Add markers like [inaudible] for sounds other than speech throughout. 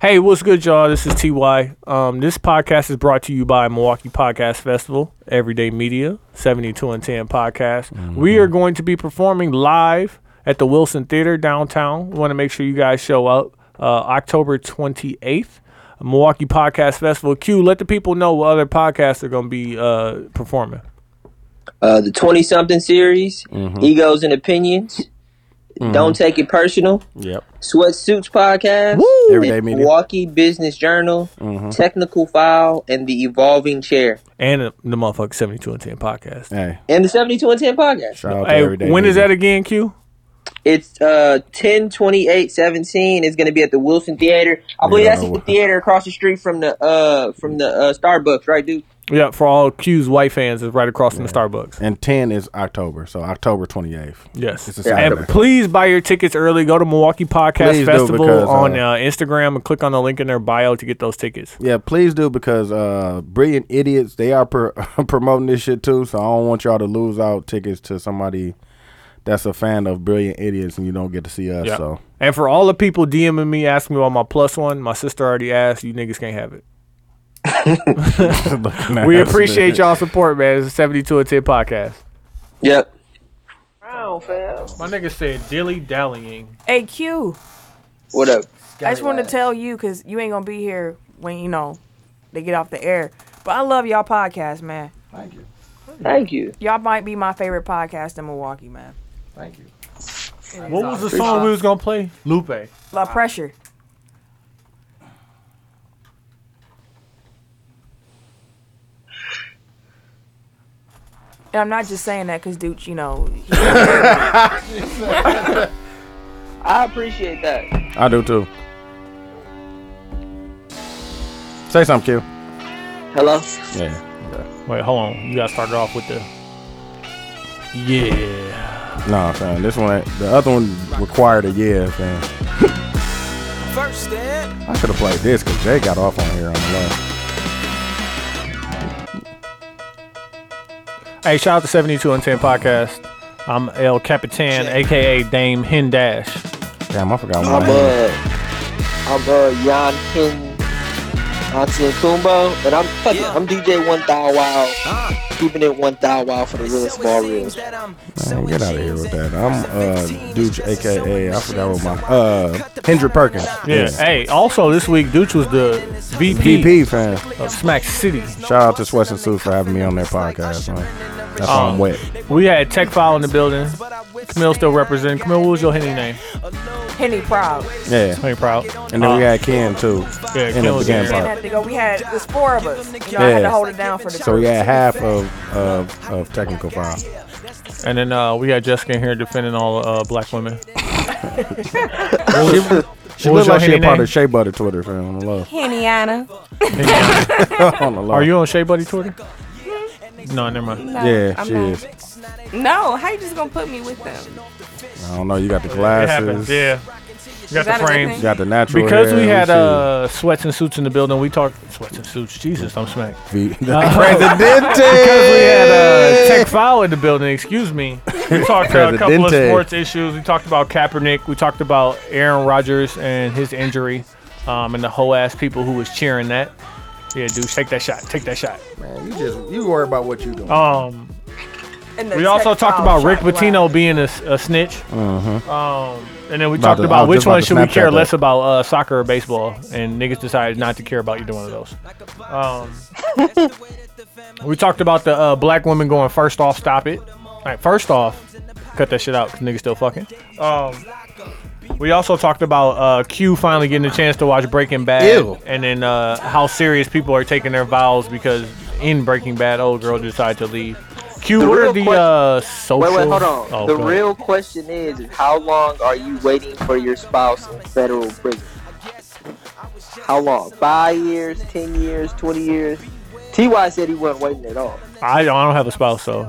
Hey, what's good, y'all? This is TY. Um, this podcast is brought to you by Milwaukee Podcast Festival, Everyday Media, 72 and 10 Podcast. We Mm-hmm. are going to be performing live at the Wilson Theater downtown. We want to make sure you guys show up uh, October 28th. Milwaukee Podcast Festival. Q, let the people know what other podcasts are going to be uh, performing. uh, the 20 something series, Mm-hmm. Egos and Opinions, Don't Take It Personal, Yep. Sweatsuits Podcast, Woo! Everyday the media. Mm-hmm. Milwaukee Business Journal, Technical File, and The Evolving Chair, And the the motherfucking 72 and 10 Podcast. Hey, and the 72 and 10 Podcast. shout out to Hey, everyday. when is media. that again, Q? It's uh, 10 28 17. It's going to be at the Wilson Theater. I believe don't that's know at the where- theater across the street from the uh, from the uh, Starbucks, right, dude? Yeah, for all Q's white fans, it's right across from the Starbucks. And ten is October, so October twenty eighth. Yes. It's a and Saturday. please buy your tickets early. Go to Milwaukee Podcast Please do, Festival because, uh, on uh, Instagram and click on the link in their bio to get those tickets. Yeah, please do because uh, brilliant idiots they are pro- [laughs] promoting this shit too. So I don't want y'all to lose out tickets to somebody that's a fan of brilliant idiots and you don't get to see us. Yeah. So [laughs] And for all the people DMing me, asking me about my plus one, my sister already asked. You niggas can't [laughs] have it. We appreciate y'all support, man. It's a 72 and 10 podcast. Yep. My nigga said dilly dallying. Hey Q, What up? I just wanted to tell you because you ain't gonna be here when you know they get off the air. But I love y'all podcast, man. Thank you. Thank you. Y'all might be my favorite podcast in Milwaukee, man. Thank you. What was the song we was gonna play? Lupe. La pressure. And I'm not just saying that because Dooch, you know, he- I appreciate that. I do too. Say something, Q. Hello? Yeah. Wait, hold on. You gotta start it off with the. Yeah. Nah, fam. This one, the other one required a yeah, fam. First step. I should have played this because Jay got off on here on the left. Hey, shout out to 72 and 10 podcast. I'm El Capitan, aka Dame Hendash. Damn, I forgot I'm my name. uh, I'm uh, Jan King Kumbo, and I'm fucking, Yeah. I'm DJ One Thou Wow, Uh, keeping it One Thou Wow for the real small real. um, Man, Man, get out of here with that. I'm uh, Dooch, aka I forgot what my uh, Hendrick Perkins. Yeah. Hey, also this week, Dooch was the VP, PP fam. of Smack City. Shout out to Sweats and Sue for having me on their podcast. Man. That's Oh. why I'm wet. Um, We had Tech File in the building. Camille still representing. Camille, what was your Henny name? [laughs] Henny Proud. Yeah. Henny Proud. And Oh. then we had Ken too. Uh, Yeah, in Camille the was beginning there. And part. had to go. We had there's four of us. You know, I had to Yeah. hold it down for the So we group. had half of of, of technical file. And then uh, we had Jessica in here defending all uh, black women. She What was looked your like she a Henny part name? of Shea Butter Twitter fam on the low. Henniana. [laughs] on the low. Are you on Shea Buddy Twitter? No, never mind. No, Yeah, I'm she not. is. No, how you just gonna put me with them? I don't know. You got the It glasses. happens. Yeah. You got Is that the a frame. good You got the natural. Because we hair, had shoot. uh, sweats and suits in the building, we talked sweats and suits. Jesus, I'm smacked. the [laughs] [laughs] presidente. Because we had uh, Tech Foul in the building, excuse me. We talked uh, a couple of Presidente. sports issues. We talked about Kaepernick. We talked about Aaron Rodgers and his injury um, and the whole ass people who was cheering that. Yeah, dude, take that shot. Take that shot. Man, you just you worry about what you doing. Um, And the we also tech talked file about Rick shot glass. Pitino being a, s- a snitch. Um, and then we Uh-huh. About talked to- I about was which just about one to should we Snapchat care that. less about, uh, soccer or baseball. And niggas decided not to care about either one of those. [laughs] Um, we talked about the uh, black woman going first off, stop it. All right, first off, cut that shit out because niggas still fucking. Um, we also talked about uh, Q finally getting a chance to watch Breaking Bad, Ew. and then uh, how serious people are taking their vows because in Breaking Bad, old girl decided to leave. Q, The what are real the que- uh, social? Wait, wait, hold on. Oh, the go ahead. real question is, is how long are you waiting for your spouse in federal prison? How long? Five years, ten years, twenty years? Ty said he wasn't waiting at all. I don't, I don't have a spouse, so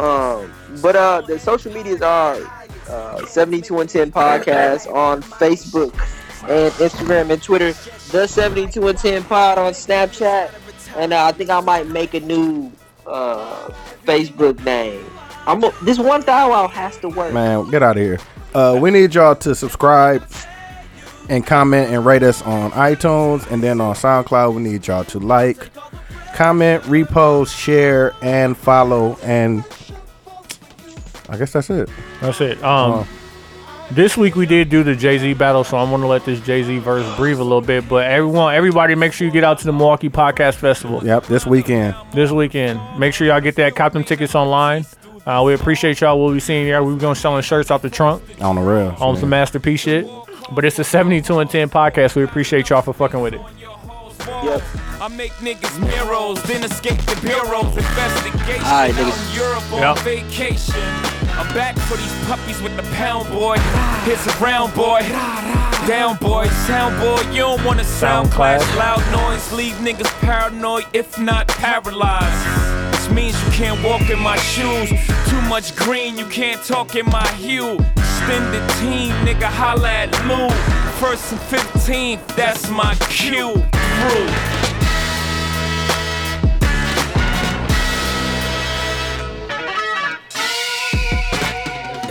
Um, but uh, the social medias are uh, 72 and 10 podcast on Facebook and Instagram and Twitter. The 72 and 10 pod on Snapchat. And uh, I think I might make a new uh, Facebook name. I'm a, this one thou wow has to work. Man, get out of here. Uh, we need y'all to subscribe and comment and rate us on iTunes and then on SoundCloud. We need y'all to like, comment, repost, share, and follow. And I guess that's it. That's it. Um, this week we did do the Jay Z battle, so I'm gonna let this Jay Z verse breathe a little bit. But everyone, everybody, make sure you get out to the Milwaukee Podcast Festival Yep, this weekend. this weekend. Make sure y'all get that. Cop them tickets online. Uh, we appreciate y'all. We'll be seeing y'all. We're gonna selling shirts off the trunk On the rail. on some masterpiece shit. But it's a 72 and 10 podcast. We appreciate y'all for fucking with it. Yep. I make niggas mirrors, then escape the bureau's investigation. Aight, Out niggas. in Europe on Yeah. vacation. I'm back for these puppies with the pound boy. Here's a round boy. Down boy, sound boy. You don't wanna sound Sound clash. clash. Loud noise, leave niggas paranoid, if not paralyzed. This means you can't walk in my shoes. Too much green, you can't talk in my hue. Extended team, nigga, holla at Lou. First and 15, that's my cue. Crew.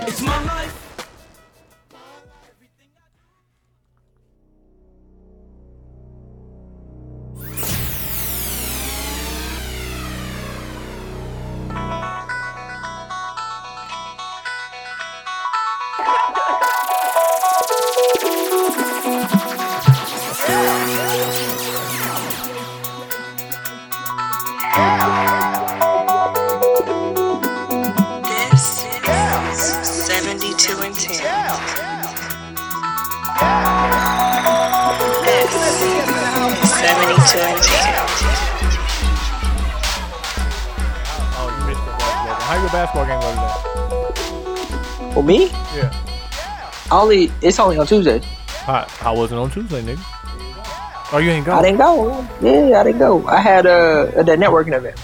It's my life. This is 72 and 10. This is 72 and 10. Oh, you missed the basketball game. How your basketball game go For me, today? Yeah. only it's only on Tuesday. I, I wasn't on Tuesday, nigga. Oh, you ain't go. I didn't go. Yeah, I didn't go. I had uh, a that networking event.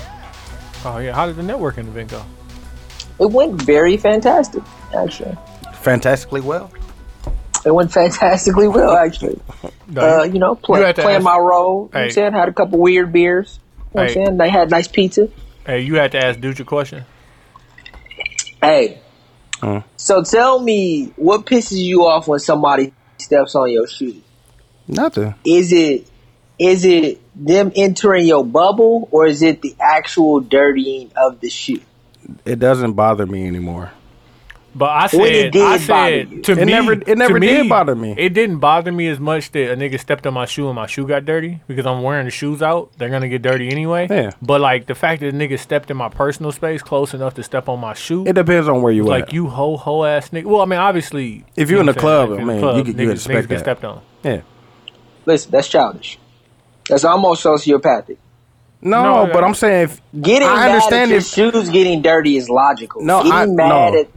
Oh, yeah. How did the networking event go? It went very fantastic, actually. Fantastically well. It went [laughs] fantastically well, actually. No, Uh, Oh, you- you know, play, You had to playing ask- my role. You know what Hey. I'm saying? Had a couple weird beers. You know what Hey. I'm saying? They had nice pizza. hey, you had to ask dude your question. Hey. Mm. So tell me what pisses you off when somebody steps on your shoe? Nothing. Is it is it them entering your bubble or is it the actual dirtying of the shoe? It doesn't bother me anymore. But I When it said, did I bother you. said, to me, It never- it to never me, did bother me. It didn't bother me as much that a nigga stepped on my shoe and my shoe got dirty because I'm wearing the shoes out. They're gonna get dirty anyway. Yeah. But like the fact that a nigga stepped in my personal space close enough to step on my shoe, It depends on where you like at. you ho ho ass nigga. Well, I mean, obviously, If you in know the what I'm club, saying? I mean, you get- you niggas, expect niggas that. get stepped on. yeah. Listen, that's childish. That's almost sociopathic. No, No, but I- I'm saying if Getting I mad understand at your if- shoes getting dirty is logical. No, getting I- mad no. at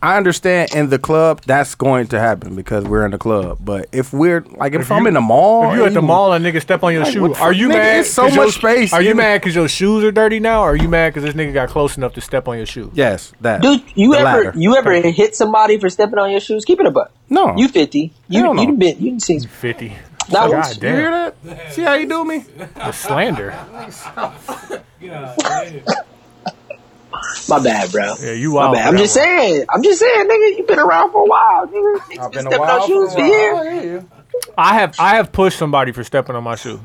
I understand in the club that's going to happen because we're in the club. But if we're like if, I'm you- in the mall, If you and at the mall and niggas step on your Oh, Like, shoe, what the are fuck, you nigga? mad? It's so 'cause your much sh- space Are you in- mad because your shoes are dirty now? Or are you mad because this nigga got close enough to step on your shoe? Yes, that. Dude, you the ever latter. you ever hit somebody for stepping on your shoes? Keep it a buck. No. You fifty. You Hell no. you done been you done seen. Fifty. That God was- You hear damn. that? See how you do me? That's slander. My bad, bro. Yeah, you My wild. bad. for I'm that just one. saying. I'm just saying, nigga. You've been around for a while. Nigga. Niggas been stepping on shoes for years. I have I have pushed somebody for stepping on my shoe.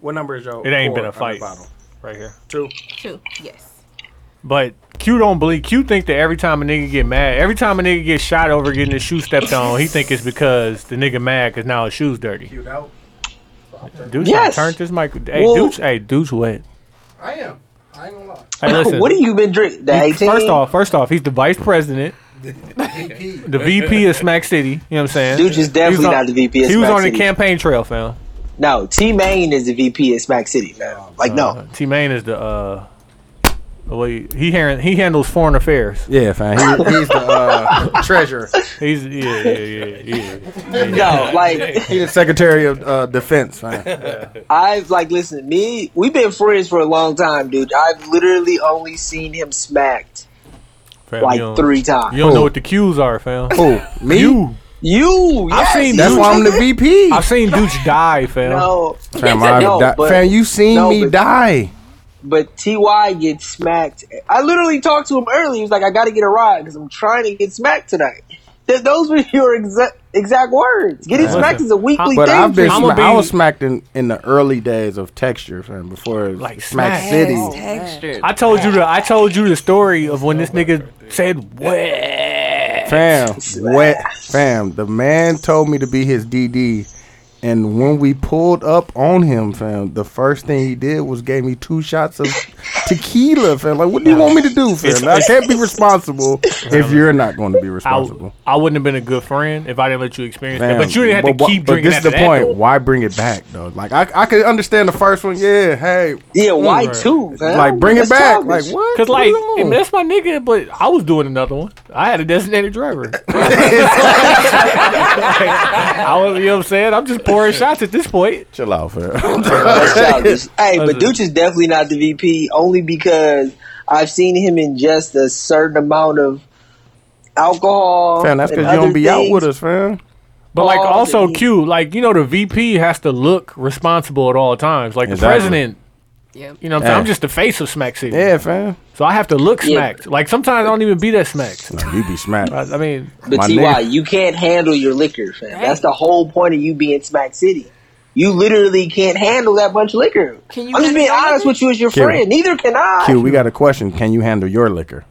What number is your? It ain't been a fight. Right here. Two. Two. Yes. But Q don't believe Q think that every time a nigga get mad, every time a nigga get shot over getting his shoe stepped on, he think it's because the nigga mad because now his shoes dirty. Dude, Yes. turned his mic. Hey, Well- dude's hey, dude's wet. I am. I ain't gonna lie. Hey, listen. What have you been drinking? The He- 18. First off, first off, he's the vice president, the VP of Smack City. You know what I'm saying? Dude is definitely He was on- not the VP of He was Smack on the City. campaign trail, fam. no, T Main is the VP at Smack City. Man. Like no, T Main is the uh, the way he hand- he handles foreign affairs. Yeah, fine. He, he's the uh, treasurer. He's yeah yeah yeah yeah. no. Like He's the secretary of uh, defense. Fine. I've like listen, me. We've been friends for a long time, dude. I've literally only seen him smacked Fam, you like don't- three Oh. times. You don't know Who? what the cues are, fam. Who? Me? You. You. I've yes, seen That's you, why I'm the nigga. VP. I've seen dudes die, fam. No, Fam, [laughs] I've No, di- but- fam, you seen no, me but- die. But Ty gets smacked. I literally talked to him early. He was like, "I got to get a ride because I'm trying to get smacked tonight." Th- those were [laughs] your exact exact words. Getting Yeah. smacked is a weekly But thing. I've been, for I'm you. gonna sma- I be- was smacked in, in the early days of texture, fam, before Like like Smack Smack. City. Textured. I told you the I told you the story of when this nigga said wet. Fam, wet, fam. The man told me to be his DD, and when we pulled up on him, fam, the first thing he did was gave me two shots of tequila, fam. Like, what do you want me to do, fam? I can't be responsible if you're not going to be I, responsible. I wouldn't have been a good friend if I didn't let you experience that. Fam, But you didn't have to but wha- keep But drinking. this is the after that, point. though. Why bring it back though? Like, I I could understand the first one. Yeah, hey, yeah, why two? Man? Mm. like bring it That's back. childish. Like what? Cause What like is on? and that's my nigga, but I was doing another one. I had a designated [laughs] driver. I was, you know what I'm saying? I'm just pouring shots at this point. Chill [laughs] out, fam. [laughs] That's childish. hey, but Listen. Dooch is definitely not the VP only because I've seen him ingest a certain amount of alcohol. fam, that's and because you don't other be out with things. us, fam. But like Oh, also yeah. Q, like you know the VP has to look responsible at all times. Like the Exactly. president, Yep. you know what I'm saying? I'm Yeah. just the face of Smack City. Yeah, fam. So I have to look Yeah. smacked. Like sometimes I don't even be that smacked. No, you be smacked. I, I mean, But My Ty, nigga. you can't handle your liquor, fam. That's the whole point of you being Smack City. You literally can't handle that much liquor. Can you I'm just being handle honest it? with you as your Q. friend. Neither can I. Q, we got a question. Can you handle your liquor?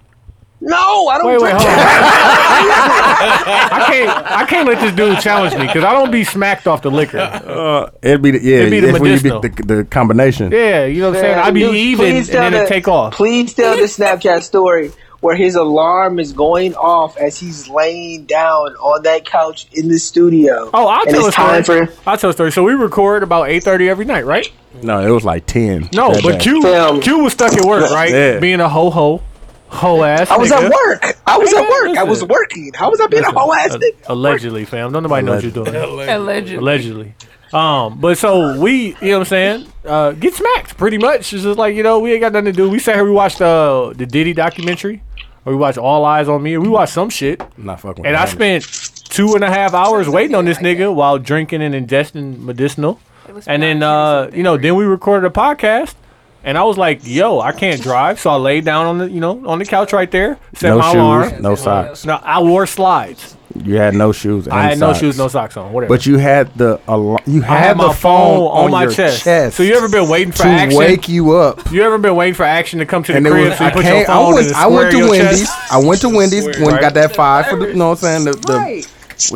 No, I don't. wait, wait, drink [laughs] hold on. that. I can't, I can't let this dude challenge me because I don't be smacked off the liquor. Uh, it'd be the, yeah, It'd be the that's when you medicinal. be the, the combination. Yeah, you know what I'm saying. I be Dude, even and please tell then it the- take off. Please [laughs] tell the Snapchat story where his alarm is going off as he's laying down on that couch in the studio. Oh, I'll and tell a it's time story. for I'll tell a story. So we record about eight thirty every night, right? No, it was like ten. No, that but day. Q Damn. Q was stuck at work, right? Yeah. Being a ho ho, ho ass. I was nigga. at work. I was Hey, at man, work. I listen. was working. How was I being a whole ass Uh, nigga? allegedly, fam. Don't nobody know what you're doing. Allegedly. allegedly. Um, but so we, you know what I'm saying, uh, get smacked pretty much. It's just like, you know, we ain't got nothing to do. We sat here, we watched uh, the Diddy documentary, or we watched All Eyes on Me, or we watched some shit. I'm not fucking. And I spent two and a half hours waiting on this nigga while drinking and ingesting medicinal. And then, uh, you know, then we recorded a podcast. And I was like, "Yo, I can't drive," so I laid down on the, you know, on the couch right there, set no my shoes, alarm. no socks. No, I wore slides. You had no shoes. And I had no socks. shoes, no socks on. Whatever. But you had the al- you I had, had the my phone on my your chest. So you ever been waiting for to action? wake you up? you ever been waiting for action to come to the And it crib? was so you I, put your came, I, phone in went, the I square went of to your Wendy's. chest? I went to Wendy's when Right. got that five for the you know what I'm saying the the,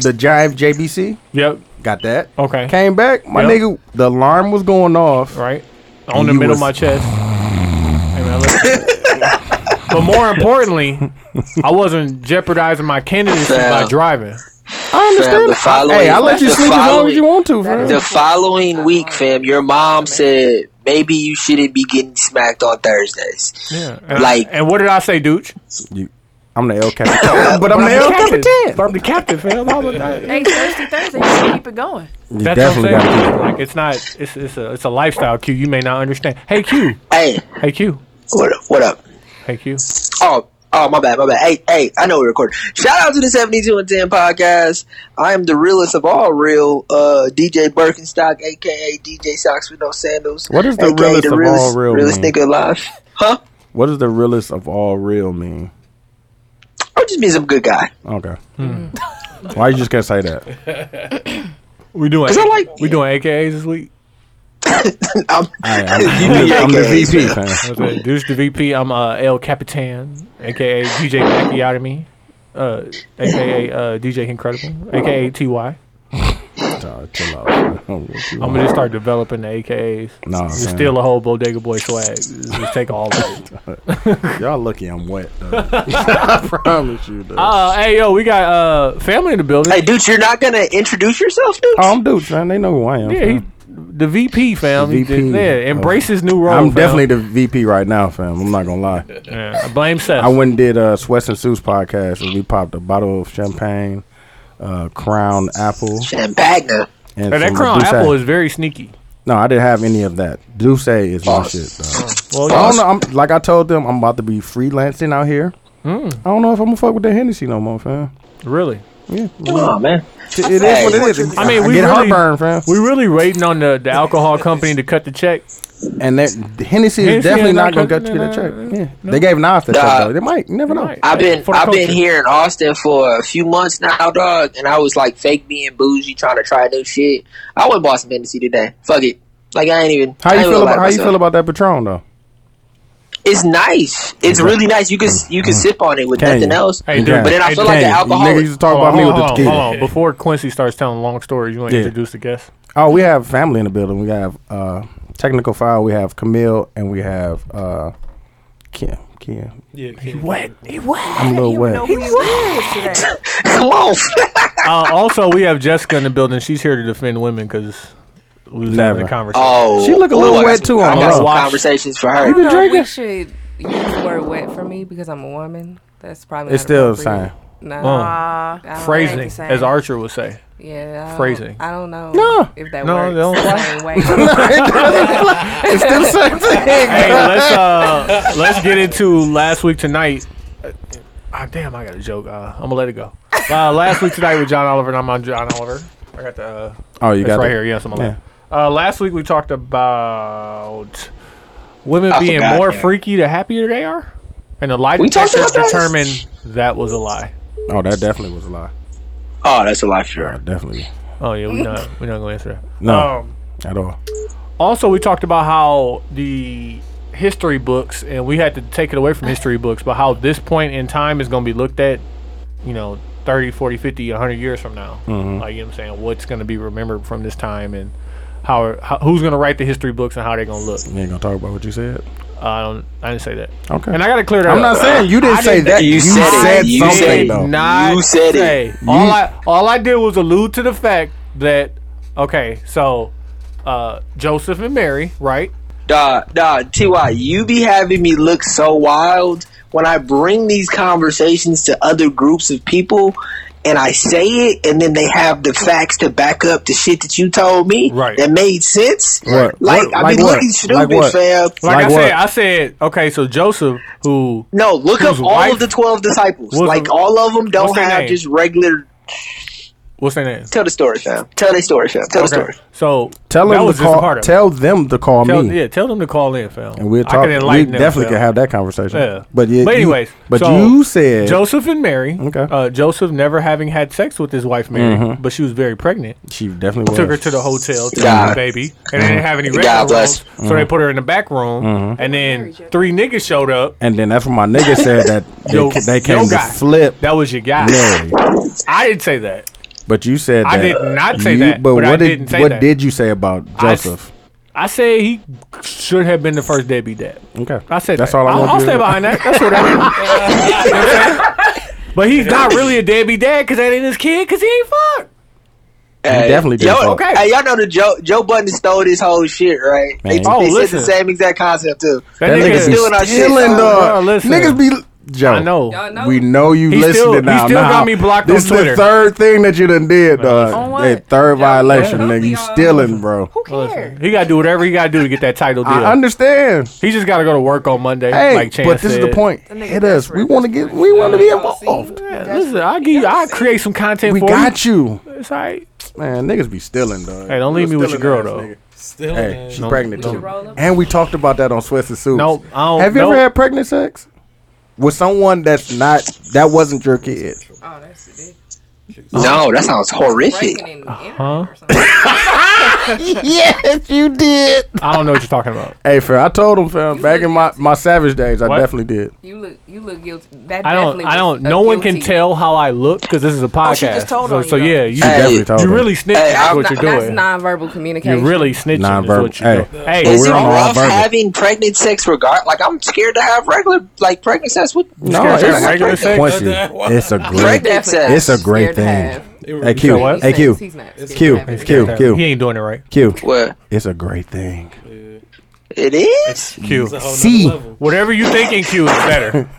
the Jive JBC Yep. got that Okay. came back my Yep. nigga the alarm was going off Right. On And the you middle of was- my chest. Hey, man, [laughs] listen. but more importantly, I wasn't jeopardizing my candidacy by Fam. driving. I Fam, understand the it. I, hey following- I let you the sleep as long as following- you want to fam. The following week, fam, your mom said maybe you shouldn't be getting smacked on Thursdays. Yeah. And, Like- and what did I say, Dooch? You, I'm the [coughs] El Capitan. but I'm the El captain. Capitan. I'm the captain, fam. How about that? Hey, Thursday, Thursday, you should keep it going. You That's definitely what I'm saying. got Like it's not it's it's a it's a lifestyle Q you may not understand. Hey Q. Hey, Hey Q. what up? What up? Hey Q. Oh, oh, my bad, my bad. Hey, hey, I know we're recording. Shout out to the 72 and 10 podcast. I am the realest of all real, uh, DJ Birkenstock, aka DJ Socks with No Sandals. What is the aka realest of all real Realest mean? nigga alive. Huh? What does the realest of all real mean? I'm just being some good guy. [laughs] Okay. Hmm. Why you just can't [laughs] say that? We doing 'Cause I like- we doing AKAs this week. I'm, I, I'm, You I'm be the, I'm the AKA. VP. fam. Okay, Deuce the VP. I'm uh, El Capitan, aka DJ Macchiotomy, uh, aka uh, DJ Incredible, aka TY. Nah, chill out. fam. I'm gonna just start developing the AKAs. Nah, It's fam. still a whole Bodega Boy swag. Just take all of it. Y'all lucky I'm wet. Though. [laughs] [laughs] I promise you. Though. Uh, hey yo, we got uh family in the building. hey, dude, you're not gonna introduce yourself, dude? Oh, I'm dude, man. They know who I am. yeah, fam. he, the VP fam. The VP. Yeah, Oh. embrace his new role. I'm fam. definitely the VP right now, fam. I'm not gonna lie. Yeah, I blame Seth. I went and did uh, Sweats and Suits podcast, and we popped a bottle of champagne, uh, Crown Apple, Champagna. and Hey, that some crown Douce. apple is very sneaky. No, I didn't have any of that. Douce is my shit. Though. Well, I don't yeah, know. I'm, like I told them, Hmm. I'm about to be freelancing out here. I don't know if I'm gonna fuck with that Hennessy no more, fam. really. Yeah, Come on, man. It is what it is. I mean, we get really- heartburn, fam. We really waiting on the, the alcohol company to cut the check. And that Hennessy is Hennessy definitely ain't not not gonna get you cutting that check. it, Yeah, they gave Nas that Nah. check though. They might. You never know. Right. I've been For the I've been culture. here in Austin for a few months now, dog, and I was like fake being bougie, trying to try new shit. I went bought some Hennessy today. Fuck it. Like I ain't even. How I you ain't feel gonna lie about to how you myself. feel about that Patron though? It's nice. It's really nice. You can you can sip on it with Mm-hmm. Can nothing you? else. Hey, dude. but then I Hey, feel like can an you? Nigga alcoholic. used to talk Hold on, about me hold with the on, hold tequila. on. Before Quincy starts telling long stories, you want to Yeah. introduce the guest? Oh, we have family in the building. We have uh, technical file. We have Camille, and we have uh, Kim. Kim, Yeah, What? [laughs] What? I'm a little Know who wet. you [laughs] is today. Come on. Uh, also, we have Jessica in the building. She's here to defend women because we was having Never. a conversation. oh, She look a ooh, little I got wet some- too on I got her. some Watch. conversations for You her. been I don't know drinking? if we should use the word wet for me because I'm a woman. That's probably It's not still the appropriate. same. No. Uh, I don't Phrasing, like- the same. as Archer would say. Yeah. I don't- Phrasing. I don't know No. if that No, works. they don't the fly. same [laughs] way. It's still the same thing. hey, let's uh, let's get into last week tonight. Ah, damn, I got a joke. Uh, I'm gonna let it go. Uh, last week tonight with John Oliver, and I'm on John Oliver. I got the. Uh, Oh, you it's got right it. here. Yes, I'm on. Uh, last week we talked about women I being forgot, more yeah. freaky the happier they are, and the lie We talked detectors about that? determined that was a lie. Oh, that definitely was a lie. Oh, that's a life sure. Definitely Oh yeah, we not we not gonna answer that. No. Um, at all. also, we talked about how the history books, and we had to take it away from history books, but how this point in time is going to be looked at, you know, 30, 40, 50, 100 years from now. Mm-hmm. Like, you know what I'm saying? What's going to be remembered from this time and how, how who's going to write the history books and how they're going to look. You ain't gonna talk about what you uh, said. I don't, I didn't say that. Okay. And I got to clear that I'm up. not saying you didn't say that. You You said it. said You said something it. did though. Not You said it. say. All I all I did was allude to the fact that okay, so uh, Joseph and Mary, right? Duh, duh, Ty, you be having me look so wild when I bring these conversations to other groups of people and I say it and then they have the facts to back up the shit that you told me Right. that made sense. Right. Like, What- I like be what? looking Like stupid, what? fam. Like, Like I what? said, I said okay, so Joseph, who no, look up Whose all wife- of the 12 disciples. What's Like, the- all of them don't what's their have name? just regular. what's their name? Tell the story, fam. Tell the story, fam. Tell the story. So Tell that them was to just a part call. of it. Tell them to call Tell- me. yeah, tell them to call in, fam. And we'll I talk. can We enlighten them, definitely fam. can have that conversation. Yeah. But yeah. But you- anyways, but so you said Joseph and Mary. Okay. Mm-hmm. Uh, Joseph never having had sex with his wife Mary, but she was very pregnant. she definitely was. took her to the hotel to God. have the baby, and they didn't have any regular God bless. rooms, so they put her in the back room, Mm-hmm. and then three niggas showed up. And then that's when my nigga said that they, Yo- ca- they yo came to guy. flip That was your guy. Mary. I didn't say that. But you said that. I did not say you- that, But, but I what did didn't say what that. did you say about I s- Joseph? I said he should have been the first deadbeat dad. okay, I said that's that. all I I'll, want. I'll you stay to- behind that. That's what I [laughs] mean. You know what I'm saying? But he's not really a deadbeat dad because that ain't his kid because he ain't fucked. Hey, definitely did Yo, fuck. okay. Hey, y'all know the Joe Joe Button stole this whole shit, right? Man. They, Oh, they said listen. the same exact concept too. That, That nigga, nigga be stealing our shit, stealing, dog. dog. Bro, listen. Niggas be. Joe, I know. Y'all know. We know you He listening still- he now. still got Nah, me blocked this on is the Twitter. third thing that you done did, dog. On what? That third violation, yeah. nigga. You Y'all- stealing, bro. Who cares? He got to do whatever he got to do to get that title deal. I understand. he just got to go to work on Monday. Hey, like Chance but this is said. the point. nigga Hit us. desperate We at want to get. We want to be involved. Yeah, listen, I give you, I create some content We for got you, you. It's all right. man. Niggas be stealing, dog. Hey, don't leave me with your Stealing girl, ass though. nigga. still. Hey, uh, she's pregnant should too. roll up. And we talked about that on Swiss and Suits. Nope, I don't- Have you nope. ever had pregnant sex with someone that's not that wasn't your kid? Oh, that's ridiculous. No, that sounds horrific. Breaking [laughs] in the Uh-huh. internet Huh? or something. yes, you did. I don't know what you're talking about. Hey, fair. I told him, fam. Back in my my savage days, I What? definitely did. You look, you look guilty. That I don't. definitely I was don't. a No one can guilty- tell how I look because this is a podcast. she just told so, on so you. yeah, you She Hey, definitely told you him. really snitching Hey, is That's, what not, you're that's doing. nonverbal communication. You're really snitching is Nonverbal. what you're doing. Hey, Is it We're on all rough verbal. having pregnant sex regard? Like I'm scared to have regular like pregnant sex with No, scared it's of regular regular sex? Quincy, it's a great. pregnant Definitely. sex. It's a great scared to thing. have. Hey, Q. what? Hey, He's- Q. He's not. scared Q. to have it. Q. Q. he ain't doing it right. Q. What? It's a great thing. It is Q. It's a whole See. nother level. Whatever you think in Q is better.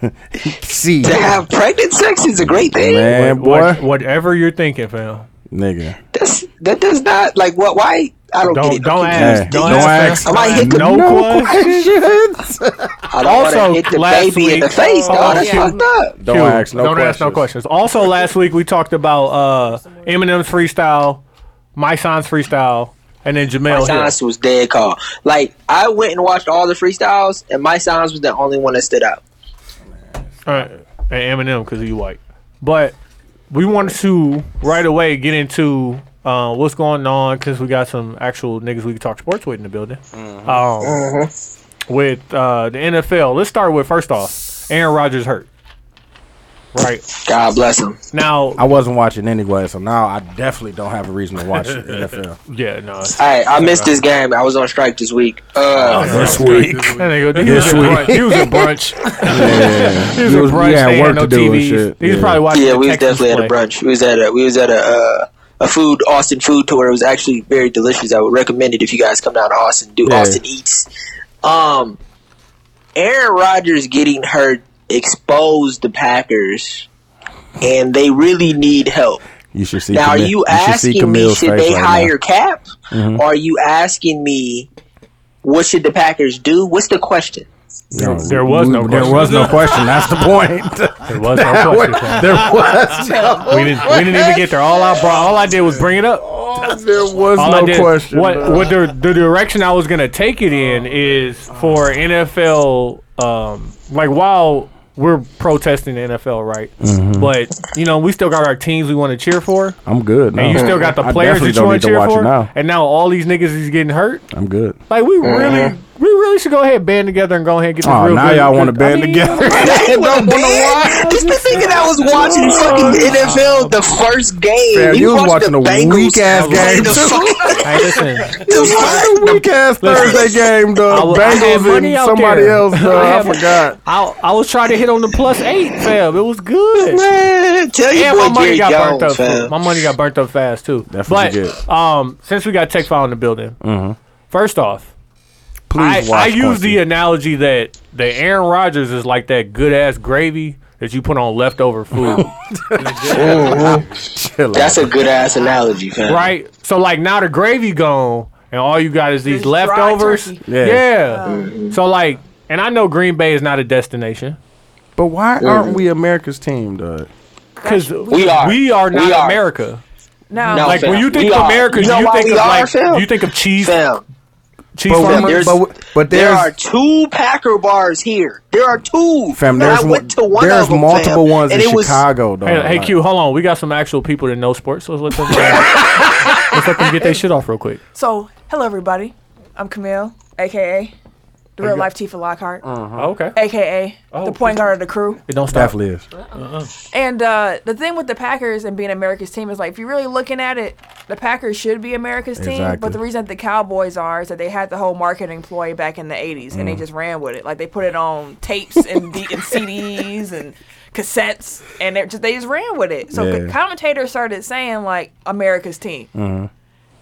See, to have pregnant sex is a great thing. man, What- boy, whatever you're thinking, fam. nigga. That's that does not like what? Why? I don't, get Don't it. don't Hey, ask. don't Don't ask. ask. that. I might hit the- No question. questions. I don't want Also, to hit the last baby in the week- face, Oh, dog. That's yeah. fucked up. Don't Two. ask no Don't questions. ask no questions. Also, last week we talked about uh, Eminem's freestyle, My Son's freestyle, and then Jamel My Hill. Sons was dead call. Like I went and watched all the freestyles, and my Sons was the only one that stood out. Uh, and Eminem because he white. But we wanted to right away get into uh, what's going on because we got some actual niggas we can talk sports with in the building. Mm-hmm. Um, With uh, the NFL, let's start with first off, Aaron Rodgers hurt. Right God bless him. now, I wasn't watching anyway, so now I definitely don't have a reason to watch NFL. yeah, no. [laughs] it's- All right, I missed this game. I was on strike this week. Uh, this week. That nigga, he This was at week. brunch. He was at brunch. Yeah. He was, at brunch. they had no TVs. He was probably watching. yeah, the we was Texans definitely at a play. brunch. We was at a we was at a uh, a food Austin food tour. It was actually very delicious. I would recommend it if you guys come down to Austin. Do Yeah. Austin eats. Um, Aaron Rodgers getting hurt exposed the Packers, and they really need help. You should see. Now, are Camille- you should see asking me Camille's should face they right now. Mm-hmm. hire Cap? Or are you asking me what should the Packers do? What's the [laughs] question? No, There was no There question. [laughs] was no question. That's the point. There was no question. there was. No, We didn't. We didn't even get there. All I brought, all I did was bring it up. All [laughs] there was I no did, question. What? bro. Oh, What the, the direction I was gonna take it in is for NFL. Um, like while we're protesting the NFL, right? Mm-hmm. But you know, we still got our teams we want to cheer for, I'm good. and you no. still got the Uh-huh. I players definitely that you don't want need to cheer watch it for. now. And now all these niggas is getting hurt. I'm [laughs] good. Like we Mm-hmm. really, we really should go ahead and band together and go ahead and get this Oh, real now good- y'all good- want [laughs] to I band mean, together? [laughs] Well, [laughs] man, Just the thing that I was watching fucking NFL the first game. Fam, you was watching the a Bengals weak-ass play game, [laughs] the [laughs] too. fuck- Hey, listen. the fuck- Weak ass Thursday game, though. I- I had Bengals money and out somebody there. else, though. I I had- forgot. I I was trying to hit on the plus eight, fam. It was good. Man, Tell your And my boy money Jerry got burnt Jones, up. too. fam. My money got burnt up fast too. That's what but you um, since we got Tech File in the building, Mm-hmm. first off, Please I, I watch. use the Quincy. analogy that the Aaron Rodgers is like that good ass gravy that you put on leftover [laughs] food, Chill out. That's a good ass analogy, fam. right? So like now the gravy gone, and all you got is these This dry leftovers. turkey. Yeah. yeah. So like, and I know Green Bay is not a destination. But why aren't we America's team, dog? Because We are. we are We not are. America. Now, No. Like when you fam. think We of are. America, You you, know why think we of are, like fam? you think of cheese, Fam. cheese But, Fam, farmers. there's- but, but, but There there's are two Packer bars here. There are two. fam. And There's I one- went to one there's of them, multiple fam, ones in and it was- Chicago, though. Hey, hey Like, Q, hold on. We got some actual people that know sports, so let's let [laughs] them, let's let them get their shit off real quick. so hello everybody. I'm Camille, aka the real life Tifa Lockhart, Uh-huh. okay. aka Oh, the point guard of the crew. It don't stop. Definitely is. And uh, the thing with the Packers and being America's team is like, if you're really looking at it, the Packers should be America's team. Exactly. But the reason that the Cowboys are is that they had the whole marketing ploy back in the 80s and Mm-hmm. they just ran with it. Like, they put it on tapes and, D- and CDs and cassettes, and they just, they just ran with it. So Yeah. Mm-hmm. the commentators started saying, like, America's team.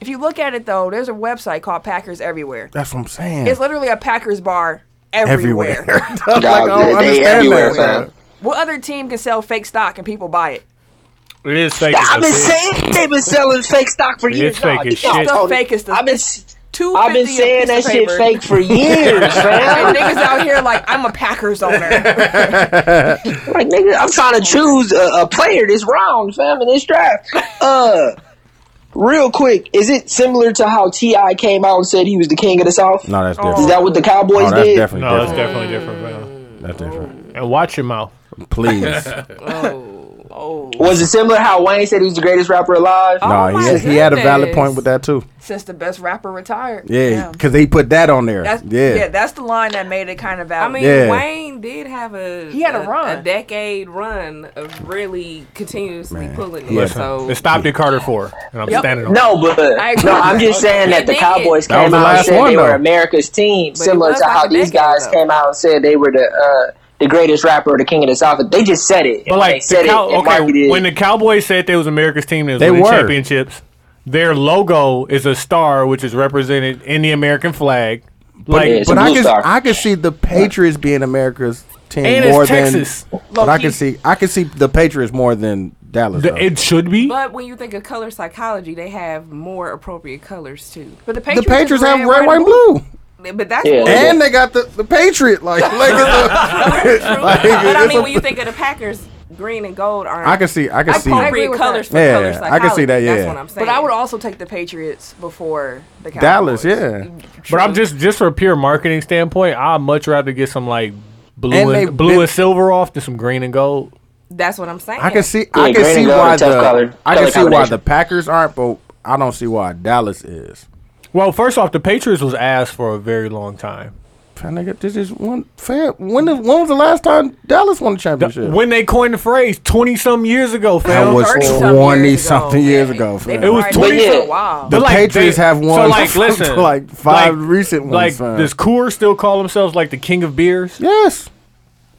If you look at it, though, there's a website called Packers Everywhere. That's what I'm saying. It's literally a Packers bar everywhere. everywhere. [laughs] like, Dog, they everywhere, dog. fam. what other team can sell fake stock and people buy it? It is fake. as I've been shit. saying they've been selling fake stock for years. fake dog. as Y'all shit. don't- The fakest of- Oh, I've been s- Two. I've been saying that shit fake for years, fam. And niggas out here [laughs] like I'm a [laughs] Packers owner. Like nigga, I'm trying to choose a, a player this round, fam, in this draft. Uh, real quick, is it similar to how Ti came out and said he was the king of the South? No, that's Is different. that what the Cowboys Oh, that's did? definitely No, it's different. definitely different. Man. That's different. And watch your mouth. [laughs] Please. Oh, Was it similar how Wayne said he's the greatest rapper alive? no, my he, he had a valid goodness. point with that too. Since the best rapper retired. Yeah, Damn. because he put that on there. That's, yeah. yeah. that's the line that made it kind of I valid. mean, Yeah. Wayne did have a He had a run. a decade run of really continuously pulling it. Yeah. So It stopped at Carter four, and I'm standing on. it. No, but I agree. no, I'm just saying that the They did. Cowboys That was came the out last and said one, they though. were America's team, it similar was to like how a these decade guys ago. came out and said they were the uh, the greatest rapper or the king of the South. They just said it. But And when they like, the said cow- it, and okay, marketed when the it. Cowboys said they was America's team, they was They winning were. championships. Their logo is a star, which is represented in the American flag. Like, it's but a I blue could star. I could see the Patriots being America's team And it's more Texas. than. But I Low-key. could see I could see the Patriots more than Dallas. The- though. it should be. But when you think of color psychology, they have more appropriate colors too. But the the Patriots, Patriots is have red, red, white, and blue. But that's Yeah. more- And they got the, the Patriot like, like, uh, [laughs] it's a- like, But I it's a- mean, when you think of the Packers, green and gold aren't I can see, I can see. probably- appropriate with colors that. for Yeah, color yeah, psychology. I can see that, yeah. that's what I'm saying. But I would also take the Patriots before the Cowboys. Dallas, yeah. But I'm just just for a pure marketing standpoint, I'd much rather get some like blue And and, they blue been- and silver off than some green and gold. That's what I'm saying. I can see, I Yeah, can green see and gold why are tough the, color- I can color see why combination. the Packers aren't, but I don't see why Dallas is. Well, first off, the Patriots was asked for a very long time. Fam, nigga, this is one fam. When, the, when was the last time Dallas won a The- championship? When they coined the phrase twenty some years ago, that fam. was 30-something twenty years ago. something years Yeah, ago. They fam. It was tried 20 for Yeah. a The while. But, like, Patriots they- have so, won [laughs] like, listen, like five like- recent ones. Like fam. does Coors still call himself like the king of beers? yes.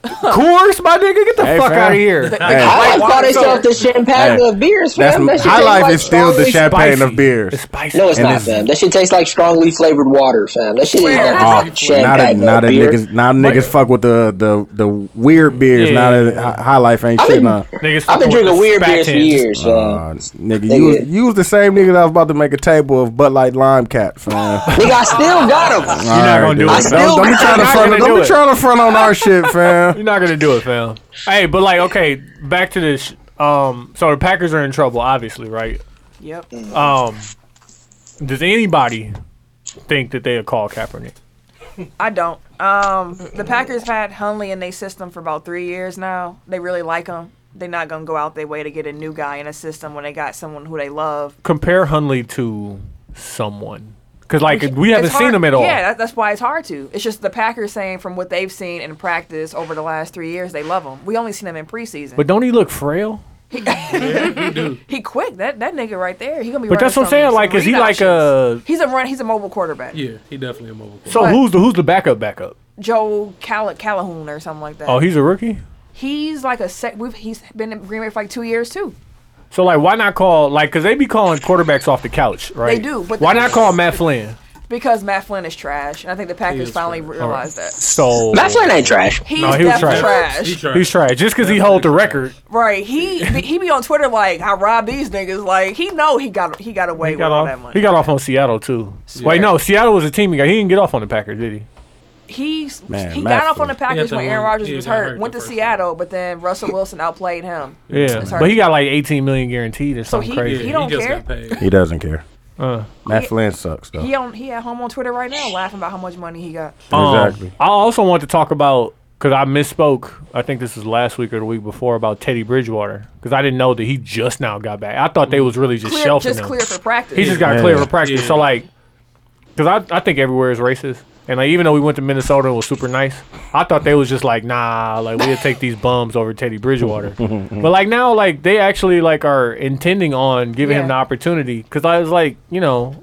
Coors, my nigga, get the Hey, fuck fam. out of here. [laughs] Hey. I like call Water themselves the champagne Hey, of beers, That's fam. That shit high tastes life like is still the strongly- champagne spicy. of beers. It's spicy. No, it's and not, it's- fam. That shit tastes like strongly flavored water, fam. That shit is Oh, not now that champagne now of that beer. niggas now niggas fuck with the the the weird beers. Yeah. Now that hi- high life ain't I've shit. been, Nah. Niggas I've been fucking drinking with weird the beers for spatins. years, fam. Uh, nigga, you was, you was the same nigga that was about to make a table of Bud Light lime caps. [laughs] Man. Nigga, I still got them. You're not gonna do I it. still fam. Don't, don't be got trying to it. Not front. Don't gonna be do it. trying to front on our shit, fam. You're not gonna do it, fam. hey, but like, okay, back to this. sh- Um, so the Packers are in trouble, obviously, right? Yep. Um, does anybody think that they'll call Kaepernick? I don't. Um, the Packers have had Hunley in their system for about three years now. They really like him. They're not gonna go out their way to get a new guy in a system when they got someone who they love. Compare Hunley to someone, because like we haven't It's seen hard- him at all. Yeah, that, that's why it's hard to. It's just the Packers saying from what they've seen in practice over the last three years, they love him. We only seen him in preseason. But don't he look frail? he quick. That that nigga right there. He gonna be. But that's running what I'm saying. some- Like, some is he read like a? options. He's a run. He's a mobile quarterback. Yeah, he definitely a mobile. quarterback. So But- who's the who's the backup backup? Joe Calla Callahoon or something like that. Oh, he's a rookie. he's like a sec. We've, he's been in Green Bay for like two years too. So like, why not call like? Cause they be calling quarterbacks off the couch, right? do, but why the- not call Matt Flynn? Because Matt Flynn is trash, and I think the Packers is finally realized that. So That's Flynn ain't trash. He's No, he was definitely trash. trash. He tried. he's trash. Just cause he hold the record, Right? He he be on Twitter like, "I robbed these niggas." Like he know he got he got away He with got all that off. money. He got off on Seattle too. Wait, no, Seattle was a team he got. He didn't get off on the Packers, did he? He's Man, he Matt got off on Flynn. the Packers Yeah, when that Aaron one- Rodgers he was got hurt. hurt Went the to first Seattle, but then Russell Wilson outplayed him. Yeah, It's hard. but he got like 18 million guaranteed or something he- crazy. Yeah, don't just care. got paid. He doesn't care. Uh. Matt Flynn sucks though. He on he at home on Twitter right now, laughing about how much money he got. Um, Exactly. I also want to talk about because I misspoke. I think this was last week or the week before about Teddy Bridgewater because I didn't know that he just now got back. I thought they was really just Mm-hmm. Clear, shelving just him. clear for practice. He just got Yeah. clear for practice. Yeah. So like, because I, I think everywhere is racist. And like, even though we went to Minnesota and was super nice, I thought they was just like, nah, like we'll take these bums over Teddy [laughs] Bridgewater. but like now, like they actually like are intending on giving him Yeah. the opportunity. Because I was like, you know,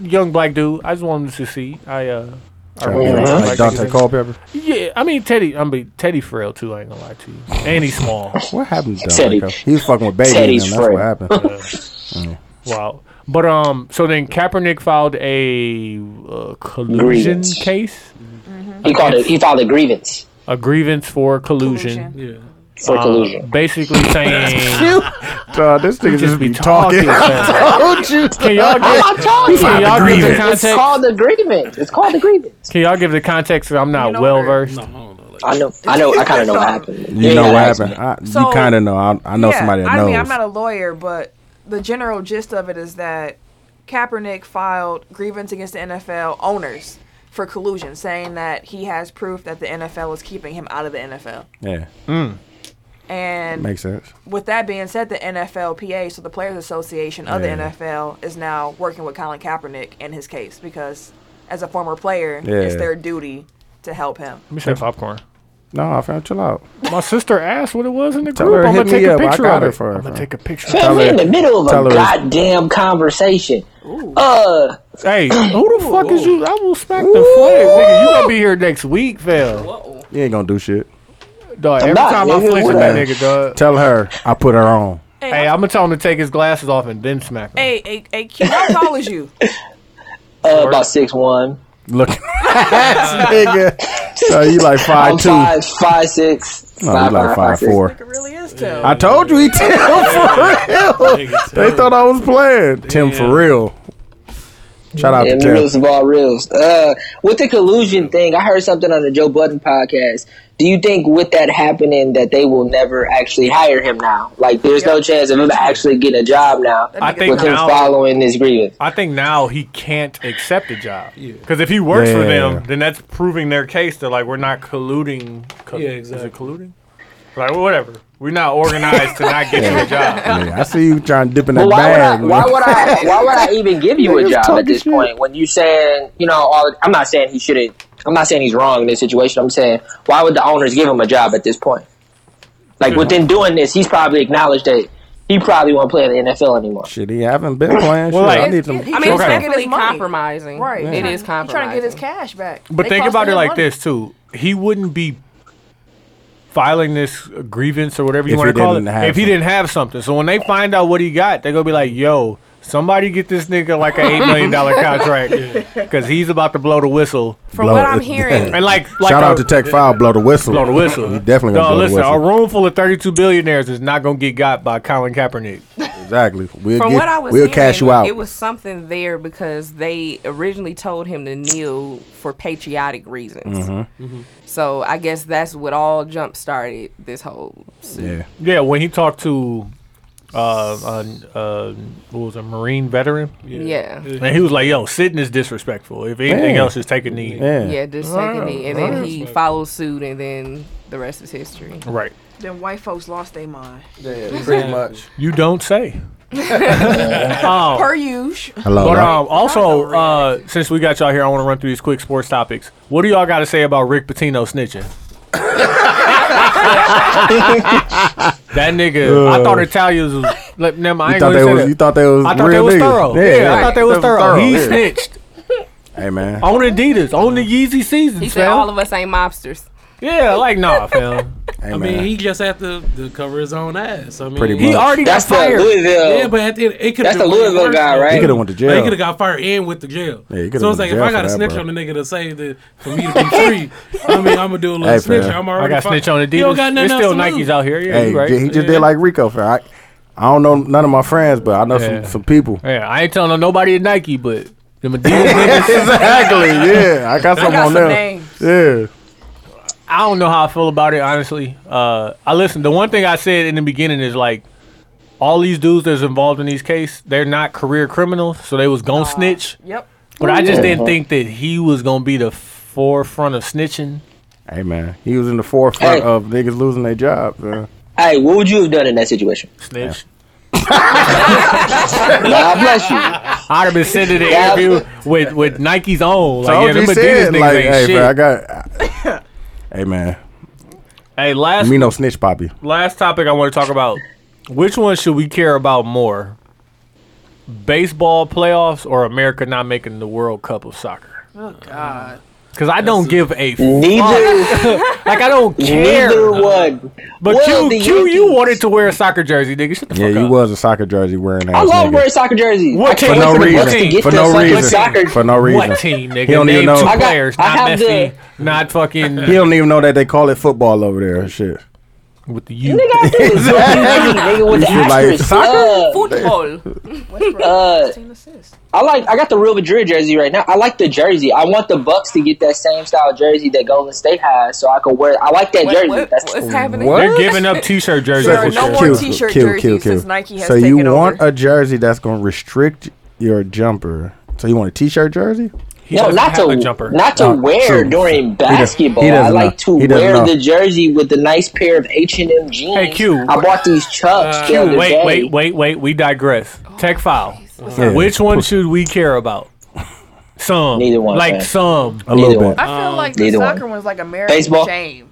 young black dude, I just want him to succeed. I uh, I Trying to really be like Like Dante Teddy. Culpepper. Yeah, I mean Teddy, I mean Teddy frail too. I ain't gonna lie to you. And he's small. What happened to Dante? Teddy. Culpepper? He was fucking with baby. Teddy's and them, that's what friend. happened. [laughs] Wow. But um, so then Kaepernick filed a uh, collusion Grievance. case, He called it. He filed a grievance a grievance for collusion. Yeah. for Uh, collusion. basically saying, Dog, Uh, this nigga just be [laughs] talking. fam. Told you. can y'all Hey, get? [laughs] I'm telling you, Can y'all give the it's context? called a grievance. It's called a grievance. Can y'all give the context? 'Cause I'm not know well her. versed. No, I don't know. Like, I know. I know. I kind of know [laughs] what happened. You Yeah, know yeah, what I- happened? I, So- you kind of know. I, I know somebody that I knows. mean, I'm not a lawyer, but the general gist of it is that Kaepernick filed grievance against the NFL owners for collusion, saying that he has proof that the NFL is keeping him out of the NFL. yeah, And makes sense. with that being said, the NFLPA, so the Players Association of Yeah. the NFL, is now working with Colin Kaepernick in his case because, as a former player, it's Yeah. their duty to help him. Let me say popcorn. No, I found chill out. My sister asked what it was in the Tell group. her, I'm hit gonna take me a up. I picture of got her it. for her, I'm gonna fam. take a picture. Man, we in the middle of Tell her a it's- goddamn conversation. Uh, Hey, who the fuck is you? I will smack the flag, nigga. You gonna be here next week, fam? You ain't gonna do shit. Dog, every not, time I nigga. flinch at What that up? nigga, dog. Tell her I put her on. Hey, I'm gonna tell him to take his glasses off and then smack him. Hey, hey, hey, Q, how tall is [laughs] you? uh about six one. Look, at [laughs] this nigga. No, you like I'm five two. five, five, six. No, you like five six. four. It really is Tim. I told you he [laughs] Tim for real. They thought I was playing Tim for real. Shout out to And reels Tim. of all reels. Uh, with the collusion thing, I heard something on the Joe Budden podcast. Do you think with that happening that they will never actually hire him now? Like, there's no chance of him actually getting a job now I think with him now- following this grievance. I think now he can't accept a job because if he works for Yeah. them, then that's proving their case that like we're not colluding. Co- Yeah, Is it exactly. colluding? Like whatever, we're not organized to not get you a job. Nigga, I see you trying to dip in that But why would, I, bag. why would [laughs] I? Why would I even give you a Niggas job talking at this shit. point when you saying you know? All, I'm not saying he shouldn't. I'm not saying he's wrong in this situation. I'm saying why would the owners give him a job at this point? Like Hmm. within doing this, he's probably acknowledged that he probably won't play in the NFL anymore. Shit, he haven't been playing. Well, Shit, I like- need some. He I mean, trying it's to get technically his money. compromising. Right. It is He's trying to get his compromising. cash back. But They think costing about it him like money. this too. He wouldn't be filing this grievance or whatever you If want he to call it didn't have if he something. didn't have something. So when they find out what he got, they're gonna be like, "Yo, somebody get this nigga like an eight million [laughs] dollar contract because he's about to blow the whistle." From Blow what it. [laughs] I'm hearing, And like, like Shout a- out to Tech Five. Blow the whistle. blow the whistle. He definitely No, gonna blow the listen, whistle. a room full of thirty-two billionaires is not gonna get got by Colin Kaepernick. Exactly. We'll from get- what I was we'll hearing, cash you out. it was something there because they originally told him to kneel for patriotic reasons. Mm-hmm. Mm-hmm. So I guess that's what all jump started this whole suit. yeah. Yeah, when he talked to uh, uh, uh what was it, a Marine veteran, Yeah. Yeah, and he was like, "Yo, sitting is disrespectul. If anything Yeah. else is taking the Yeah. just taking it. And then he followed suit, and then the rest is history. right." Then white folks lost their mind. Pretty much. You don't say. um, Per use. Hello. but right? um, also, uh, since we got y'all here, I want to run through these quick sports topics. What do y'all got to say about Rick Pitino [laughs] snitching? that nigga, I thought Italians was. Like, never mind, I Uh. ain't gonna you thought they say was that. you thought they was I thought they real was niggas. thorough. Yeah, I thought they was They thorough. He yeah. snitched Hey man. on Adidas, on the Yeezy seasons, He said fam. all of us ain't mobsters. yeah, like nah, fam. Hey I man. mean, he just had to, to cover his own ass. I mean, Pretty He much. already That's got the fired. Louisville. Yeah, but at the end, it could That's the Louisville guy, right? He could have went to They jail. could have got fired and went to jail. Yeah, he coulda so went it's like to if jail I for got to that, snitch bro. on the nigga to say that for me to be free, I mean I'm gonna do a little Hey, snitch. fam. I'm I already. got snitch on Adidas. You don't got nothing There's still else to Nikes lose. out here. Yeah, hey, you right. j- he just did like Rico. Fam. I, I don't know none of my friends, but I know Yeah. some, [laughs] some people. yeah, I ain't telling nobody at Nike, but them Adidas [laughs] niggas. exactly. Yeah, I got some got on some them. names. Yeah. I don't know how I feel about it, honestly. Uh, I listen. The one thing I said in the beginning is like, all these dudes that's involved in these cases, they're not career criminals, so they was gonna snitch. Yep. But I just Yeah. didn't think that he was gonna be the forefront of snitching. Hey man, he was in the forefront Hey. of niggas losing their job. Man. Hey, what would you have done in that situation? Snitch. God [laughs] bless you. I'd have been sending [laughs] an Yeah. interview with with Nike's own. Like, yeah, Told them you Adidas said, niggas Oh, like, ain't hey, shit. man, I got. [coughs] hey man, hey, last me no snitch, Poppy. last topic I want to talk about. Which one should we care about more? Baseball playoffs or America not making the World Cup of soccer? Oh God. Because I don't give a [laughs] Neither, fuck. like I don't neither care. one. But Well, Q, the Q, you Yankees- wanted to wear a soccer jersey, nigga. Shut the Yeah, fuck you up. was a soccer jersey wearing ass. I love nigga. wearing soccer jerseys. What I can't team? For no wait the Bucks to reason. get For their no fucking reason. Soccer. For no reason. What team, nigga? He don't Name even know. two I got- players. I Not have Messi. the- Not He [laughs] fucking don't even know that they call it football over there. and Shit. with the U. [laughs] Nigga, I do this. Nigga, with the You like asterisk. soccer? Uh, Football. Uh, 16 assists. I like. I got the Real Madrid jersey right now. I like the jersey. I want the Bucks to get that same style jersey that Golden State has, so I can wear. I like that What, jersey. what, That's what's happening? What? They're giving [laughs] up T-shirt jerseys. There are for no sure. more t-shirt jerseys since Nike has so you taken want over. a jersey that's going to restrict your jumper. So you want a t-shirt jersey? He no, doesn't not have to a jumper. not to Oh, wear true. during basketball. he doesn't I like know. to He doesn't wear know. the jersey with a nice pair of H and M jeans. Hey, Q. uh, I bought these Chucks the other wait, day. wait, wait, wait. We digress. Oh, Tech file. Yeah. Which one should we care about? Some. Neither one, Like man. some. A little Neither bit. I feel like the neither one. soccer one's like American Baseball? shame.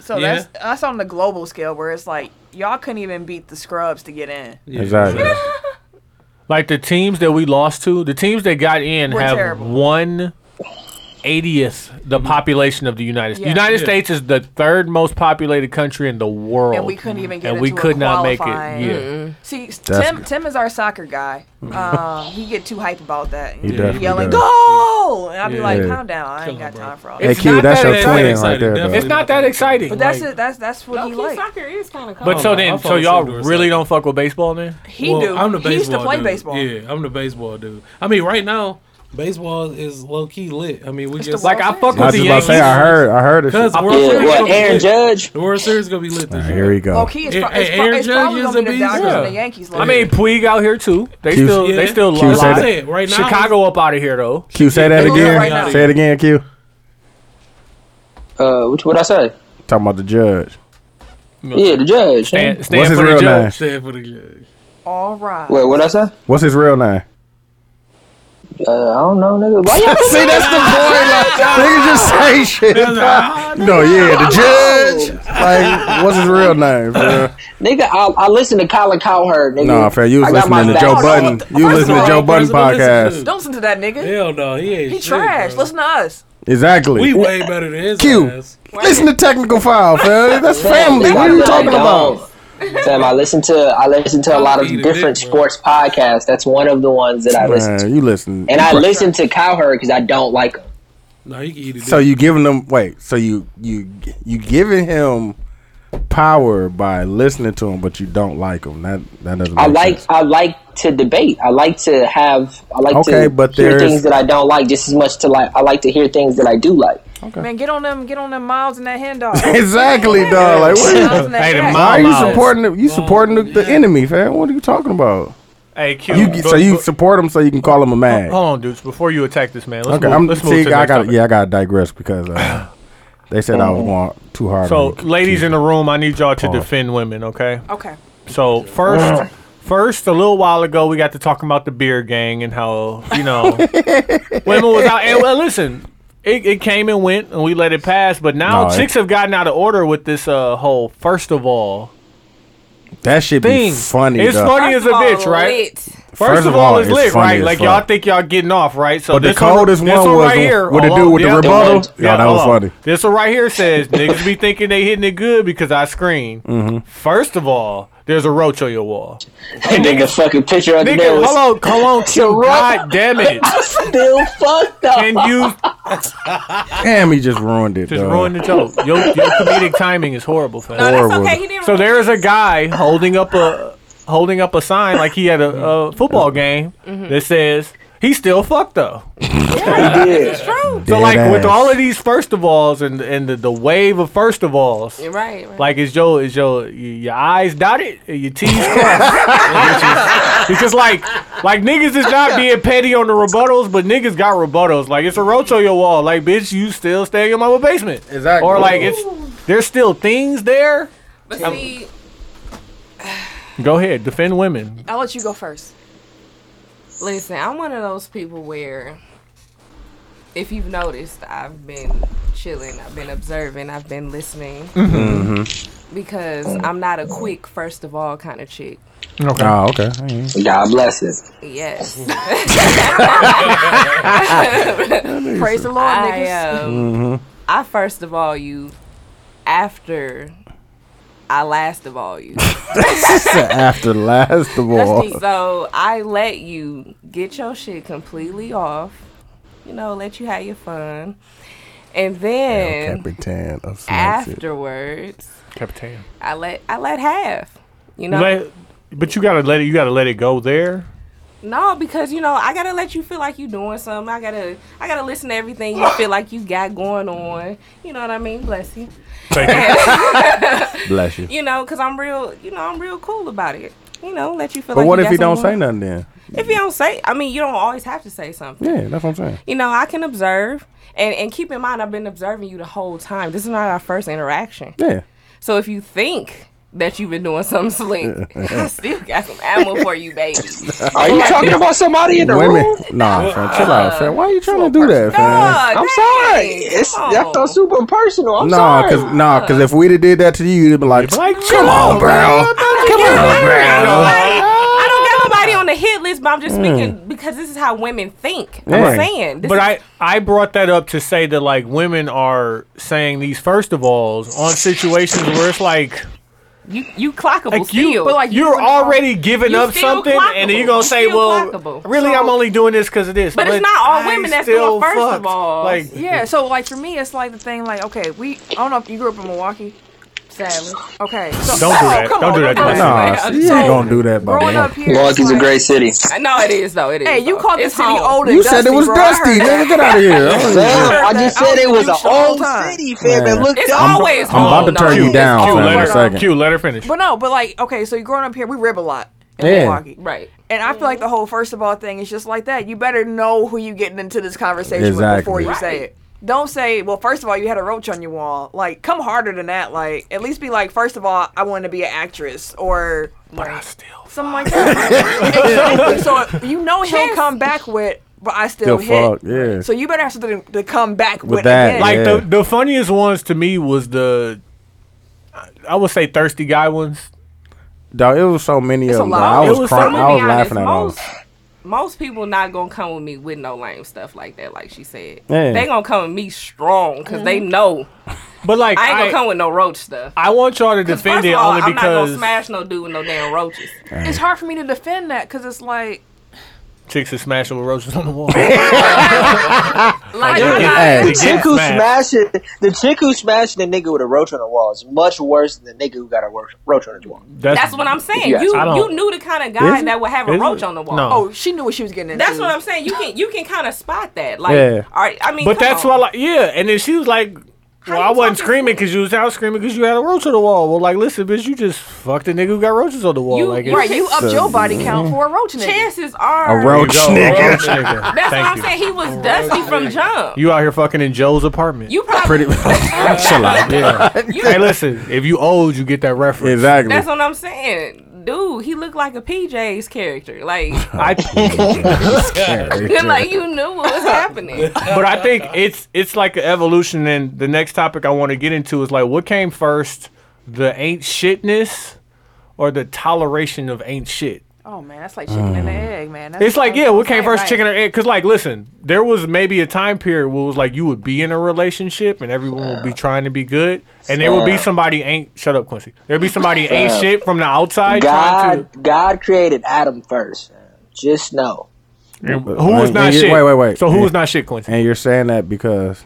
So Yeah. that's that's on the global scale where it's like y'all couldn't even beat the scrubs to get in. Exactly. Like the teams that we lost to, the teams that got in We're have terrible. one eightieth the population of the United States. Yeah. United Yeah. States is the third most populated country in the world. And we couldn't even get And into we a could not make it. qualifying. Yeah. See, That's Tim Tim is our soccer guy. Um, he get too hype about that. definitely yelling does. goal. and I'd be like, Yeah. calm down. I ain't Chill out, got bro. time for all Hey that. It's Q, not that's that your exciting. twin right there. Definitely. Bro. It's not that exciting. But that's like- it. That's that's what he like. soccer is kind of But Oh, so no, then, I so follow y'all Sandor really Side. don't fuck with baseball then? He Well, do. I'm the baseball he used to play dude. baseball. Yeah, I'm the baseball dude. I mean, right now, baseball is low key lit. I mean, we It's just the Like I fuck I with was the just about to Yankees. say, I heard, I heard it. [laughs] Cause All World Yeah, Series what? gonna be Aaron lit. Judge. The World Series gonna be lit this right, year. here we go. Low key, it's, Yeah, Oh, pro- hey, it's, pro- Aaron it's Judge probably is gonna be a the beast. Dodgers Yeah. and the Yankees. I Like, mean, Puig out here too. They Q- still, they Yeah. still Q said alive. it. That's it. Right now- Chicago up out of here though. Q, say that They love again. right now. say it again, Q. Uh, which what I say? Talking about the judge. Yeah, the judge. Stand, stand What's his for the real judge. name? Stand for the judge. all right. Wait, what I say? What's his real name? Uh, I don't know, nigga. Why [laughs] [laughs] y'all See, that's the point. [laughs] Like, niggas just say shit. [laughs] no, yeah, the judge. Like, what's his real name? Bro? Nigga, I, I listen to Colin Cowherd, nigga. [laughs] Nah, fam, you was I got my listening to back. Joe no, Budden. what the- You first listening to of Joe all, Budden first of all, listen podcast. to- Don't listen to that nigga. Hell no, he ain't. He shit, trash. bro. Listen to us. Exactly. We way better than his Q. ass. Listen to technical file, fam. That's family. What are you talking about? Fam, I listen to I listen to a lot of Eat a different dick, bro. sports podcasts. That's one of the ones that I listen to. Man, you listen. And I listen to Cowherd because I don't like him. No, he can eat it. So you giving them wait? So you you you giving him power by listening to him, but you don't like him. That that doesn't. Make I like sense. [laughs] I like to debate. I like to have I like Okay, to but hear there's- things that I don't like just as much to like I like to hear things that I do like. [laughs] Man, get on them. Get on them miles and that hen dog. exactly, dog. Like [laughs] what? Miles Is, and that Hey, the cat. why are you Miles. supporting the, you supporting the, the enemy, fam? What are you talking about? Hey Q. You so you support him so you can call him a hold mag. on, dudes. Before you attack this man, let's Okay, move. I'm let's move see. to the I next got topic. yeah. I got to digress because [coughs] uh, they said I was going too hard. So, on ladies in the room, I need y'all to Oh. defend women, okay? Okay. So [laughs] first, first a little while ago, we got to talking about the beer gang and how you know [laughs] women was out. And well, listen, it, it came and went, and we let it pass. But now No, it- chicks have gotten out of order with this uh, whole first of all that should thing. be funny. It's though. funny as a bitch, right? First, of all, it's lit, funny right? as Like fuck. y'all think y'all getting off, right? So But the this one- coldest this one was right the- here, with the hold dude on, with the yeah, rebuttal. hold on. Yeah, that hold was on. funny. This one right here says niggas be thinking they hitting it good because I scream. Mm-hmm. First of all, there's a roach on your wall. And nigga fucking picture under there Nigga, was hello, cologne Q. God damn it. still fucked up. Can you Damn, he just ruined it. just dog. ruin the joke? Your, your comedic timing is horrible, fam. No, that's Horrible. okay. He didn't. So there is a guy holding up a holding up a sign like he had a, a football game that says he's still fucked up. So Dead like ass. with all of these first of alls and and the, the wave of first of alls. Right. right. Like is your is your y- your eyes dotted and your T's crossed? Which is- it's just like like niggas is not being petty on the rebuttals, but niggas got rebuttals. Like it's a roach on your wall. Like bitch, you still staying in my basement. Exactly. Or like it's there's still things there. but see, Go ahead, defend women. I'll let you go first. listen, I'm one of those people where, if you've noticed, I've been chilling, I've been observing, I've been listening, because I'm not a quick first of all kind of chick. Okay. [laughs] Oh, okay. I [laughs] ain't- God bless it. Yes. Praise the Lord, I niggas. um, I first of all you after I last of all you. After last of [laughs] all, so I let you get your shit completely off. You know, let you have your fun. And then Capitan of some shit. afterwards Capitan. I let I let half. You know? Let- but you gotta let it you gotta let it go there. no, because you know, I gotta let you feel like you doing something. I gotta I gotta listen to everything you feel like you got going on. You know what I mean? Bless you. Thank you. Bless you. you know, because I'm real, you know, I'm real cool about it. You know, let you feel. But like what you if got he don't say something nothing then? going- If you don't say, I mean, you don't always have to say something. Yeah, that's what I'm saying. You know, I can observe, and and keep in mind, I've been observing you the whole time. This is not our first interaction. Yeah. So if you think that you've been doing something slick, [laughs] I still got some ammo for you, baby. Are you talking about somebody in the room? Women, nah, fam, chill out, fam. Why are you trying to do that, fam? I'm Dog, dang, sorry. It's come that felt on. super personal. I'm Nah, sorry. cause nah, 'cause if we'd have did that to you, you'd have been like, Like, come on, bro, come on, bro. I don't got nobody on the hit list, but I'm just speaking because this is how women think. Yeah. I'm saying, this But is I, I brought that up to say that like women are saying these first of alls on situations where it's like You you clockable Like still, you, but like you're wouldn't- already giving you up still something, and then clockable. you're gonna You say, still "Well, clockable." really, So- I'm only doing this because of this." But it's not all I women that's still doing it, first of fucked. all. Like, Yeah, so like for me, it's like the thing like okay, we I don't know if you grew up in Milwaukee. Sadly, Okay, so oh, Don't do that. come Don't on, do that to come on. myself. Nah, So, she ain't gonna do that by Growing up the here, Milwaukee's it's a like- great city. no, it is though. It is. Hey, you though. called the It's city home. old and You dusty, said it was bro. I heard dusty. that. Nigga, get out of here. Damn, I that. just I said it was an was old confused the whole city, fam. Man. It looked It's up. always I'm about to home. turn No, you down, Q, fam, in let a her, second. Q, let her finish. But no, but like okay, so you're growing up here, we rib a lot in Yeah. Milwaukee. Right. And I feel like the whole first of all thing is just like that. You better know who you getting into this conversation with before Exactly. you say it. Don't say, well, first of all, you had a roach on your wall. Like, come harder than that. Like, at least be like, first of all, I want to be an actress or But I still. something like [laughs] that. Exactly. So you know he'll come back with, but I Still still hit. fuck, yeah. So you better have something to come back with, that, again. Like Yeah. the the funniest ones to me was the, I- I would say thirsty guy ones. Dog, it was so many It's of a them. lot. dog. I It was, was so crying. many. I was be honest, laughing at all. of most, them. most people not gonna come with me with no lame stuff like that, like she said. Yeah. They gonna come with me strong because they know But like I ain't I, gonna come with no roach stuff. I want y'all to 'Cause defend first it of all, only I'm not because gonna smash no dude with no damn roaches. it's hard for me to defend that because it's like, chicks is smashing with roaches on the [laughs] wall. Like, yeah. I'm not- Hey. The They get chick who smashed. smashed it, the chick who smashed the nigga with a roach on the wall is much worse than the nigga who got a ro- roach on his wall. that's what I'm saying. Yes. You I don't- you knew the kind of Is guy it? that would have Is a it? roach on the wall. No. oh, she knew what she was getting into. That's what I'm saying. You can you can kind of spot that. Like, Yeah. all right, I mean, But come that's on. why, like, yeah. And then she was like, "Well, you I wasn't talking screaming shit? because you was out screaming because you had a roach on the wall." Well, like, listen, bitch, you just fucked a nigga who got roaches on the wall. You- like, you it's- Right, you upped your [laughs] body count for a roach nigga. chances A are roach There you go, nigga. roach nigga. That's Thank what I'm you. saying. He was dusty from jump. You, You out here fucking in Joe's apartment. probably Pretty chill out. yeah. [laughs] you- hey, listen, if you old, you get that reference. Exactly. That's what I'm saying. Dude, he looked like a PJ's character. [laughs] Like, I, [laughs] like you knew what [laughs] was happening. but I think it's it's like an evolution. And the next topic I want to get into is like, what came first, the ain't shitness, or the toleration of ain't shit? Oh man, that's like chicken and an egg, man. That's Mm. It's like, yeah, what came saying, first, like- chicken or egg? Because, like, listen, there was maybe a time period where it was like you would be in a relationship and everyone would be trying to be good, and there would be Fair. somebody ain't shut up, Quincy. There'd be somebody ain't Fair. shit from the outside trying God, to. God created Adam first. man. Just know. Who was not and you- shit? wait, wait, wait. So who was And- not shit, Quincy? And you're saying that because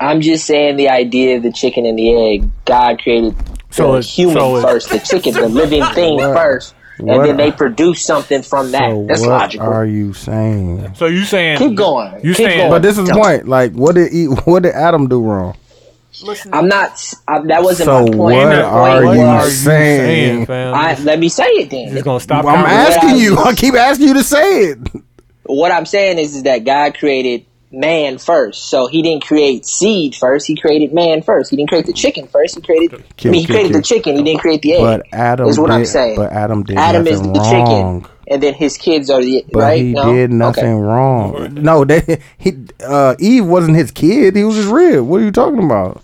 I'm just saying the idea of the chicken and the egg. God created So the it- human so it- first, the chicken, the living thing first, and what then are- they produce something from that. so That's what logical. are you saying? So you saying? Keep going. You Keep saying? going. But this is the point. Like, what did he, what did Adam do wrong? Listen, I'm not. I, that wasn't So my point. what My are point you was- saying? fam? I, let me say it You then. just gonna stop. I'm asking I- you. I keep asking you to say it. what I'm saying is, is that God created man first. So he didn't create seed first. He created man first. He didn't create the chicken first. He created. Kill, I mean, he kill, created kill. the chicken. He didn't create the egg. But Adam is what I'm did- saying. But Adam did Adam is nothing the wrong. chicken, and then his kids are the But right. he no? did nothing Okay. wrong. No, that [laughs] he uh, Eve wasn't his kid. He was his rib. What are you talking about?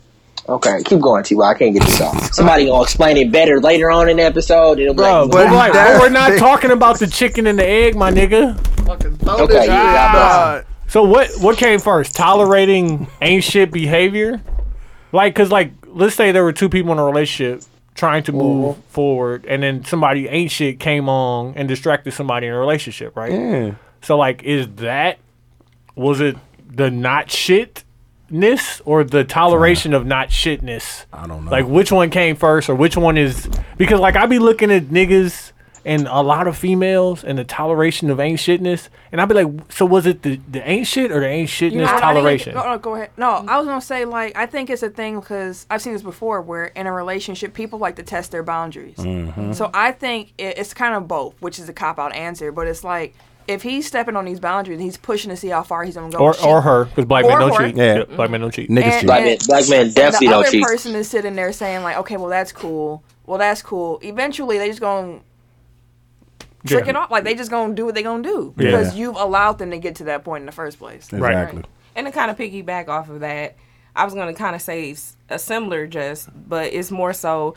Okay, keep going, T. I can't get this off. Somebody gonna explain it better later on in the episode. It'll be Bro, like, but But like, that- we're not talking about the chicken and the egg, my nigga. okay, yeah, So what what came first? Tolerating ain't shit behavior? Like cuz like let's say there were two people in a relationship trying to move Mm-hmm. forward and then somebody ain't shit came on and distracted somebody in a relationship, right? Yeah. So like is that was it the not shitness or the toleration of not shitness? I don't know. Like which one came first or which one is because like I be looking at niggas and a lot of females and the toleration of ain't shitness and I be like so was it the, the ain't shit or the ain't shitness You know what, I think- toleration? no, no, go ahead. No, I was gonna say like I think it's a thing because I've seen this before, where in a relationship people like to test their boundaries. Mm-hmm. So I think it, it's kind of both, which is a cop out answer, but it's like if he's stepping on these boundaries, he's pushing to see how far he's gonna go. Or with or shit. her because black Or men don't her. cheat. Yeah. black men don't cheat. Niggas And- cheat. black man, black man definitely the don't other cheat. person is sitting there saying like, okay, well that's cool. Well that's cool. Eventually they just gonna trick Yeah. it off. Like they just gonna do what they gonna do Yeah. because you've allowed them to get to that point in the first place. Right. Exactly. And to kind of piggyback off of that, I was going to kind of say s- a similar just, but it's more so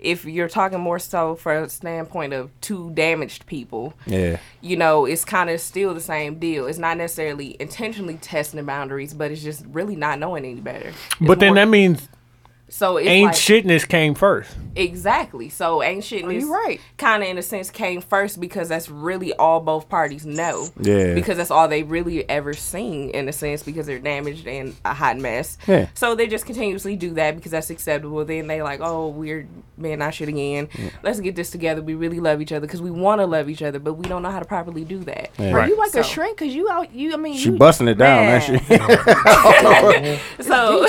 if you're talking more so from a standpoint of two damaged people, Yeah. you know, it's kind of still the same deal. It's not necessarily intentionally testing the boundaries, but it's just really not knowing any better. It's But then more- that means So it's Ain't like, shitness came first. Exactly. So ancient Oh, is you right. kind of in a sense came first because that's really all both parties know. Yeah. Because that's all they really ever seen in a sense because they're damaged and a hot mess. Yeah. So they just continuously do that because that's acceptable. Then they like, oh, we're man, I shit again. Let's get this together. We really love each other because we want to love each other, but we don't know how to properly do that. Are you like a So- shrink? Cause you out. You. I mean, She you, busting it down, Man. that shit. [laughs] [laughs] So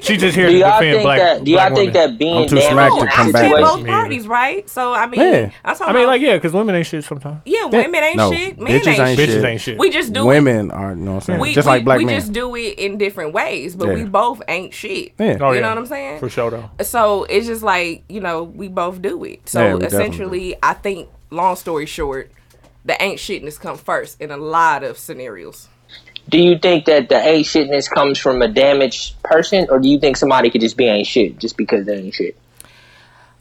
She just here Do to y'all defend think black. that? Do y'all black think women. that being I'm too damaged smacked in to that come back. it's situation- both parties, right? So I mean, Yeah. I'm talking I mean, about- like yeah, because women ain't shit sometimes. yeah, women ain't No, shit, men bitches ain't Bitches shit. ain't shit. We just do it Women are, you know what I'm [laughs] saying? we, just we, like black we men. just do it in different ways, but we Yeah. both ain't shit. yeah. Oh, You yeah. know what I'm saying? For sure though. So it's just like, you know, we both do it. So Yeah, we definitely essentially, I think, long story short, the ain't shitness come first in a lot of scenarios. Do you think that the ain't shitness comes from a damaged person, or do you think somebody could just be ain't shit just because they ain't shit?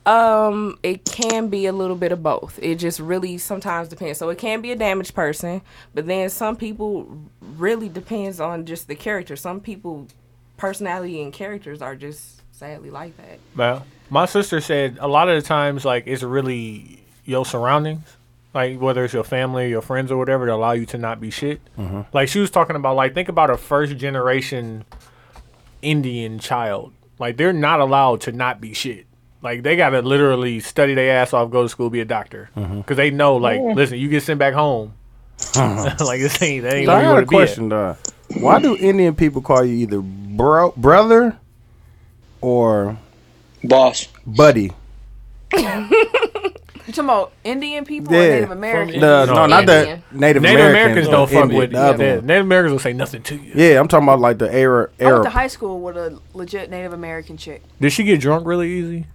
Um, it can be a little bit of both. It just really sometimes depends. So it can be a damaged person, but then some people really depends on just the character. Some people personality and characters are just sadly like that. Well, my sister said a lot of the times, like it's really your surroundings, like whether it's your family, your friends, or whatever, that allow you to not be shit. Mm-hmm. Like she was talking about, like think about a first generation Indian child. Like they're not allowed to not be shit. Like they gotta literally study their ass off, go to school, be a doctor, because Mm-hmm. they know, like, listen, you get sent back home. [laughs] [laughs] like this ain't that ain't So I where you got wanna a be. at. question, though. Why do Indian people call you either bro, brother or Boss. buddy? you talking about Indian people or Yeah. Native Americans? No, No. no, not the Indian. Native, Native Americans don't fuck Indian, with you. the other Yeah, one. Native Americans will say nothing to you. Yeah, I'm talking about like the Arab. I went to Arab. high school with a legit Native American chick. Did she get drunk really easy?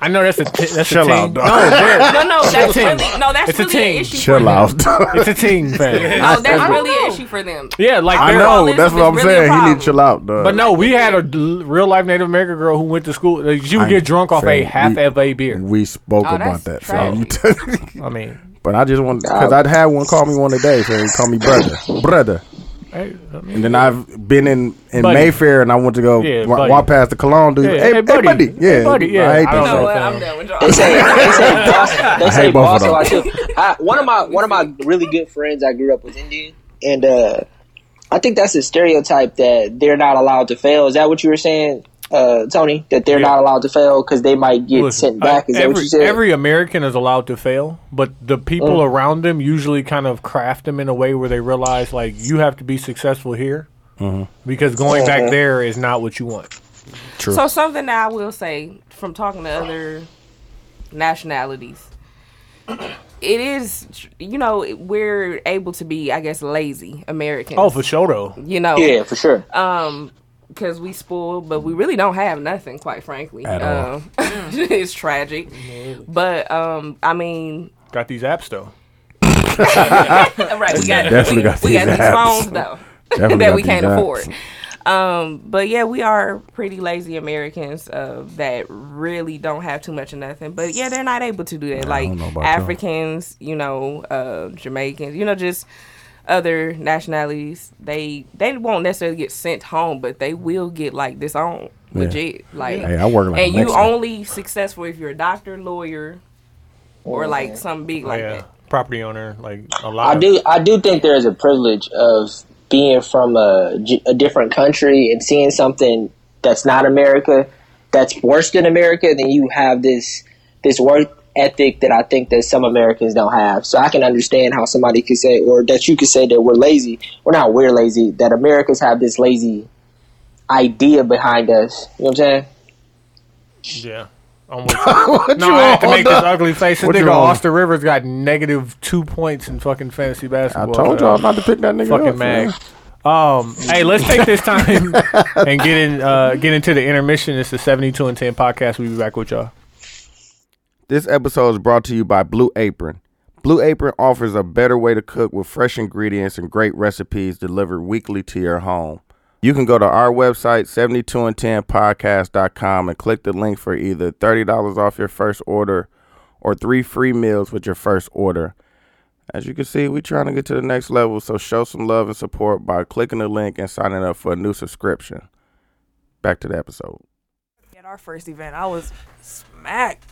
I know that's a t- that's Chill a ting. out, dog. No, but No, no, that's ting. really no, that's It's a really an ting. issue. for Chill them. out. [laughs] it's a ting thing. No, that's I really don't an know. issue for them. Yeah, like I they're- know. Listen, That's what I'm it's really a saying. He need problem. to chill out, dog. But no, we had a l- real life Native American girl who went to school. like, She would I get drunk off a said half we- of a beer. we spoke Oh, about that. that's fam. [laughs] You t- I mean, but I just want because I'd had one call me one today, so he called me brother, brother. hey, I mean, And then I've been in in Buddy. Mayfair, and I went to go Yeah, wa- buddy. walk past the cologne dude. Yeah, Hey, hey, hey, buddy. buddy. Yeah, Hey, buddy. Yeah, I hate I that don't You know know. shit. what? fam. I'm done with They y'all. [laughs] [laughs] say they say boss. They say both of boss a lot them. too. I, one of my one of my really good friends I grew up with Indian, and uh, I think that's a stereotype that they're not allowed to fail. Is that what you were saying, uh, Tony? That they're Yeah. not allowed to fail because they might get listen, sent back. Is I- that what every you said? Mm. every American is allowed to fail, but the people around them usually kind of craft them in a way where they realize like you have to be successful here Mm-hmm. because going Mm-hmm. back there is not what you want. So something that I will say from talking to other nationalities, it is tr- you know we're able to be I guess lazy Americans. Oh, for sure though. you know, yeah, for sure. because we spoil, but we really don't have nothing, quite frankly. At all. um, [laughs] it's tragic, Mm-hmm. but um, I mean, Got these apps though. [laughs] right? We got Definitely got we these got these apps. phones though. [laughs] Definitely that got we these can't apps. afford. Um, but yeah, we are pretty lazy Americans uh, that really don't have too much of nothing. But yeah, they're not able to do that. don't know Like about Africans, you know, uh, Jamaicans, you know, just other nationalities. They they won't necessarily get sent home, but they will get like disowned. Legit, like Hey, I work like a and you Mexican. only successful if you're a doctor, lawyer, or like something big like yeah, that. property owner, like a lot. I of- do. I do think there is a privilege of being from a, j- a different country and seeing something that's not America, that's worse than America. Then you have this this work ethic that I think that some Americans don't have. So I can understand how somebody could say, or that you could say that we're lazy. We're not. We're lazy. That Americans have this lazy idea behind us. You know what I'm saying? Yeah. I'm with you. no, I on? had to make this Hold up. ugly face. This What you nigga on? Austin Rivers got negative two points in fucking fantasy I basketball. told y'all not to pick that nigga up. Fucking man. mag. Um, hey, let's take this [laughs] time and get in uh, get into the intermission. It's the 72 and 10 podcast. We'll be back with y'all. This episode is brought to you by Blue Apron. Blue Apron offers a better way to cook with fresh ingredients and great recipes delivered weekly to your home. You can go to our website, 72and10podcast.com, and click the link for either $30 off your first order or three free meals with your first order. As you can see, we're trying to get to the next level, so show some love and support by clicking the link and signing up for a new subscription. Back to the episode. at our first event, I was smacked.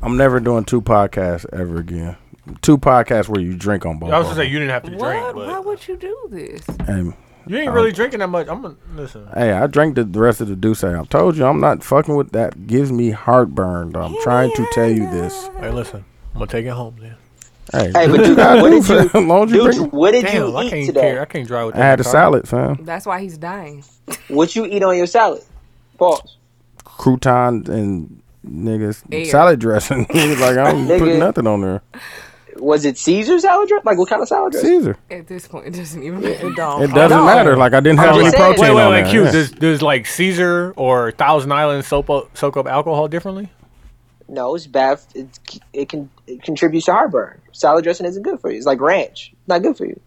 I'm never doing two podcasts ever again. Two podcasts where you drink on both. I was of gonna say you didn't have to What? drink, Why but would you do this? them. you ain't really drinking that much. I'm gonna listen. Hey, hey, I drank the, the rest of the Douce. I told you I'm not fucking with that. Gives me heartburn. I'm trying to tell you this. Hey, listen. I'm gonna take it home then. Hey, [laughs] Hey, but [laughs] what you dude, gotta what do, did you, fam? Long as you dude, bring- what did Damn, you I eat can't today? care. I can't drive with I that. had a car. salad, fam. That's why he's dying. What you eat on your salad? Pause. Croutons and niggas Air. salad dressing. [laughs] like I don't put Nigga. nothing on there. Was it Caesar salad dress? Like what kind of salad dress? Caesar. At this point, it doesn't even matter. It [laughs] don't. It doesn't no. matter. Like I didn't have any just saying. protein Wait, wait, on wait, there. Q. Yeah. Does, does like Caesar or Thousand Island soak up, soak up alcohol differently? No, it's bad. It, it can it contributes to heartburn. Salad dressing isn't good for you. It's like ranch. Not good for you.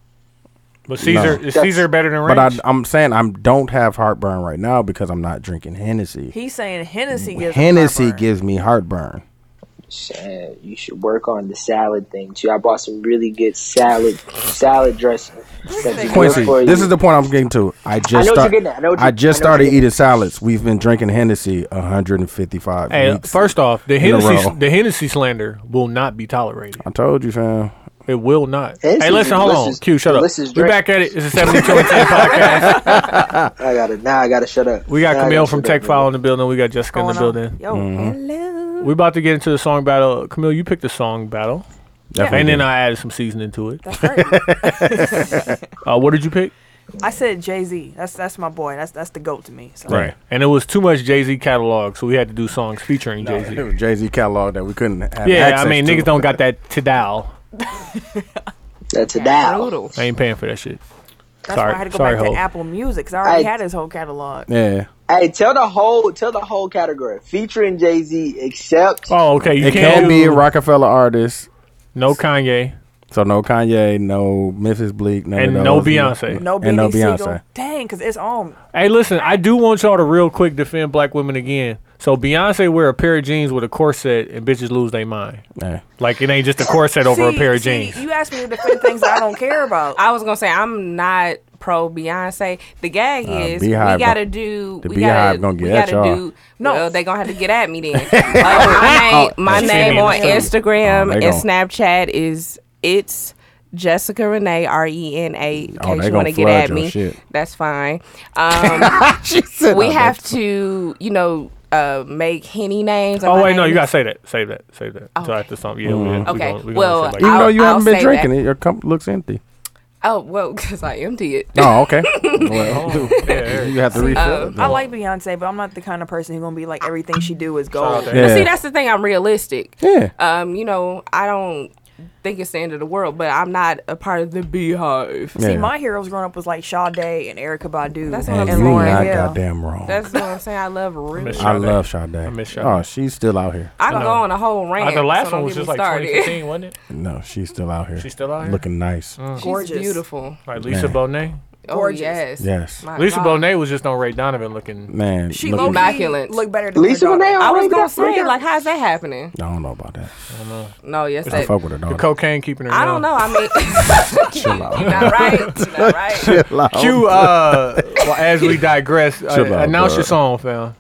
But Caesar No. is That's- Caesar better than But I, Ranch? I'm saying I don't have heartburn right now because I'm not drinking Hennessy. He's saying Hennessy gives him Hennessy heartburn. gives me heartburn. Shit, you should work on the salad thing too. I bought some really good salad salad dressing. That's good Quincy, for this you. is the point I'm getting to. I just know what you're start- getting at. I know what you- just I know what you're started getting at. eating salads. We've been drinking Hennessy 155 Hey, weeks. first off, the in a Hennessy row. the Hennessy slander will not be tolerated. I told you, fam. It will not. Hennessy hey, listen, hold on. delicious- Q, shut up. delicious We're drink. back at it. It's a [laughs] 72 and 10 podcast. I got it. Now I gotta shut up. We got Now I Camille gotta from shut up, Tech File in the building. We got Jessica in the Going on. building. Mm-hmm. Yo, [laughs] We about to get into the song battle. Camille, you picked the song battle, Definitely. and then I added some seasoning to it. that's right. Uh, what did you pick? I said Jay Z. That's that's my boy. That's that's the goat to me. So. right. And it was too much Jay Z catalog, so we had to do songs featuring Jay Z. Jay Z catalog that we couldn't have Yeah, I access mean to. niggas don't got that Tidal. That's a dial. Brutal. I ain't paying for that shit. That's Sorry- why I had to go sorry, back Hope. to Apple Music because I already I- had his whole catalog. Yeah. Hey, tell the whole tell the whole category featuring Jay Z except Oh, okay. You it can't can be a do- Rockefeller artist. No Kanye So no Kanye, no Memphis Bleak, none and of no those. Beyonce. No And Benny no Beyonce. Siegel. Dang, because it's on. Hey, listen, I do want y'all to real quick defend black women again. So Beyonce wear a pair of jeans with a corset, and bitches lose their mind. Yeah. Like it ain't just a corset over a See- pair of see, jeans. You asked me to defend things that I don't care about. [laughs] I was gonna say I'm not pro Beyonce. The gag is Uh, Beehive we gotta do. the we gotta, Beehive gonna get we at gotta y'all. do. No, they gonna have to get at [laughs] me then. Uh, my name, my she name mean on to too. Instagram Oh, and they gon- Snapchat is it's Jessica Renee R E N A. In Oh, case they you want gonna to get flood at your me, shit. that's fine. Um, [laughs] we have to, you know, uh, make henny names. and Oh my wait, no, name you is- gotta say that. Save that. Save that. Until Okay. after something. Yeah. we- we Oh, Okay, gonna- we gonna well, say like- Even I'll- though you I'll haven't been say drinking it, your cup looks empty. Oh well, [laughs] because I empty it. [laughs] Oh, okay. [laughs] well, yeah, you have to Uh, refill it. I like Beyonce, but I'm not the kind of person who's gonna be like everything she do is out gold. to But Yeah. see, that's the thing. I'm realistic. Yeah. um, you know, I don't think it's the end of the world, but I'm not a part of the beehive. Yeah. See, my heroes growing up was like Sade and Erica Badu. That's what and I'm you saying. and Lauren not Hill. goddamn wrong. That's what I'm saying. I love real. miss I Sade. love Sade. I miss Sade. Oh, she's still out here. I can go on a whole rant. Uh, the last one so don't was get just me like started. 2015, wasn't it? No, she's still out here. She's still out here? Mm. Looking nice. Gorgeous. [laughs] She's beautiful. All right, Lisa Bonet. Oh Gorgeous. yes. Yes. My Lisa God. Bonet was just on Ray Donovan looking. Man, She looking- low Immaculate. look better than Lisa her daughter. Bonet. I was already gonna got three say, girls. like, how's that happening? I don't know about that. No, yes, I that. fuck with her The daughter. cocaine keeping her. I don't know. I mean, [laughs] Chill out. you're not right. You're [laughs] not right. Q. Uh, well, as [laughs] we digress, uh, Chill out, announce bro. your song, fam.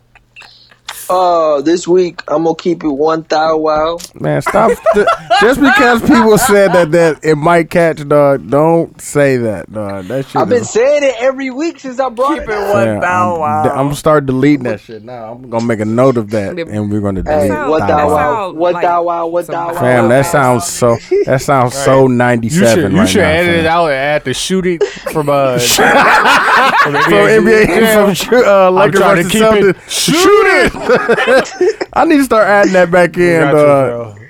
Uh, this week I'm gonna keep it one thou wow. Man, stop. th- just because people said that that it might catch, dog, don't say that, dog. That shit. I've been is- saying it every week since I brought Keep it. it up. one Yeah, bow wow. I'm, I'm gonna start deleting that shit now. I'm gonna make a note of that, Yep. and we're gonna delete. Hey, sounds- what that thou wow? sounds What like thou wow? What thou wow? somebody- Fam, that Wow. sounds so. That sounds so You should, '97 you right should now. edit fam. it out and add the shoot it from [laughs] uh, from From NBA, Yeah. [laughs] from uh, Lakers trying to versus keep it- Celtics. Shoot it! [laughs] I need to start adding that back in, Got you, dog. bro.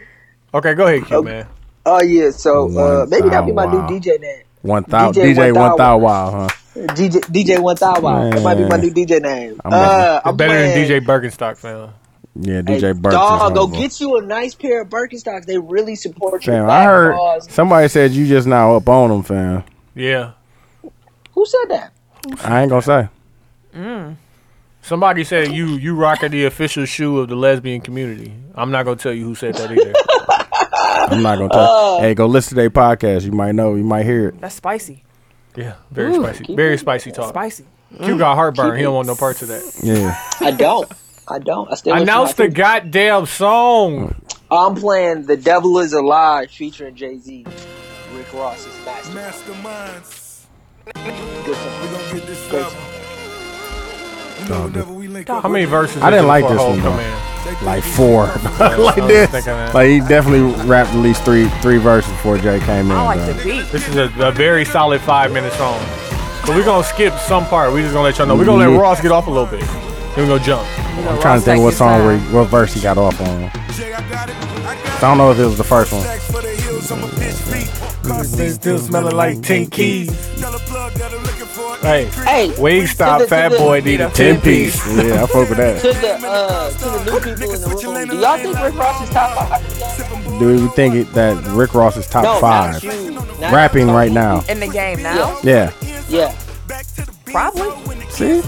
Okay, go ahead, Q, man. Oh yeah. So uh, One maybe that'll be thou my wow. new DJ name. One thou, DJ DJ One One Thou Thou Wow, huh? DJ DJ One Thou Wow. That might be my Man. new DJ name. I'm uh, It's I'm better than playing- DJ Birkenstock, fam. Yeah, Hey, DJ Burks. is Dog, go horrible. get you a nice pair of Birkenstocks. They really support you. Fam, I heard somebody said you just now up on them, fam. Yeah. Who said that? I ain't gonna say. Somebody said you you rocking the official shoe of the lesbian community. I'm not gonna tell you who said that either. I'm not gonna Uh. tell. hey, go listen to their podcast. You might know. You might hear it. That's spicy. yeah, very spicy, very spicy talk. Spicy. [laughs] Q got heartburn. He don't want no parts of that. Yeah. I don't. I don't. I still listen to my Announce the team. goddamn song. I'm playing "The Devil Is Alive" featuring Jay Z. Rick Ross is master. Masterminds. Good song. We gonna get this Great level. song. You know, whenever we link up, How many verses? I is didn't it like before this Hov one, come though. they in? think Like we- [laughs] four, [laughs] like was this. thinking that. Like he definitely rapped at least three three verses before Jay came in. I like though. the beat. This is a, a very solid five minute song. But we're gonna skip some part. We're just gonna let y'all know. We're gonna let Mhm. Ross get off a little bit. Then we're gonna jump. I'm trying to think what song, where, what verse he got off on. I Jay, I got it. I got it. don't know if it was the first one. Stacks for the hills, I'm a bitch beat. Car seats still smelling like tin keys. Tell a plug that I'm looking for. Hey, Hey, Wig Stop to the- Fat to the- Boy need a 10 piece. Yeah, I fuck with [laughs] that. To the uh, to the new people in the room, do y'all think Rick Ross is top five? Do you think it, that Rick Ross is top No, five not you. Not rapping right now? In the game now, Yeah. Yeah, probably. See,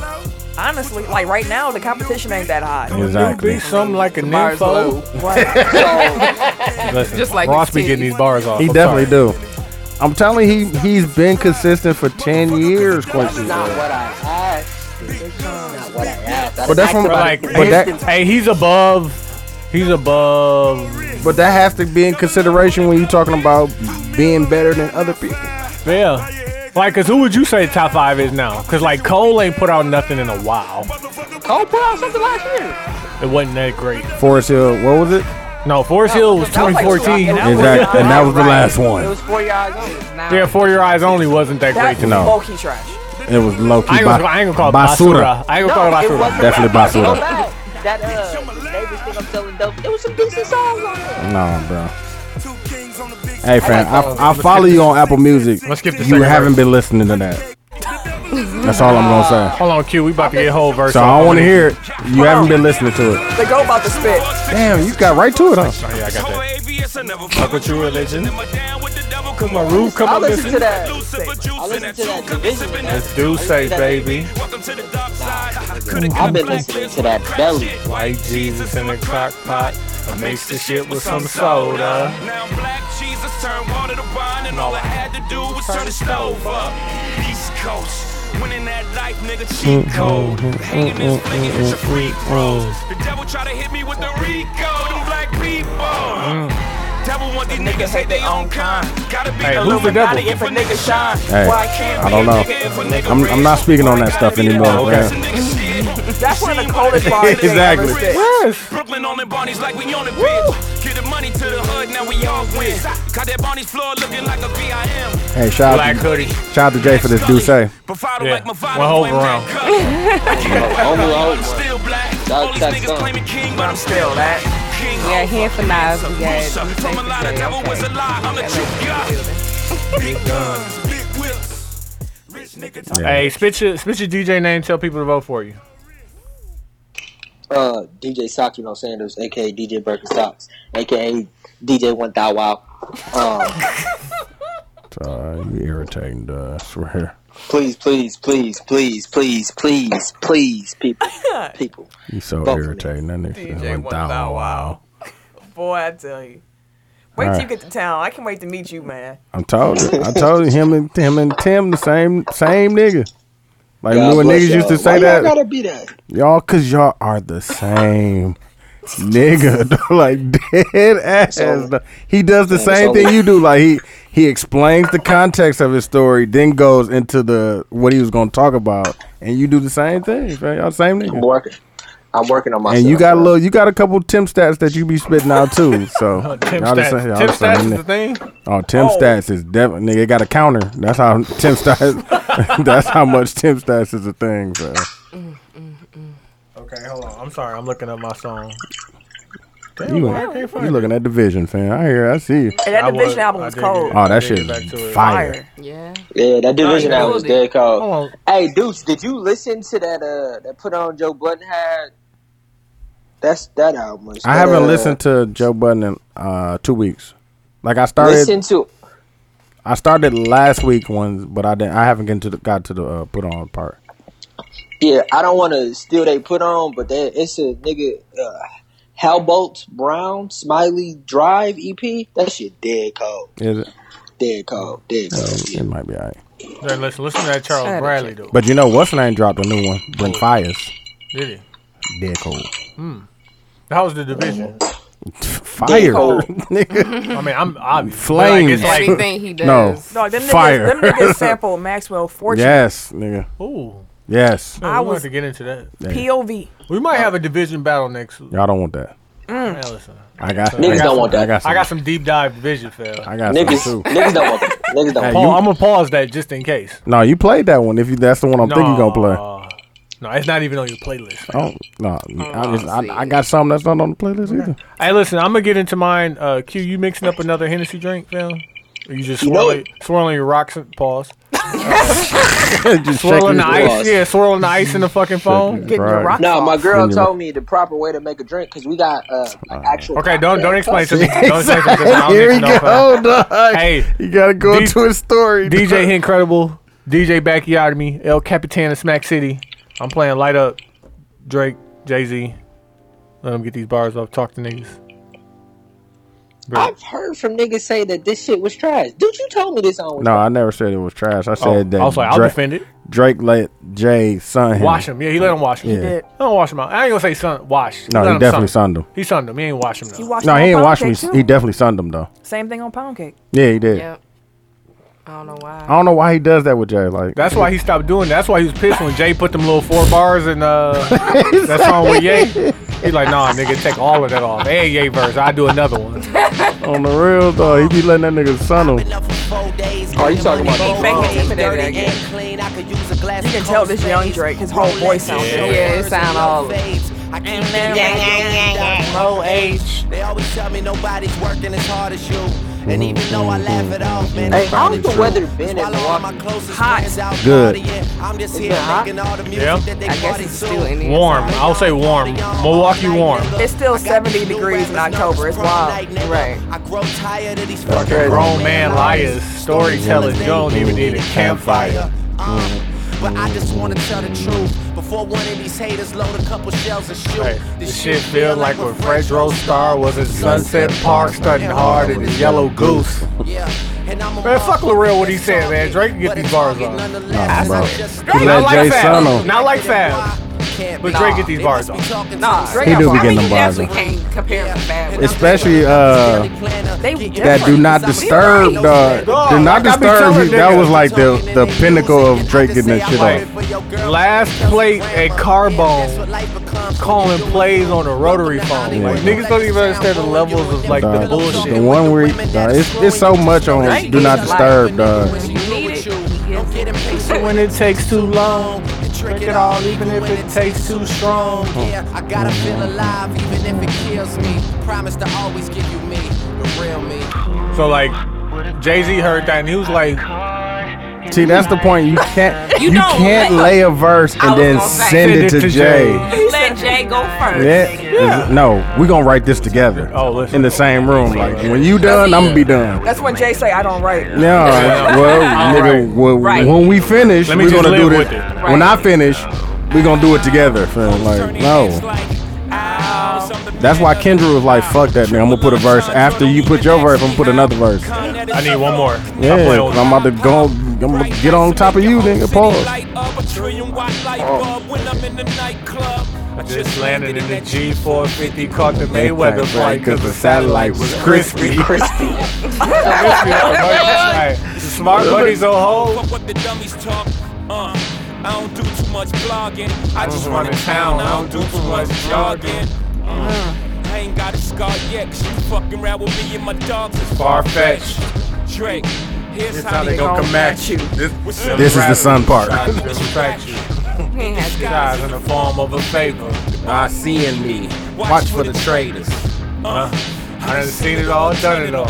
Honestly, like right now, the competition ain't that high. Be exactly. something like a Bars nympho. low. Right. Listen, Just like Ross his be getting titties. these bars off. He I'm definitely sorry. do. I'm telling he he's been consistent for ten years, Quincy. not what I asked. Not what I asked. I But asked that's when- But about like, the hey, that- distance. hey, he's above. He's above. But that has to be in consideration when you're talking about being better than other people. Yeah. Like, cause who would you say top five is now? Cause like Cole ain't put out nothing in a while. Cole put out something last year. It wasn't that great. Forest Hill, what was it? No, Forest Hill was That was like 2014. two- Exactly, and that was the last It one. was four yards on. Yeah, For Your Eyes Only wasn't that great That's to me. know. bulky trash. It was low key. I ain't gonna, I ain't gonna call it basura. I ain't No, gonna call it it basura. wasn't Definitely bad. It basura. was bad. That uh, the neighbors think I'm selling dope. There was some decent songs on there. No, bro. Hey, fam, like that. I, I follow you on Apple Music. Let's skip the You second haven't been listening to that. That's all I'm gonna say. Hold on, Q. We about to get whole verse. So I don't want to hear it. You haven't been listening to it. They go about to spit. Damn, you got right to it, huh? Oh, yeah, I got that. Fuck with your religion. Cause my roof I come up listen to that. I listen listen to that division. man. It's do say, baby. I've been listening to that belly. White Jesus in a crock pot. I mix the shit with some soda. Now I'm black Jesus turned water to wine, and all I had to do was turn the stove up. East Coast. Winning that life, nigga, cheat Mm-hmm, code. Hanging this fling, it hit your free throws. The mm-hmm. devil try to hit me with the Rico, them black Mm. people. Devil want these niggas hate their own kind. Gotta be Hey, the who's the Illuminati devil? if a nigga shine. Hey, Why can't I be don't a know. nigga if a nigga I'm- rich? I'm not speaking on Why that gotta stuff be the anymore, old man. guys and nigga shit? That's one of the [laughs] coldest bars they ever Exactly. spit. Yes. Brooklyn on the Bonnie's like we on the bitch. Get the money to the hood, now we all win. Got that Bonnie's floor looking like a VIM. Hey, shout Black out, to, hoodie. shout out to Jay for this do say. Bravado Yeah, like Movado, went over blame that round. color. Only I'm over. still black. That- All these that's niggas done. claiming king, but I'm still that. King Yeah, of he emphasized we had Musa. we From a taking lot of Jay, devil okay. was a lie. I'm the truth, God. Big guns, big whips. Rich nigga talk. Hey, spit your, spit your DJ name. Tell people to vote for you. Uh, DJ Sakino Sanders, aka DJ Birkenstocks, aka DJ One Thou Wow. Um, Uh, you irritating, duh, I swear. please, please, please, please, please, please, please, [laughs] people, people. You so Fuck me. irritating. That nigga DJ said, went "Wow, wow." [laughs] Boy, I tell you. Wait till Alright. you get to town. I can't wait to meet you, man. I'm told you. I told you him and him and Tim the same same nigga. Like God when bless niggas used y'all. to Why say y'all that, gotta be that. y'all, cause y'all are the same. Nigga, [laughs] dog, like dead ass. So- dog. he does the Man, same so- thing you do. Like he he explains the context of his story, then goes into the what he was gonna talk about, and you do the same thing. Man. Y'all the same nigga. I'm working. I'm working on myself. And you got a man. little, you got a couple Tim stats that you be spitting out too. So [laughs] Tim y'all the Stats. same- y'all Tim the same Stats is ni- the thing. Oh, Tim Oh. stats is definitely nigga got a counter. That's how Tim stats. [laughs] that's how much Tim stats is a thing. So. Okay, hold on. I'm sorry. I'm looking up my song. You, you looking at division, fam? I hear, I see. you. And that I division was- album I was did get cold. it. Oh, that Gotta shit get back to is it. fire. [laughs] Yeah. Oh, Yeah, that division yeah. album was dead cold. Hold on. Hey, Deuce, did you listen to that? Uh, that put on Joe Button had. That's that album. was- I that, haven't uh, listened to Joe Budden in uh, two weeks. Like I started, Listen to. I started last week ones, but I didn't. I haven't get to the, got to the uh, put on part. Yeah, I don't want to steal they put on, but that it's a nigga. Uh, Halbolt Brown Smiley Drive EP. That shit dead cold. Is it? Dead cold. Dead cold. It might be alright. Hey, listen, listen to that Charles Gotta Bradley though. But you know, what's name dropped a new one. Bring fires. Did he? Dead cold. [laughs] How's the division? Fire, Cold. [laughs] nigga. I mean, I'm obvious. but, Like, Flames. it's like, Everything he No. does. Dog, them Fire. niggas, [laughs] them niggas sample Maxwell Fortune. Yes, nigga. ooh, Yes. I I we was- was to get into that. POV. We might have a division battle next. Y'all don't want that. Man, listen, I got. Niggas I got don't want some- that. I got. Some, I got some deep dive division fail. I got some Niggas, too. niggas don't want that. Niggas don't Hey, want Paul, I'm gonna pause that just in case. No, you played that one. If you, that's the one I'm thinking you gonna play. Oh. No, it's not even on your playlist. Oh no, I, just, I, I got something that's not on the playlist either. Hey, listen, I'm gonna get into mine. Uh, Q, you mixing up another Hennessy drink, fam? Or you just You know swirling, swirling your rocks. and- Pause. just Swirling the checking. ice. Yeah, swirling the ice in the fucking phone. Getting Right. your rock No, my off. girl Then you- Oh, told me the proper way to make a drink because we got uh, like actual. Okay, don't don't explain [laughs] to me. Don't explain to me. 'cause I don't Here need we to know, fam. go, dog. Hey, you gotta go D- into his story. [laughs] DJ Incredible, DJ Bacchiotomy, El Capitan of Smack City. I'm playing Light Up, Drake, Jay Z. Let them get these bars off. Talk to niggas. Great. I've heard from niggas say that this shit was trash. Dude, you told me this on. No, I never said it was trash. I said Oh, that I was like, I'll Dra- defend it. Drake let Jay son him. Wash him. Yeah, he let him wash him. Yeah. I don't wash him out. I ain't gonna say sun wash. No, let he him definitely sun. sunned him. He sunned him. He ain't wash him You though. watched No, him he on ain't Pound watch me. Cake, too? He definitely sunned him though. Same thing on Pound Cake. Yeah, he did. Yep. I don't know why. I don't know why he does that with Jay. Like That's why he stopped doing that. That's why he was pissed when Jay put them little four bars in [laughs] uh, that song with Ye. He's like, nah, nigga, take all of that off. Hey, Ye verse. I do another one. on the real though, he be letting that nigga sun him. Oh, you talking about He fake intimidated, I guess. You can tell this young Drake, his whole voice sounds Yeah, different. it sound all. They Low age. They always tell me nobody's working as hard as you. And even though I laugh it off, man, Hey, it's how's the probably weather true. been in Swallow all my Milwaukee? closest Hot. friends out Good. partying. I'm just Is here it hot? making all the music Yeah. that they I guess party it's to. still in the Warm. I'll say warm. Milwaukee warm. It's still 70 degrees in October. It's wild. Right. I grow tired of these crazy. Grown man liars, storytellers. You don't even need a campfire. Uh, But I just wanna tell the truth before one of these haters load a couple shells and shoot. Hey, this shit feel like when Fred Rose Star was in Sunset Park, studying hard in the Yellow Goose. Yeah, and I'm a Man, fuck L'Real what he said, man. Drake can get these bars on. Drake, not let Jay like Sun on. Fab. Not like Fab. But Drake get these bars on. Nah, Drake He do I be getting mean, them you bars definitely can't compare him to Fab. Especially uh They that different. do not disturb dog. Dog, Do not like I be disturb. telling he- that niggas. was like the the pinnacle of Drake getting that shit Like, off. last plate at Carbone, calling plays on a rotary phone. Yeah. Like, niggas don't even understand the levels of, like, the Dog, bullshit. The one where he- dog, it's, it's so much on Drake Do Not is Disturb, like- dog. When you need it, he gets it. When it takes too long, drink it all, even if it tastes too strong. Yeah, I gotta feel alive even if it kills me. Promise to always give you me, the real me. So, like, Jay Z heard that and he was like, See, that's the point. You can't you, You don't can't lay lay a verse I and was then gonna say. send it to Jay. Let Jay go first. Yeah. No, we gonna write this together. Oh, listen. in the same room. Like when you done, I'm gonna be done. That's when Jay say, I don't write. No, well, nigga, well, Right. when we finish, Let me we're just gonna do live this. with it. When I Right. finish, we're gonna do it together. Fam. Like no, that's why Kendra was like, "Fuck that, man. I'm gonna put a verse after you put your verse. I'm gonna put another verse." I need one more. Yeah, I'm playing 'cause with I'm about to go. I'm gonna get on top of you, nigga. Pause. I just landed in the G450, caught the Mayweather flight because the satellite was crispy. crispy. Smart buddies on hold. Fuck what the dummies talk. Uh, I don't do too much blogging. I just run run in in town. I don't do too much jogging. Uh, I ain't got a scar yet, cause you fucking around with me and my dogs is Far-fetched. Drake, here's It's how time they to go. go come at you. This is the sun part. Distract you. He ain't had to. Guys in the form of a favor. Nah, seeing me. Watch for the traders. Uh, I done seen it all, done it all.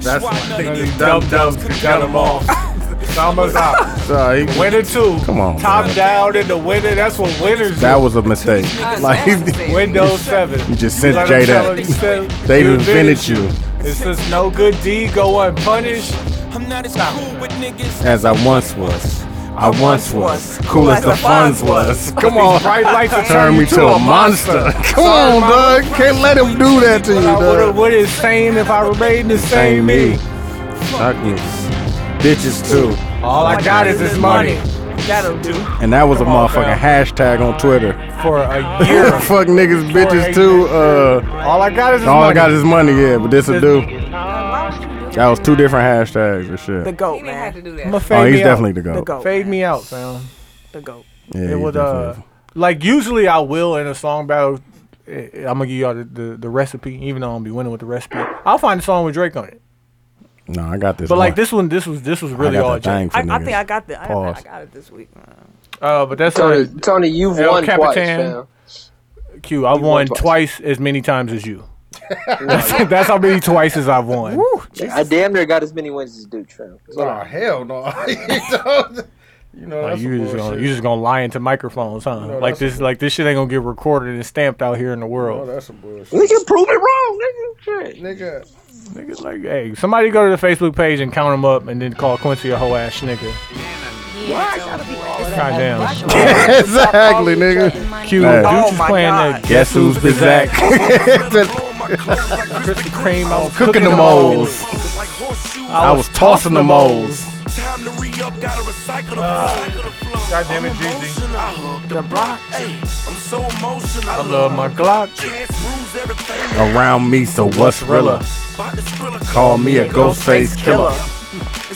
That's why why None of niggas these dumb dumbs could cut them off. [laughs] Summer's out. So he- Winter two. Come on, Top man. down in the winter. That's what winners do. that was a mistake. Like [laughs] Windows 7. you just sent Let Jay 'em tell that. you said They you didn't finish invented you. It's just no good deed go unpunished. I'm not as cool with niggas. as I once was. I once was cool as the funds was. Come [laughs] on, Bright lights will turn me to a monster. [laughs] Come on, dog. Can't let him do that to you, But I would've dog. what is saying if I remained the same me. Fuck niggas. Bitches too. All I got is Oh this money. That'll do. And that was a Come on, fam. motherfucking hashtag on Twitter. for [laughs] a year. [laughs] Fuck niggas, bitches too. Uh, all I got is all I money. got is money. Yeah, but this'll do. That was two different hashtags and The shit. goat, He didn't have to man. do I'ma that. fade Oh, he's me definitely out. the The goat. goat. fade me out, fam. The goat. Yeah, it he's would uh, definitely- like usually I will in a song battle. I'm gonna give y'all the, the, the recipe, even though I'm gonna be winning with the recipe. I'll find a song with Drake on it. No, I got this. But like one. this one, this was this was really I got all the thing Drake. for I, I niggas. think I got the. I, got- I Pause. got it this week. man. Uh, but that's Tony, all Tony, you've El won twice, Capitan. fam. Q. I've You won won twice as many times as [laughs] you. [laughs] that's how many twices I've won. I damn near got as many wins as Duke, fam. Oh hell no! [laughs] you know Like, you that's some just gonna bullshit. you just gonna lie into microphones, huh? No, like that's this like this shit ain't gonna get recorded and stamped out here in the Oh, world. that's some bullshit, We can prove it wrong, nigga. Shit. nigga. Niggas like, hey, somebody go to the Facebook page and count them up, and then call Quincy a hoe ass nigga. Goddamn. [laughs] exactly, nigga. Q. Hey. Dude Oh is my playing God. the Guess who's [laughs] Bizak? Krispy Kreme. I was Cooking the moles. I was tossing the moles. Time to re-up, gotta recycle the flow. God damn it, I'm Jeezy. emotional. I hug the block. Ay, I'm so emotional. I love my Glock. Chance rules everything. Around me, so what's realer? About this thriller. Call me a ghost face killer.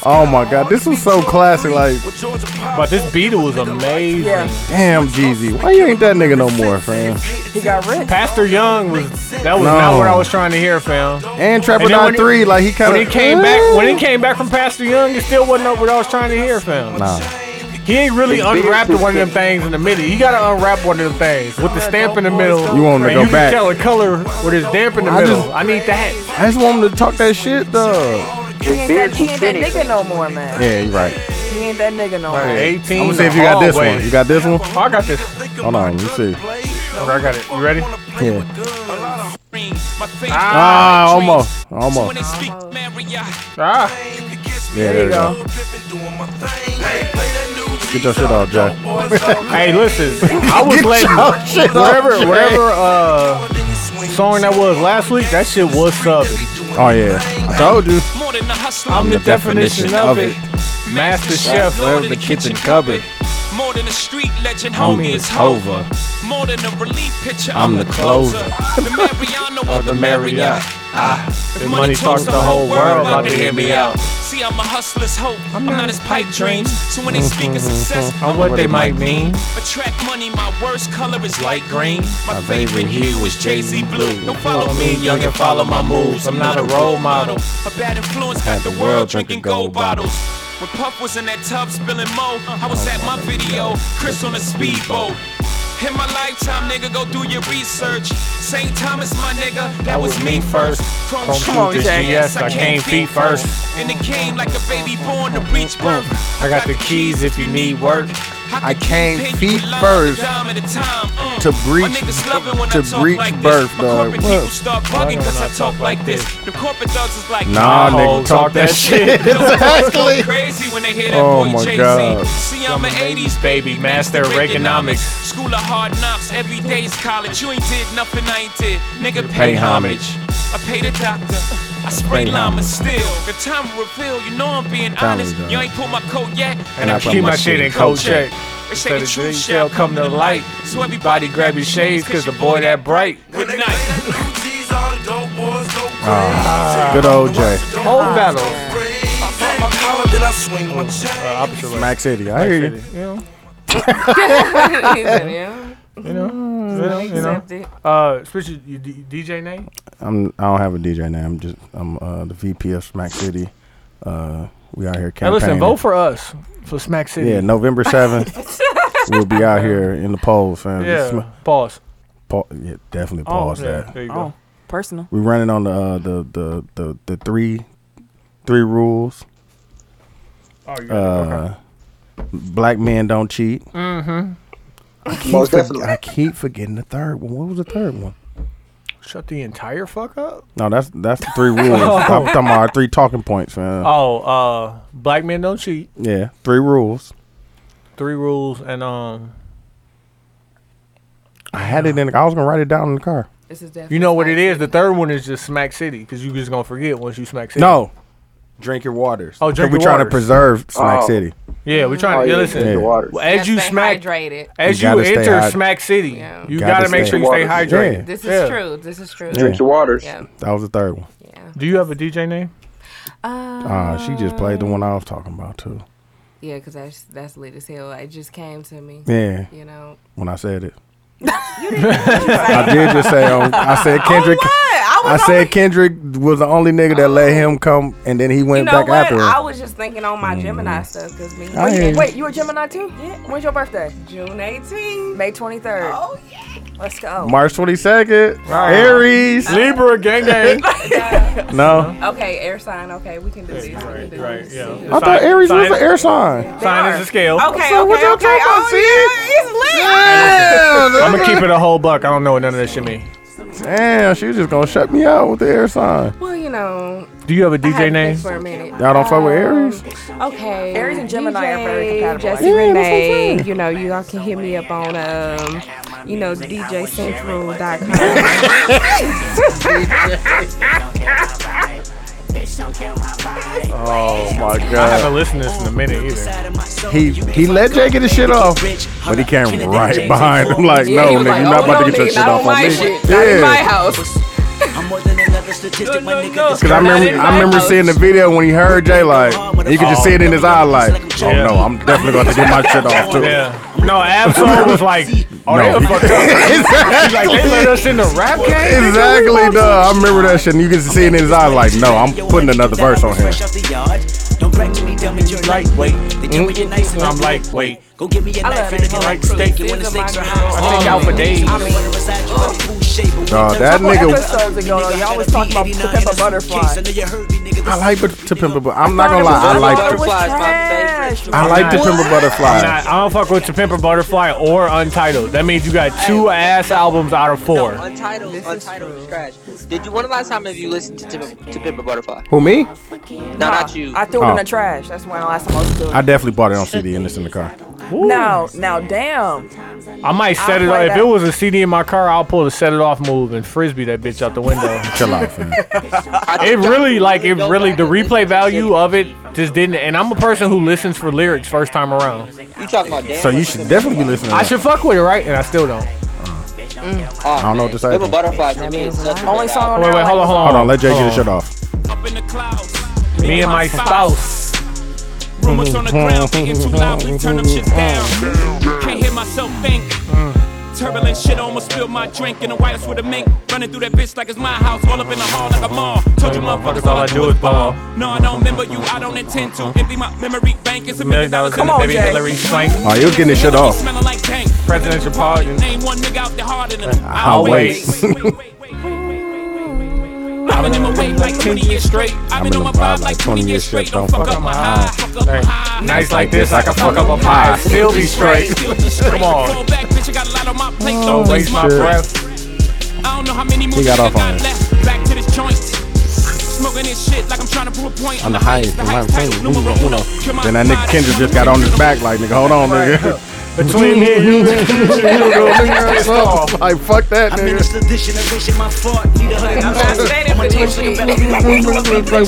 Oh my god, this was so classic. Like, With Georgia Power. But this beat was amazing. Yeah, damn, Jeezy, why you ain't that nigga no more, fam? he got rich. Pastor Young was that was not No. what I was trying to hear, fam. And Trapper And then when Don he- Three, like he kind When he of came back, when he came back from Pastor Young, it still wasn't what I was trying to hear, fam. Nah, He ain't really The big unwrapped one of them system. things in the middle. You gotta unwrap one of them things with the stamp in the middle. You want him to and you go back. can tell the color with his stamp in the I middle. just- I need that. I just want him to talk that shit though. He ain't that, he ain't that nigga no more, man. Yeah, you right. He ain't that nigga no more. 18. I'm gonna see if you got this one. You got this one? Oh, I got this. Hold on, you see. Okay, I got it. You ready? Yeah. Ah, Ah, almost, almost. Ah, Yeah, there you go. Get your shit off, Jack. hey, [laughs] listen. I was letting your [laughs] shit off, whatever, Jack. whatever uh, song that was last week. That shit was subbing. Oh yeah, I told [laughs] you. I'm the definition of it. Master Chef Chef. of the kitchen cupboard. More than a street legend, homie is Hova. More than a relief pitcher, I'm the closer. The [laughs] Mariano of the Marriott. Ah, if money talks the whole world, about to hear me out. Mm-hmm. See, I'm a hustler's hope. I'm not his pipe dreams. So when they speak of success, On what they might mean. Attract money, my worst color is light green. My favorite hue is Jay Z blue. Don't follow me, young, and follow my moves. I'm not a role model. A bad influence got the world drinking gold bottles. When Puff was in that tub spilling mo, I was at my video, Chris on a speedboat. In my lifetime, nigga, go do your research. St. Thomas, my nigga, that was me first. Chrome Come on, shoes, Jack. Yes, I came feet first. In the game, like a baby born to reach birth. I got the keys if you need work. I came feet first to to breach- to breach birth, dog. What? Corporate people start bugging because I talk like this. The corporate thugs is like, Nah, Oh, nigga, talk that shit. Go Exactly. crazy when they hear that Oh boy my Jay-Z. God. See, I'm I'm an an 80s 80s baby, baby, master of master of economics. economics. School of hard knocks, every day's college. You ain't did nothing, I ain't did. Nigga, pay pay homage. homage. I pay the doctor. I spray Pay llama homage. still. The time will reveal, you know I'm being Time is honest. done. You ain't pulled my coat yet, and, And I, I keep keep my my shit in coat check. They say the truth shall come to light. So everybody grab your shades, cause the boy that bright. Good night. Ah, good old Jay. Whole battle. Opposite Opposite way. Max City, I hear [laughs] you. You know, He said, yeah, you know, you know, you know. accept it. Uh, switch your, your D- DJ name. I'm. I don't have a DJ name. I'm just. I'm uh, the VP of Smack City. Uh, we out here Hey, campaigning. listen, vote for us for Smack City. Yeah, November [laughs] seventh. we'll be out here in the polls, fam. Yeah. Sm- Pause. pa- yeah, definitely pause oh, yeah, that. There you Oh, go. personal. We're running on the uh, the, the the the three three rules. Oh, you Uh, Black men don't cheat. Most Forget- definitely. I keep forgetting the third one. What was the third one? Shut the entire fuck up. No, that's that's the [laughs] three rules. I'm talking about our three talking points, man. Oh, uh, black men don't cheat. yeah, three rules. Three rules and um, I had it in. I was gonna write it down in the car. This is definitely you know what it spicy. is. The third one is just Smack City because you just gonna forget once you Smack City. No, drink your waters. Oh, drink we your trying to waters. preserve Smack Oh. City. Yeah, we're trying Oh, to yeah, yeah, listen. drink the water. Well, As Gotta you stay smack, hydrated. as You you, gotta stay enter hyd- Smack City, Yeah. you Gotta gotta, make stay sure you stay hydrated. hydrated. Yeah. This is Yeah. true. This is true. Yeah. Drink your waters. Yeah. That was the third one. Yeah. Do you have a DJ name? Uh, Uh, she just played the one I was talking about too. yeah, because that's, that's lit as hell. It just came to me. Yeah, You know. when I [laughs] said it. I did just say um, I said Kendrick. I I said Kendrick was the only nigga that let him come, and then he You went know back what? after I Mm. him. was just thinking on my Gemini stuff because me. I hear you. Wait, you a Gemini too? Yeah. When's your birthday? June 18th. May 23rd. Oh yeah. Let's go. March twenty second, Aries. Libra [laughs] gang gang. No, Okay, air sign. Okay, we can do this. we can do right, this. yeah. I thought Aries was an air sign. Sign is a scale. Okay, So okay, what y'all okay. talking about, Oh, see? yeah, it's [laughs] lit. I'm Damn, gonna keep it a whole buck. I don't know what none of that shit mean. damn, she was just gonna shut me out with the air sign. Well, you know, Do you have a I had to DJ think name? for a minute. Y'all don't fuck with Aries? Okay. Aries and Gemini are very DJ, compatible, Jesse Yeah, that's actually. what I'm Renee, saying. you know, you all can hit me up on um, you know, DJCentral.com. Oh my I god. haven't listened to this in a minute either. He he let Jay get his shit off, but he came right behind him like, no, he nigga, was like, you're not oh, about no, to get your nigga, shit not off on my on me. shit, not in my Yeah, house. I'm more than another statistic, my nigga. no. this because I remember I remember seeing the video when he heard Jay like, you could just see it in his eye like, oh Yeah. no, I'm definitely going to get my shit off too. Yeah. No, Absol was like, oh, they No. done fucked [laughs] up. He's like, they let exactly. us in the rap game. Exactly, duh. I remember that shit. And you could see it in his eye like, no, I'm putting another verse on him. Fresh off the yard. Don't brag to me, tell me you're lightweight. They tell me Mm-hmm. you're nice and I'm lightweight. Go give me a knife and a can like steak. And when the steaks are hot, Take out for days. I'm gonna reside you like food shape. but Dawg, winter- that Couple nigga- episodes ago, though, y'all was talking about To Pimp a Butterfly. I know you heard me, nigga. I like to pimp a but I'm not gonna lie, I like the, Butterflies, my Trash. favorite. I like to pimp a Nah, butterfly. I don't fuck with To Pimp a Butterfly or Untitled. That means you got two ass albums out of four. Untitled, Untitled is trash. Did you? When the last time have you listened to Tip- to Pimp a Butterfly? Who me? No, not you. I threw it Oh. in the trash. That's when the last time I was doing I it. definitely bought it on CD and it's in the car. Now, now, damn. I might set I'll it off. play If that. it was a CD in my car, I'll pull the set it off move and frisbee that bitch out the [laughs] window. Chill out, fam. It really, like, it really, the replay value of it just didn't. And I'm a person who listens for lyrics first time around. You talking about damn? So you should definitely be listening. to I that. should fuck with it, right? And I still don't. I don't know what to say. Pimp a Butterfly to me is such a Only good song on Wait, there wait, I hold on, like hold on. Hold on, let Jay get Hold his on. shut off. Up in the clouds. Me and my spouse. Rumors on the ground, thinking too loudly, turn them shits down. Can't hear myself think. Turbulent shit almost spilled my drink in the White House with a mink. Running through that bitch like it's my house, all up in the hall like a mall. Told you motherfuckers all I do is ball. No, I don't remember you, I don't intend to. Empty my memory bank, it's a million dollars in Come the on, baby. baby Hillary Swank. Oh, you're getting his shit Melody off. smelling like tank. Presidential pardon. Name one nigga out there harder than him. I'll wait. I've been in my way like 20 years straight. I've been on my vibe like 20 years straight. Don't fuck up my high. Fuck up my high. Nights like this, I can fuck up a pie. Still be straight. Come on. Back, bitch, I got a lot on my plate. Don't Don't waste my Shit. breath. I don't know how many more got shit I off on got it. left. Back to this joint. Smoking this shit like I'm trying to prove a point. On the highest, on my highest opinion, title, numero numero uno. uno. Kill my Then that nigga body. Kendrick just got on his back like, nigga, hold on, nigga. Between me and you, [laughs] you Like, fuck that, I nigga. minister this generation, my fault. Need a hundred I'm standing for this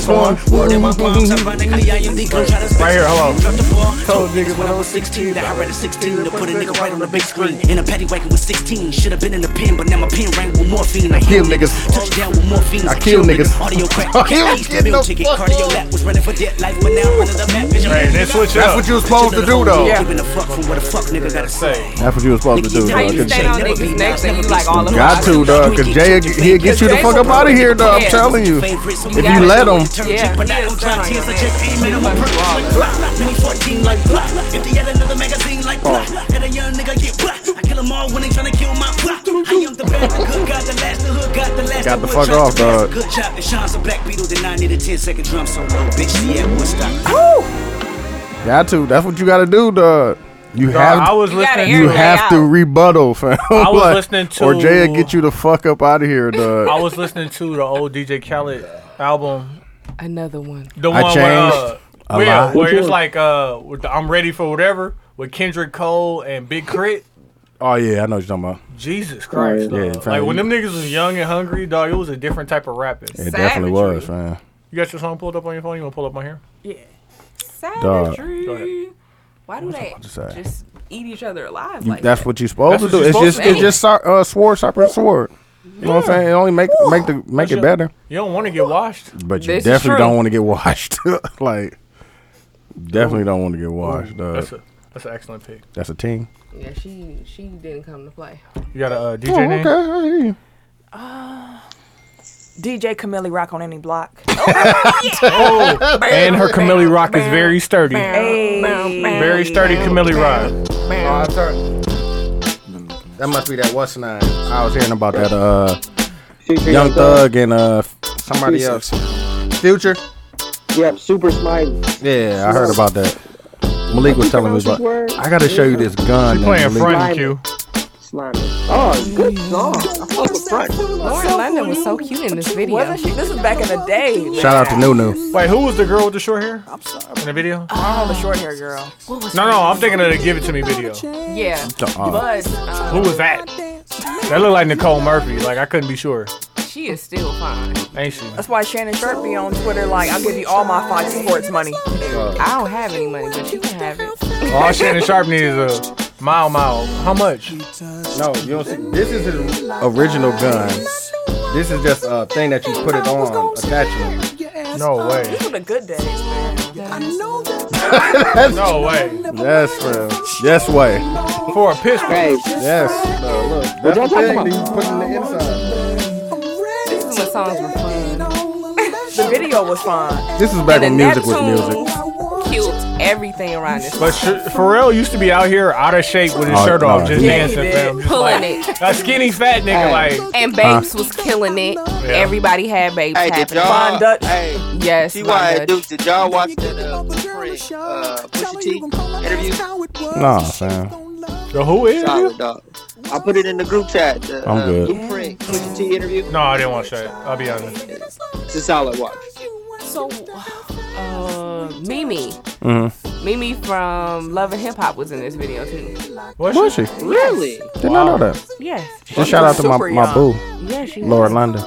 shit. Word in my palms, ironically, I am the gun try to Right here, hello. Dropped the ball, told niggas when I was 16 that I read a 16 to put a nigga right on the big screen. In a paddy wagon with 16, should have been in the pen, but now my pen rang with morphine. I Kill heal niggas. Touchdown with morphine. I kill niggas. Audio crack. [laughs] I don't Keys, get meal no ticket, fuck cardio lap was running for dead life, but now I'm under the map. Bitch, I'm Hey, running they the switch map. up. That's what you was Bitch, supposed to another do, though. whole Giving a fuck from what a fuck nigga gotta say. That's what you was supposed to do, How dog. you Good stand on shit. niggas' necks and you like all of Got to, dog, because Jay, he'll get you the fuck up out of here, dog. I'm telling you. If you let him. Yeah, but I he don't is drop trying tears. to I just aim at him with purpose. Like blah, blah, mini 14 like blah. If they had another magazine like blah, Oh. and a young nigga get blah. I kill 'em all when they tryna kill my blah. I am the bad, the good got the last, the hood got the last. Got the wood fuck chopped off, the best. dog. Good job, and Sean's a black beetle. Then I need a 10 second drum solo. Bitch, yeah, what's up? Got to. That's what you got to do, dog. You I have was You gotta listening. air you it have out. to rebuttal, fam. I [laughs] was listening to- Or Jay'll get you the fuck up out of here, dog. [laughs] I was listening to the old DJ Khaled album. Another one. The I one where, uh, changed a where, lot. where it's like, uh, with the I'm ready for whatever with Kendrick Cole and Big Crit. Oh, yeah, I know what you're talking about. Jesus Christ, Yeah, dog. fam, Like when you- them niggas was young and hungry, dog, it was a different type of rapping. It definitely Savagery. was, man. You got your song pulled up on your phone? You want to pull up on here? Savagery. Why do they to say? just eat each other alive? You- like that's that? what you're supposed That's to do. what It's you're just supposed it's to just so- uh, sword sharper than sword. You know what I'm saying? It only make make the make it better, You don't want to get washed. but you This is definitely true. don't want to get washed. [laughs] like definitely don't want to get washed. dog. That's a that's an excellent pick. That's a team. Yeah, she she didn't come to play. You got a uh, DJ Oh, okay, name? I hear you. DJ Camille Rock on any block. Oh, and her Camille Rock is very sturdy. Very sturdy Camille Rock. That must be that what's name. I was hearing about that uh Young Thug and uh somebody Future. else. Future. Yep, super smiley. Yeah, I heard about that. Malik was telling me about. I gotta show you this gun. She that playing Malik- front Q. Slimy. Oh, good song. I fuck with Frank. Lauren London was so cute in this video. Oh, Wasn't she? This is back in the day. Shout out to Nunu. Wait, who was the girl with the short hair? I'm sorry. In the video? Oh, the short hair girl. No, no, I'm thinking of the Give It To Me video. Yeah, Uh, but um, Who was that? That looked like Nicole Murphy. Like, I couldn't be sure. she is still fine. Ain't she? That's why Shannon Sharp be on Twitter like, I'll give you all my Fox Sports money. I don't have any money, but you can have it. Oh, All Shannon Sharp needs is a mile, mile. How much? no, you don't see. This is his original gun. This is just a thing that you put it on attachment. No way. These were the good days, man. No way. Yes, bro. Yes, way. For a pistol. Hey, Yes. bro, look. That's y'all the talking thing that you put in the inside. This is when songs were fun. The video was fun. This is back when And music was Neptune music. Cute everything around this. But Sh- Pharrell used to be out here out of shape with his Oh, shirt no, off, just he- dancing, Yeah, he fam. did. Just Pulling like, it. a skinny fat nigga, Hey. like. And Babes was killing it. Everybody had Babes Hey, did happening. y'all? Von Dutch. Hey, Yes, see Von why I Dutch. do? Did y'all watch that uh, Prince, uh, Pusha T interview? Nah, fam. The who is you? Solid dog. I put it in the group chat. The, I'm uh, good. Blueprint Pusha T interview. No, I didn't watch that. I'll be honest. It's a solid watch. So, uh, Mimi, Mhm. Mimi from Love and Hip Hop was in this video too. Was she? Really? Did not know that. Yes, Just shout out to my, Super my young. boo, yeah, she. Laura London.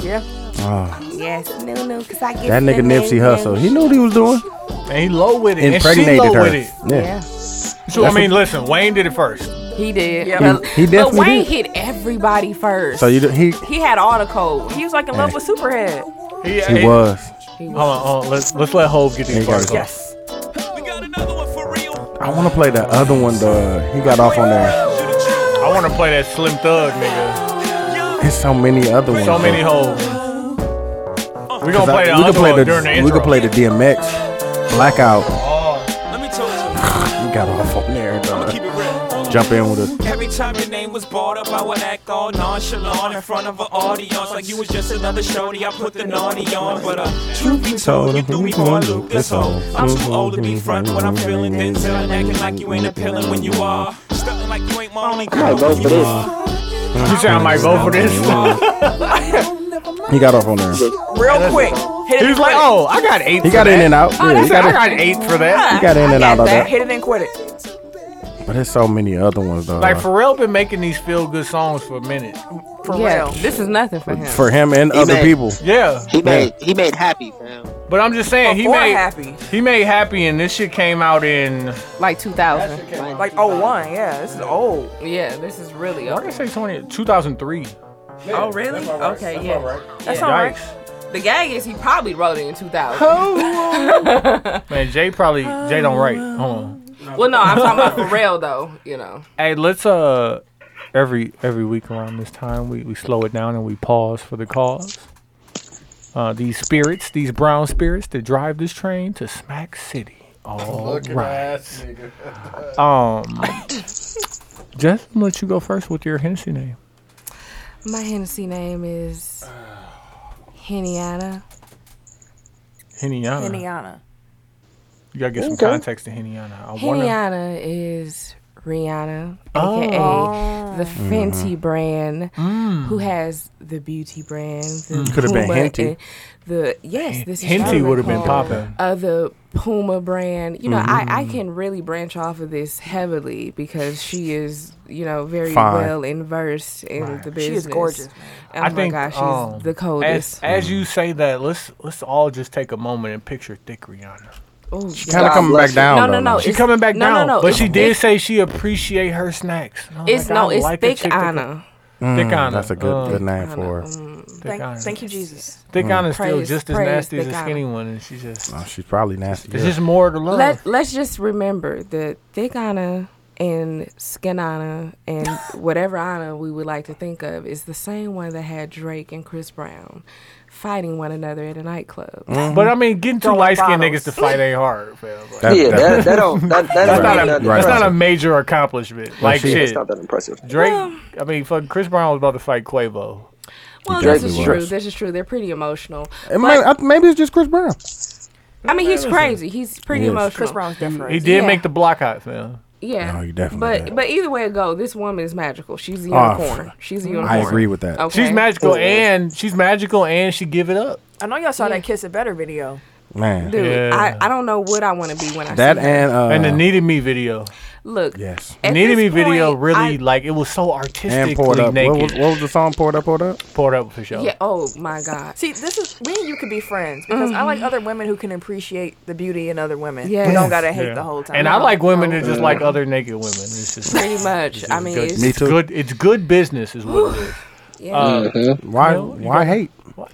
Yeah. Oh, Yes, no, no, cause I get that nigga Nipsey Hussle, he knew what he was doing. And he low with it. and she Impregnated low her. with it. Yeah. So, I mean, listen, Wayne did it first. He did. Yeah. But, He- he definitely but Wayne did. hit everybody first. So you d- he he had all the codes. He was like in love with Superhead. He, he was. Hold on, hold on. Let's, let's let Hove get He these got bars it. off. Yes. We got another one for real. I want to play that other one. The he got off on there. I want to play that Slim Thug nigga. There's so many other ones. So many though. hoes. We gonna Oh. 'Cause I- play the we other could play one the during the intro. we could play the DMX blackout. Let me tell you. He got off on there. dog. Keep it real. Jump in with it. Every time your name was brought up, I would act all nonchalant in front of an audience. Like you was just another shorty, I put the naughty on. But uh, truth be told, you threw me for a loop this whole. I'm too old to be front when I'm feeling then telling, acting like you ain't appealing when you are. Stunting like you ain't my only girl. go for this. You say I might vote for [laughs] this? He got off on there. Real quick. Hit it He's and like, quit oh, I got eight. He got in and out. Yeah, I he got in, got eight for that. he got in and out of it. that. Hit it and quit it. But there's so many other ones though. Like Pharrell been making these feel good songs for a minute. For yeah, real. this is nothing for him. for him and other made- people. Yeah, He made he made happy fam. but I'm just saying he Before made Happy. he made happy, and this shit came out in like 2000. Like, oh, one. Yeah, this is old. Yeah, this is really I old. can say 20, 2003. Oh, really? Okay, yeah. That's Yeah. all right. Yikes, The gag is he probably wrote it in 2000. [laughs] man. Jay probably Jay don't write. Hold on. Well, no, I'm talking about [laughs] Pharrell though. You know, Hey, let's uh every every week around this time we, we slow it down and we pause for the cause. Uh, these spirits, these brown spirits that drive this train to Smack City. All right. [laughs] Um Just let you go first with your Hennessy name. my Hennessy name is Henniana. Henniana. Indiana. You gotta get some context to Henniana. I wanna Henniana is Rihanna, aka Oh. the Mm-hmm. Fenty brand, Mm. who has the beauty brand. The Coulda been Puma Henty. and The yes, this is Henty Charlotte would have been Cole. popping. Uh, the Puma brand. You know, I, I Mm-hmm. can really branch off of this heavily because she is, you know, very Fine. well versed in the She is business. gorgeous. Oh I my think gosh, she's um, the coldest. As, as you say that, let's let's all just take a moment and picture thick Rihanna. Ooh, She kinda coming back down, No, no, though, no. now. She it's- coming back no, down, No, no, but it's she did thick- say she appreciate her snacks. And I was It's like, I no, it's like a thick chick that can- Anna. Thick Anna. Mm, That's a good uh, good name for her. Thick Thank, Anna. thank you, Jesus. Thick Anna's still Praise- just as praise nasty as Thick a Anna. skinny one, and she just Oh, she's probably nasty. it's yeah. just more to love. Let Let's just remember that Thick Anna and Skin Anna [laughs] and whatever Anna we would like to think of is the same one that had Drake and Chris Brown fighting one another at a nightclub. Mm. Mm-hmm. But I mean, getting two Throwing light skinned bottles. niggas to fight ain't hard, fam. Like, That- yeah, that- that, that don't that, that that's not don't mean a nothing that's impressive. not a major accomplishment. Like she- That's shit, not that impressive. Drake. I mean, fuck, Chris Brown was about to fight Quavo. Well, Drake this is was. true. This is true. They're pretty emotional. It might- I- maybe it's just Chris Brown. I mean, he's crazy. He's pretty He is. emotional. Chris Brown's different. He did Yeah. make the block hot, fam. Yeah. No, he definitely But did. but either way it go, this woman is magical. She's a Ah, unicorn. She's a unicorn. I agree with that. Okay. She's magical and she's magical and she give it up. I know y'all saw Yeah. that Kiss It Better video. Man, Dude, Yeah. I, I don't know what I want to be when I that see her. and uh, and the needed me video, Look. yes, at needed this me video point, really I- like it was so artistically and poured up. What naked. was, what was the song? Poured up, poured up. poured up for sure. Yeah, oh my god. See, this is me and you could be friends because I like other women who can appreciate the beauty in other women. Yeah, Mm-hmm. Yes. we don't gotta hate Yeah. the whole time. And I like women that no. just like other naked women. It's just Oh, Pretty much. I mean, good. it's, Me It's too. Mm-hmm. good. It's good business, is what it is. Uh, yeah. Why? No, you why hate?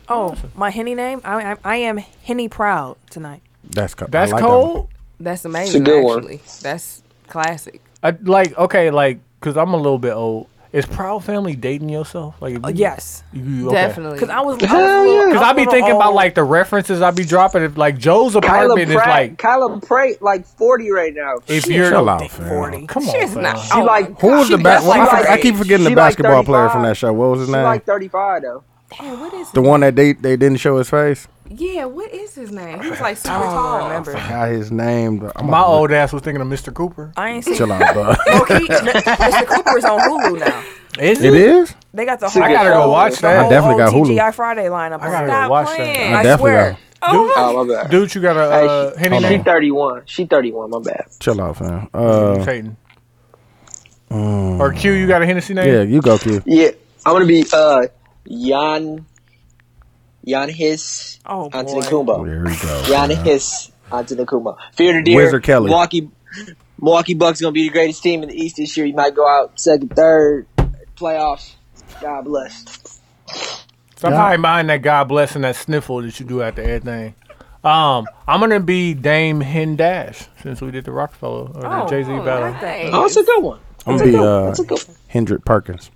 Oh, my henny name? I I, I am henny proud tonight. That's co- I That's like that one. cold. that's amazing good one. actually. That's classic. I, like okay, like because I'm a little bit old. Is Proud Family dating yourself? Like if Uh, you- yes, you- you- okay. Oh, Definitely. because I was because Cause I be thinking about like the references I be dropping. If like Joe's Kyla apartment is Pratt, like, Kyla Pratt, like forty right now. if you're Chill out, forty, fam. come on, She's fam. not. She oh, like Who was the she- bas- that's well, I, like- forget- I keep forgetting the she like basketball player 35. from that show. What was his She name? like thirty five though. man, what is the one that they they didn't show his face. Yeah, what is his name? He was like super I tall. don't remember. How his name? bro. I'm My about to old ass was thinking of Mr. Cooper. I ain't seen Chill out, bro. Loki. Mr. Cooper is on Hulu now. Is it is. They got the See, whole. I gotta go whole- watch the that. I whole definitely got Hulu. TGI Friday lineup. I gotta Stop watch playing. that. I, definitely swear. got- Oh, my- Oh my bad. Dude, you got a uh, Hey, Henny She name? thirty one. She thirty one. My bad. Chill out, fam. Uh, mm. Satan. Or Q, you got a Hennessy name? yeah, you go, Q. Yeah, I'm gonna be uh Jan Jan His Oh, boy. Antetokounmpo. There we go. Jan fam. His Antetokounmpo. Fear the deer. Wizard Kelly. Milwaukee Milwaukee Bucks gonna be the greatest team in the East this year. You might go out second, third playoffs. God bless. Somebody mind that God bless and that sniffle that you do after everything. Um, I'm gonna be Dame Hen Dash since we did the Rockefeller or the Oh, Jay Z oh, battle. that thing. Oh, that's a good one. I'm That's gonna a be good one. uh, That's a good one. Hendrick Perkins.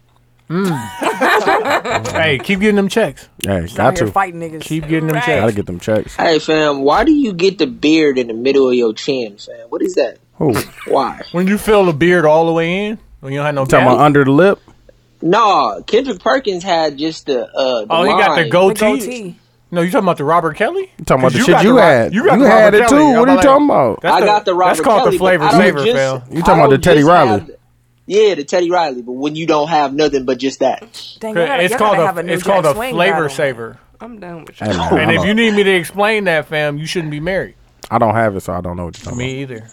Hey, keep getting them checks. Hey, Out got here to fighting niggas. Keep getting them gotta checks. get them checks. Hey fam, why do you get the beard in the middle of your chin, fam? What is that? [laughs] Who? Why? When you fill the beard all the way in, when you don't have no Talking gap. about under the lip. No, Kendrick Perkins had just the uh. The Oh, he got the line. the goatee. goatee. No, you talking about the Robert Kelly? You talking about 'Cause the got shit you Ro- had. got You the had Robert Kelly. it too. What I'm are you like- talking about? That's I got the Robert That's called Kelly, the flavor but I don't flavor, just- Phil. You talking I about the don't Teddy just Riley? have the- yeah, the Teddy Riley. But when you don't have nothing but just that, Dang, y'all gotta- It's y'all gotta called have a a new it's called Jack a Swing flavor [laughs] battle. saver. I'm done with Hey, you. [laughs] man, And I, if don't, you need me to explain that, fam, you shouldn't be married. I don't have it, so I don't know what you're talking about. Me either.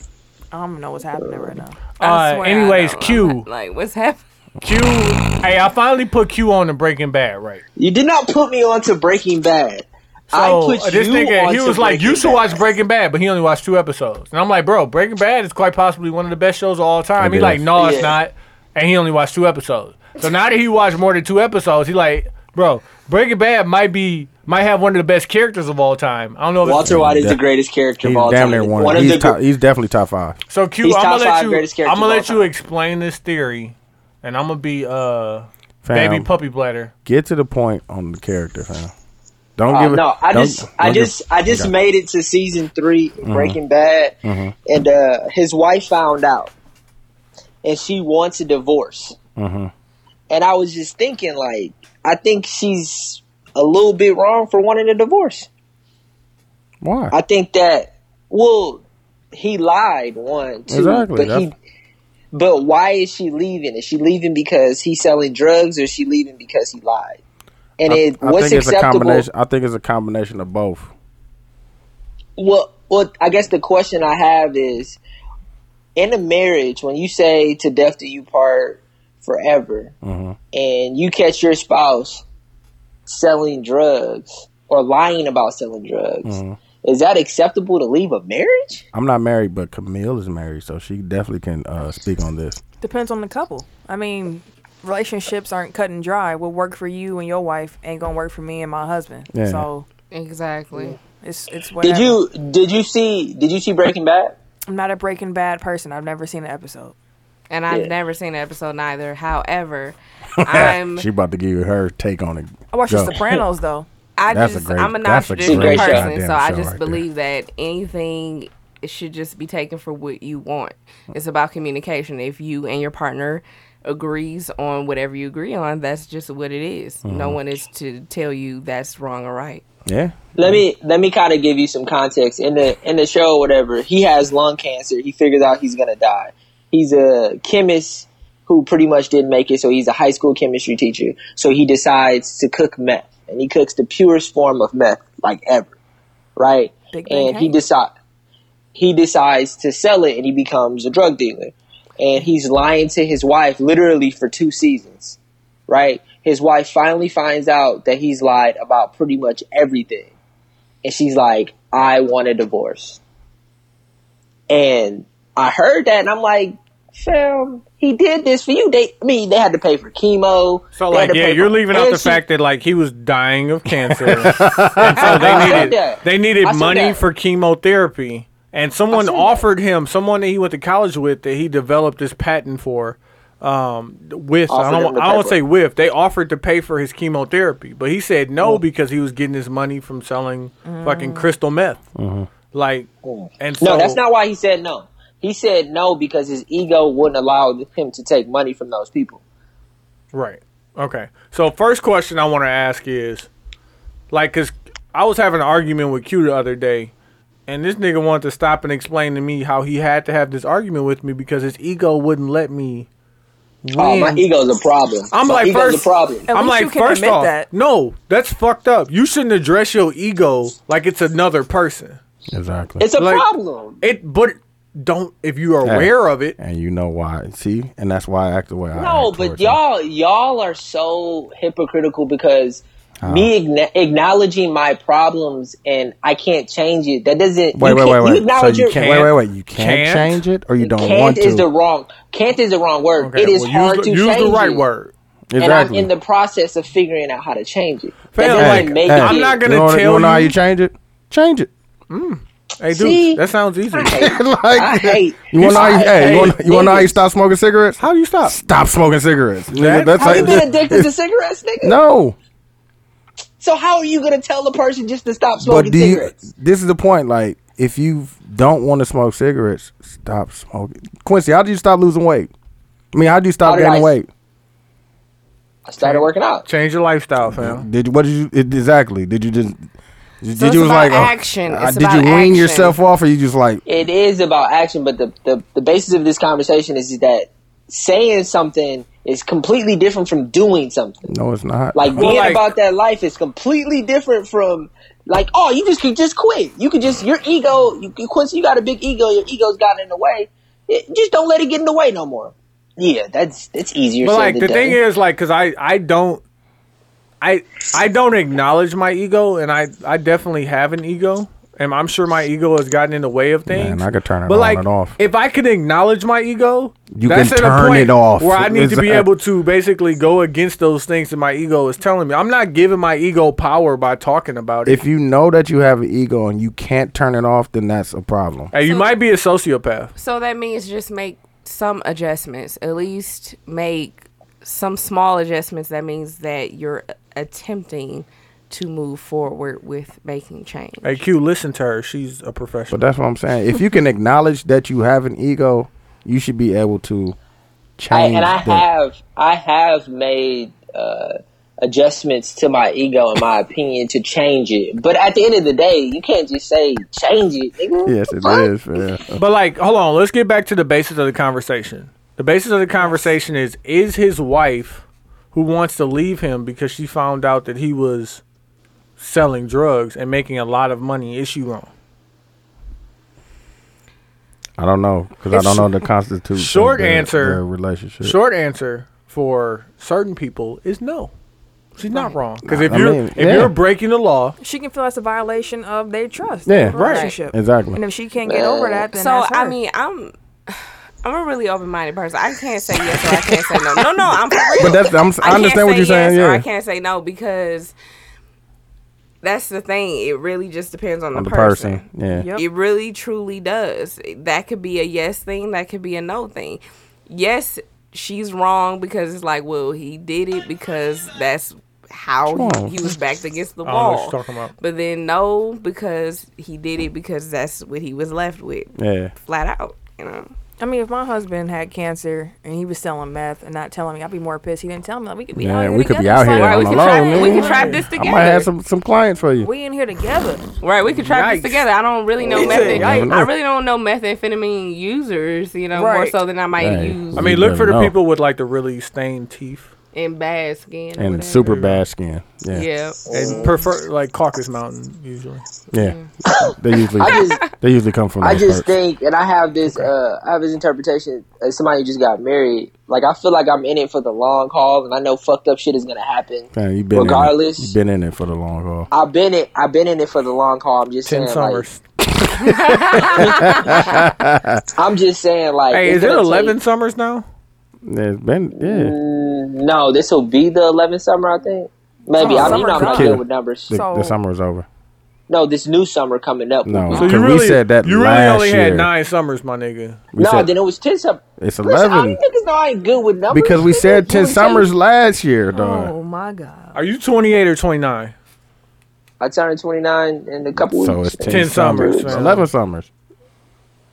I don't know what's happening right now. I Uh, swear I anyways, don't. Q. [laughs] Like, what's happening? Q. Hey, I finally put Q on the Breaking Bad, right? you did not put me on to Breaking Bad. I So uh, put this you nigga, on he to was like, Breaking "You should Bad." watch Breaking Bad," but he only watched two episodes. And I'm like, "Bro, Breaking Bad is quite possibly one of the best shows of all time." It He like, is. "No, it's Yeah. not," and he only watched two episodes. So now that he watched more than two episodes, he like, "Bro, Breaking Bad might be might have one of the best characters of all time." I don't know. If it's- Walter White is Yeah. the greatest character He's of all damn time. near one. One he's, of the. top, gr- he's definitely top five. So Q, He's I'm top gonna let five you. greatest character I'm gonna of all let you time. explain this theory, and I'm gonna be uh Fam, baby puppy bladder. get to the point on the character, fam. Don't Uh, give it. no, I don't- just, I don't give- just, I just okay. Mm-hmm. made it to season three, of Breaking Bad, and uh, his wife found out, and she wants a divorce. Mm-hmm. And I was just thinking, like, I think she's a little bit wrong for wanting a divorce. Why? I think that well, he lied one, two, Exactly, but he. that's- But why is she leaving? Is she leaving because he's selling drugs, or is she leaving because he lied? And I- it I what's think it's a acceptable? combination. I think it's a combination of both. Well, well, I guess the question I have is, in a marriage, when you say "to death do you part" forever, Mm-hmm. and you catch your spouse selling drugs or lying about selling drugs, Mm-hmm. Is that acceptable to leave a marriage? I'm not married, but Camille is married, so she definitely can uh, speak on this. Depends on the couple. I mean, relationships aren't cut and dry. What worked for you and your wife ain't gonna work for me and my husband. Yeah. So Exactly. it's it's whatever. Did you did you see did you see Breaking Bad? I'm not a Breaking Bad person. I've never seen an episode. And I've Yeah. never seen the episode [laughs] neither. However, I'm She about to give you her take on it. I watched Go. The Sopranos though. I That's just a great- I'm a that's a non-traditional great show. person, Goddamn so I show just right there. believe that anything it should just be taken for what you want. It's about communication. If you and your partner agrees on whatever you agree on, that's just what it is. Mm-hmm. No one is to tell you that's wrong or right. Yeah. Let me let me kind of give you some context in the in the show or whatever. He has lung cancer. He figures out he's gonna die. He's a chemist who pretty much didn't make it, so he's a high school chemistry teacher. So he decides to cook meth, and he cooks the purest form of meth like ever, right? Big Bang and he Hank. decide he decides to sell it, and he becomes a drug dealer. And he's lying to his wife literally for two seasons right? His wife finally finds out that he's lied about pretty much everything. And she's like, I want a divorce. And I heard that and I'm like, fam, he did this for you. They I mean, they had to pay for chemo. So they had like, to yeah, pay you're for- leaving out and the she- fact that like he was dying of cancer, and so they I said needed that. they needed I said money that. for chemotherapy, and someone said that. offered him someone that he went to college with that he developed this patent for. Um, with I Offered him don't the I don't paper. say with they offered to pay for his chemotherapy, but he said no because he was getting his money from selling fucking crystal meth. Like, and so Mm. No, that's not why he said no. He said no because his ego wouldn't allow him to take money from those people. Right. Okay. So first question I want to ask is, like, cause I was having an argument with Q the other day, and this nigga wanted to stop and explain to me how he had to have this argument with me because his ego wouldn't let me. Oh, my win. ego's a problem. I'm my like, ego's first- a problem. At I'm least like, you can first admit off, that. no, that's fucked up. You shouldn't address your ego like it's another person. Exactly. It's a like- problem. It, but don't if you are Yeah. aware of it. and you know why. See? And that's why I act the way I No, act but towards her. y'all y'all are so hypocritical because Uh-huh. me agna acknowledging my problems and I can't change it. That doesn't Wait, you wait, can't- wait, You wait. so acknowledge you your can't, wait, wait, wait. You Can't? can't, change it or you don't want can't to. is the wrong can't is the wrong word. Okay, it is well, hard use, to the- use change the right it, word. and I'm exactly. in the process of figuring out how to change it. Fam, That doesn't like, make hey, it. I'm not gonna you wanna- tell you. wanna know how you- you change it? Change it. [laughs] Hey, dude, See? that sounds easy. like, I hate. [laughs] you want to know how you, I hey, you hate wanna- you wanna know how you niggas. stop smoking cigarettes? How do you stop? Stop smoking cigarettes. Nigga, That- that's Have you how- been addicted [laughs] to cigarettes, nigga? No. So how are you gonna tell the person just to stop But smoking do you, cigarettes? this is the point. Like, if you don't want to smoke cigarettes, stop smoking. Quincy, how do you stop losing weight? I mean, how do How you stop did gaining I- weight? I started working out. Change your lifestyle, fam. Did you? What did you? it- Exactly. Did you just? Did it's you was about like uh, action. uh, It's did about you wean action. yourself off, or you just like? it is about action, but the, the, the basis of this conversation is that saying something is completely different from doing something. No, it's not. Like being like- about that life is completely different from like, oh, you just could just quit. You could just your ego. You, you quit. You got a big ego. Your ego's gotten in the way. Yeah, just don't let it get in the way no more. Yeah, that's that's easier. But said like than the done. thing is, like, cause I I don't I I don't acknowledge my ego, and I I definitely have an ego, and I'm sure my ego has gotten in the way of things. Man, I could turn it but on like, and off. if I could acknowledge my ego, You that's at can a turn point it off. where I need to be It's- able to basically go against those things that my ego is telling me. I'm not giving my ego power by talking about it. if you know that you have an ego and you can't turn it off, then that's a problem. hey, you might be a sociopath. So that means just make some adjustments. At least make some small adjustments. That means that you're attempting to move forward with making change. Hey, Q, listen to her. She's a But professional. that's what I'm saying. If you can acknowledge that you have an ego, you should be able to I, change. and I that. have I have made uh, adjustments to my ego in my opinion to change it. But at the end of the day, you can't just say change it. Nigga. Yes, it What? is. Man. But like, hold on, let's get back to the basis of the conversation. The basis of the conversation is is his wife who wants to leave him because she found out that he was selling drugs and making a lot of money, is she wrong? I don't know because I It's don't know the constitution. short their, answer. Their relationship. Short answer for certain people is no. She's not wrong because if I you're mean, if yeah. you're breaking the law, She can feel that's a violation of their trust. Yeah, their right. relationship. Exactly. And if she can't get over that, then So that's I her. mean, I'm [sighs] I'm a really open minded person. I can't say yes or I can't say no. No, no, I'm for real. But that's- I'm- I can't understand what say you're saying, yes yeah. or I can't say no because that's the thing. It really just depends on the, On the person. person, yeah. Yep. It really truly does. That could be a yes thing. That could be a no thing. Yes, she's wrong because it's like, well, he did it because that's how Wrong. he, he was backed against the I don't know what wall. you're talking about. But then no, because he did it because that's what he was left with. Yeah. Flat out, you know. I mean, if my husband had cancer and he was selling meth and not telling me, I'd be more pissed. He didn't tell me. Like, we could be out Yeah, here we could together. be out It's like, here right, on we the could low, try- man. We can try this I might have together. some, some clients for you. We in here together. Right, we could try this together. I don't really know Yikes. method. Never know. I really don't know methamphetamine users, you know, more Right. so than I might Right. use I You mean, look never for the know. people with like the really stained teeth in bad skin. or And whatever. super bad skin. Yeah. Yeah. Yeah. Oh. and prefer like Caucus Mountain usually. they usually they usually come from I those just first. think, and I have this, uh, I have this interpretation as somebody who just got married. Like, I feel like I'm in it for the long haul, and I know fucked up shit is gonna happen. Fam, you been regardless- in it. you been in it for the long haul. I've been it. I've been in it for the long haul. I'm just Ten saying, like, summers. I'm just saying, like, hey, it's is it gonna eleven take- summers now? Yeah, it's been yeah. Mm, no, this will be the 11th summer, I think. Maybe Oh, I mean, you know, I'm not summer's over. good with numbers. The, the So- summer's over. No, this new summer coming up. No. will So be- Cause you we really said that you really last only year. had nine summers, my nigga. We no, said- then it was 10 summer. It's Listen, I eleven niggas know I ain't good with numbers. because we nigga. said You ten was telling- summers last year, dog. Oh my god. Are you twenty eight or twenty nine? I turned 29 in a couple So weeks. it's ten, 10 summers, summers, fam. eleven summers.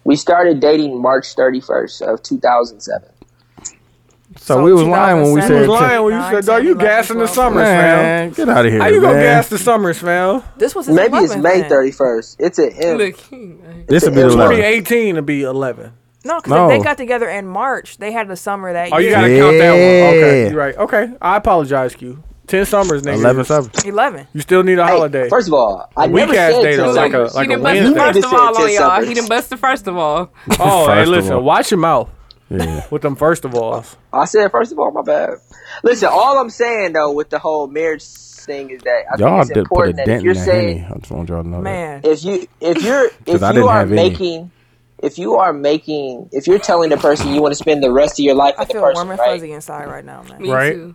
We started dating March 31st of 2007. So, So we was lying when we 2007 You was said Ten. lying when you Nine, said, "Dog, ten, you eleven, gassing the twelve. summers, fam." Man, get out of here. How you gonna man. gas the summers, fam? This was his Maybe it's 11th May then. 31st. It's an M. Look, This will be the It's eleven. Twenty eighteen to be eleven. No, because they No. got together in March. They had the summer that Oh, you year. gotta count that one. Okay, Yeah. you're right. Okay, I apologize, Q. Ten summers, nigga. Eleven summers. Eleven. You still need a Hey, holiday. First of all, I Weak never ass said data, two like a- summers. like he done Wednesday. bust the first This of said all on ten y'all. summers. He done bust the first of all. [laughs] oh, hey, First of all. listen, watch your mouth Yeah. with them first of all. I said first of all, my bad. Listen, all I'm saying though with the whole marriage thing is that I y'all think it's did put a important that if dent in you're that saying henny. I just want y'all to know. Man. if you if [laughs] you're 'Cause if I you didn't are have any. making if you are making if you're telling the person you want to spend the rest of your life I with the feel person, warm and right? fuzzy inside right now, man. Me Right. too.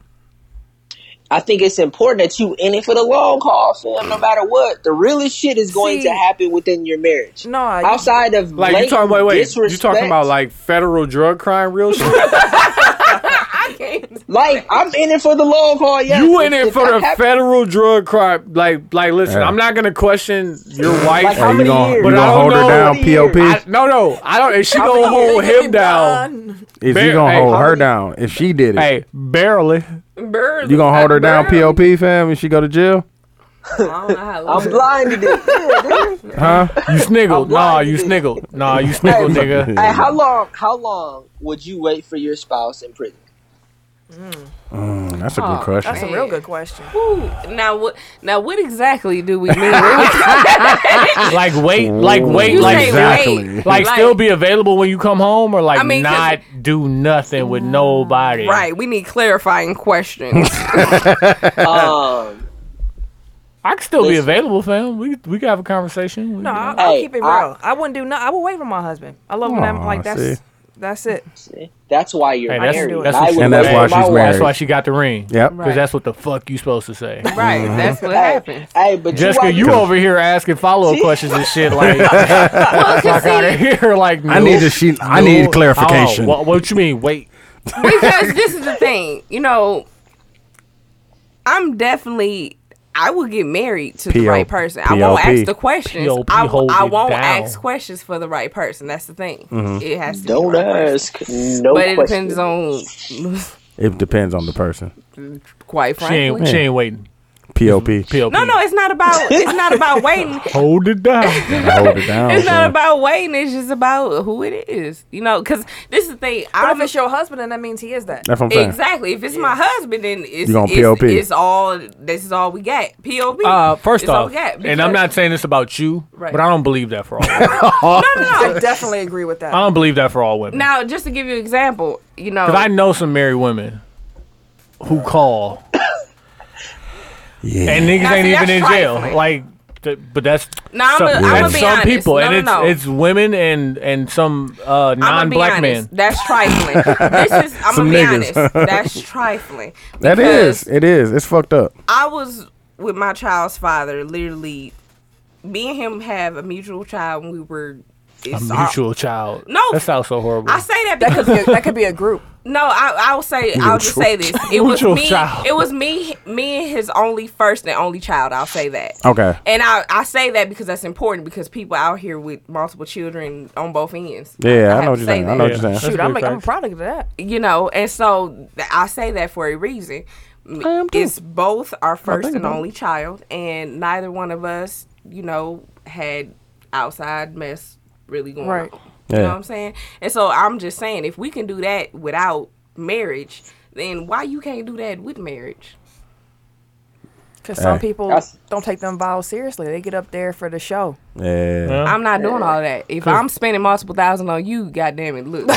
I think it's important that you in it for the long haul, fam. No matter what, the realest shit is going See- to happen within your marriage. No, I- outside of Like you talking about? blatant Wait, you disrespect, talking about like federal drug crime, real shit? [laughs] like I'm in it for the long haul. Yes, you in If- it if for that [laughs] the happens- federal drug crime? Like, like, listen, Yeah. I'm not gonna question your wife. Like, how Hey, you many gonna, years? you But I gonna don't hold know. her down, How many years? POP? I, no, no, I don't. If she gonna hold him down, Is Bear- you gonna hey, hold how her many- down if she did it? hey, barely. Barely. You gonna hold her down, Barely. POP fam, and she go to jail? I don't know how long. I'm blind [laughs] to this. Yeah, dude. Huh? You sniggled. Nah, lying to you you. sniggled. Nah, [laughs] you sniggled, nigga. Hey, how long? How long would you wait for your spouse [laughs] in prison? Mm, that's a good Oh, question. That's a real good question. Ooh, now what? Now what exactly do we mean? Like, Like wait, like wait, You like say that. exactly. wait. Like, still be available when you come home, or like I mean, 'cause- not do nothing with nobody. Right. We need clarifying questions. Um, I can still be Listen. available, fam. We we can have a conversation. We- No, I'll, I'll Hey, keep it real. I- I, wouldn't do no. I would wait for my husband. I love when I'm Aw, like that's see. that's it. that's why you're Hey, that's- married. that's I what would she- And that's wait why for my she's wife. married. that's why she got the ring. Yep. Because that's what the fuck you supposed to [laughs] say. right. That's what happened. Hey, but Jessica, you, you over here asking follow up questions and [laughs] shit like, fuck [laughs] out of here, like I need to she. I need clarification. what, what you mean? Wait, because this is the thing, you know, I'm definitely I will get married to the P.O. right person. I won't P.O.P.. ask the questions. P.O.P. I, w- hold I it won't down. ask questions for the right person. That's the thing. Mm-hmm. It has to be don't the right person. ask no but it questions. depends on It depends on the person. quite she ain't, frankly. she ain't waiting. POP. PLP. No, no, it's not [laughs] about it's not about [laughs] waiting. Hold it down. Gotta hold it down. It's not fam. about waiting. It's just about who it is. You know, because this is the thing. But I'm if it's your husband, then that means he is that. That's what I'm saying. Exactly. If it's my husband, then it's, You gonna it's- POP. It's, all. This is all we got. Pop. [laughs] Uh, first It's all off, we got and I'm because- not saying this about you, Right. but I don't believe that for all. women. I definitely agree with that. I don't believe that for all women. Now, just to give you an example, you know, Because I know some married women who call Yeah. and niggas Now, ain't see, even that's in jail. trifling. Like, th- but that's No, I'ma- some, I'ma that's be some honest. people, No, and no, it's no. it's women and and some uh, I'ma be non-black men. honest, That's trifling. [laughs] this is. I'm Some gonna be niggas. honest. That's trifling. [laughs] That Because is. It is. It's fucked up. I was with my child's father. Literally, me and him have a mutual child, and we were. A It's our- mutual child. No. that sounds so horrible. I say that That could because [laughs] be a, that could be a group. No, I I will say I'll just Mutual say this. It was Mutual me. child. It was me. Me and his only first and only child. I'll say that. Okay. And I I say that because that's important because people out here with multiple children on both ends. Yeah, I have know what to you're say saying. I that. know what you're saying. That's Shoot, good I'm like, I'm a practice. product of that. You know, and so th- I say that for a reason. M- I am too. It's both our first think and about it. only child, and neither one of us, you know, had outside mess really going Right. on. You Yeah. know what I'm saying? And so I'm just saying, if we can do that without marriage, then why you can't do that with marriage? Because some Hey. people That's- don't take them vows seriously. They get up there for the show. Yeah. I'm not doing all that. If I'm spending multiple thousand on you, goddamn [laughs] it, look.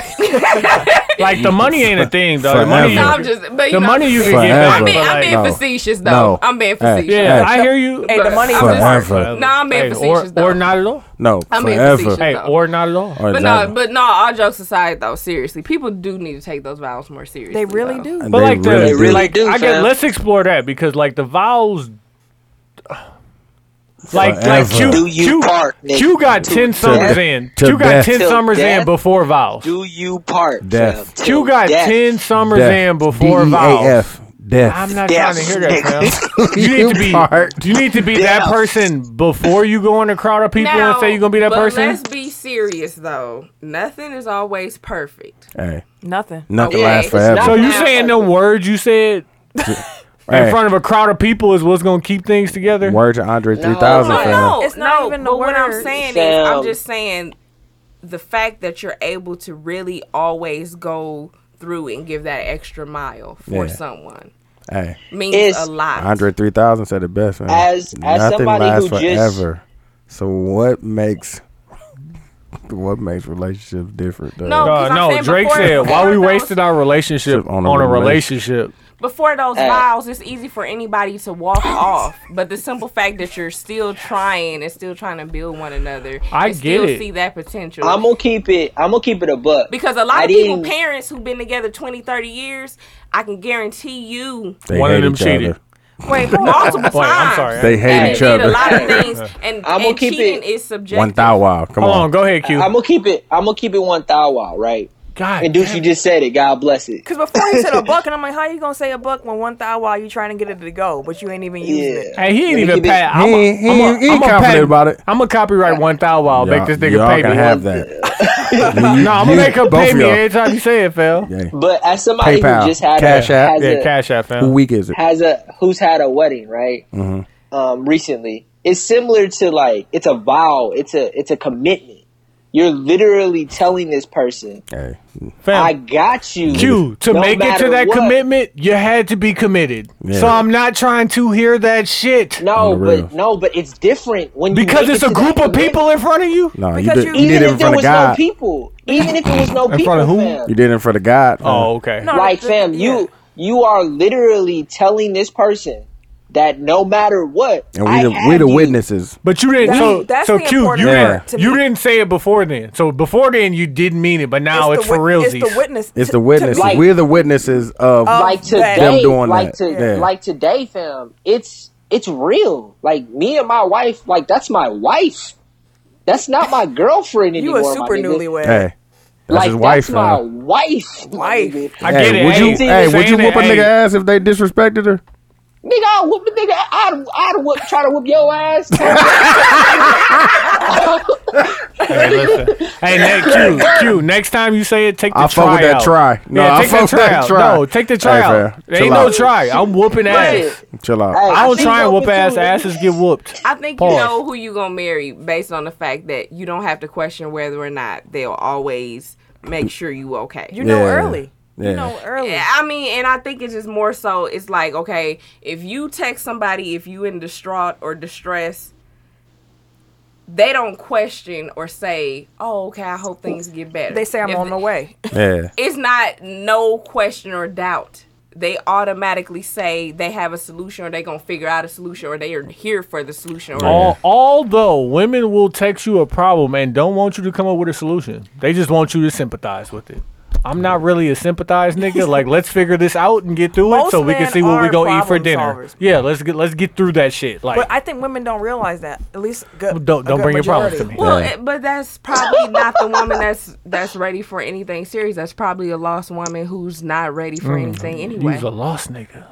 like the money ain't a thing though. The money, Forever. No, I'm just, but you the know, money you can Forever. get back. I'm being, but I'm like- being No. facetious though. No. I'm being Hey. facetious. yeah, Hey. I hear you. Hey, the money I'm just- Forever. No, I'm being Hey, or, facetious though. or not at all. No. I'm being Forever. facetious. Hey, No. or not at all. Oh, But exactly. no, but no, all jokes aside though, seriously, people do need to take those vows more seriously. They really though. do. And But they like the really They really like do, I guess fam. let's explore that because like the vows, like like Forever. Q Do you Q, park, nigga? Q got To ten death. summers in. to Q got death. ten Till summers in death. before vows. Do you part? Death. fam? Q got Death. ten summers Death. E in before vows. D-E-A-F. Death. I'm not Death, [laughs] trying to hear [laughs] that, fam. You You need to be part. you need to be that Death. person before you go in a crowd of people and Now, say you're gonna be that but person. Let's be serious though. Nothing is always perfect. Hey. Nothing. Nothing Okay. lasts It's forever. not- so you Now- saying the words you said in Hey, front of a crowd of people is what's gonna keep things together. Word to Andre 3000, No, fam. no, It's not no, even the but what I'm words. saying is, Damn. I'm just saying the fact that you're able to really always go through and give that extra mile for Yeah. someone Hey, means It's- a lot. Andre 3000 said it best, man. As- as somebody who just- forever. So what makes [laughs] what makes relationships different though? Uh, No. Because I'm no, saying Drake before- [laughs] said, "Why we before those- wasted our relationship on a, relationship?" before those Hey. vows, it's easy for anybody [laughs] to walk off. But the simple fact that you're still trying and still trying to build one another, I and get still it. see that potential. I'm gonna keep it. I'm gonna keep it a buck. because a lot I of people, didn't- parents who've been together 20, 30 years, I can guarantee you They One of hate them each cheated. other. wait, multiple [laughs] times. Wait, I'm sorry. They hate Hey. They each did a other. [laughs] lot of things, and, I'ma and keep cheating it- is subjective. One thou wow. Come Hold on. on, go ahead, Q. I'm gonna keep it. I'm gonna keep it one thou wow, right? God, And Deuce, damn you it. just said it. God bless it. Because before he said a buck, and I'm like, how you gonna say a buck when one thou while you trying to get it to go, but you ain't even [laughs] using it? Yeah. Hey, he ain't Let me even keep it- pat. I'm He a- ain't- he I'm a- ain't- he ain't I'm a confident patent- about it. I'm gonna copyright one thousand while make this nigga y'all pay can me. [laughs] have that. no, I'm gonna make her pay me every Yeah. time you say it, Phil. Yeah, But as somebody PayPal, who just had Cash a, App. has a, cash app, Who fam. weak is it? has a who's had a wedding right Mm-hmm. um, recently it's similar to like it's a vow it's a it's a commitment you're literally telling this person Hey, i Fam, got you Q, to no make it matter to that what." commitment, you had to be committed. Yeah. So I'm not trying to hear that shit no On the real. but no but it's different when you because make it's it a to group that of people in front of you. no, you Because did, you- commitment. you, did even it if there in front of was no God. people even if it was no people front of who? fam. you did it in front of God. Oh, okay. No, like the- fam yeah. you you are literally telling this person that no matter what and we I the, have we the you. witnesses. But you didn't. That's- so that's so the Q, you important part didn't, to you me. didn't say it before then. So before then, you didn't mean it, but now it's, the for wit- realsies. It's the witness. It's the to- to- witnesses. like- We're the witnesses of like today, that. Them doing like that. to Yeah. like today, fam. It's it's real. Like me and my wife, like that's my wife. That's not my girlfriend You anymore. a my super nigga. newlywed. hey, that's Like his wife. that's my son. wife. my Wife. nigga. I hey, get it. Would hey, you, hey, would you saying whoop a that, nigga hey, ass if they disrespected her? Nigga, I whoop the nigga. I'd I'd whoop, try to whoop your ass. Nigga, Hey, listen. hey, ne- Q, Q. Next time you say it, take the I try fuck with that out. try. No, yeah, I take fuck with the try that out. try. No, take the Hey, try out. fam, There chill ain't no out. try. I'm whooping Right. ass. Chill out. Hey, I don't she try and whoop whooping ass. too. Asses get whooped. I think Pause. you know who you gonna marry based on the fact that you don't have to question whether or not they'll always make sure you okay. You know Yeah. early. Yeah. You know early. Yeah, I mean, and I think it's just more so. It's like, okay, if you text somebody, if you in distraught or distress, they don't question or say, "Oh, okay, I hope things get better." They say I'm If- on my way. Yeah. It's not no question or doubt. they automatically say they have a solution or they gonna figure out a solution or they are here for the solution or Al- although women will text you a problem and don't want you to come up with a solution, they just want you to sympathize with it. I'm not really a sympathize [laughs] nigga. Like, let's figure this out and get through it Most so we can men see what we are gonna eat for problem dinner. solvers. Yeah, let's get let's get through that shit. Like, but I think women don't realize that. At least good. Don't- a don't good bring your problems majority. to me. Well, it, but that's probably not the woman that's that's ready for anything serious. That's probably a lost woman who's not ready for anything anyway. you's a lost nigga.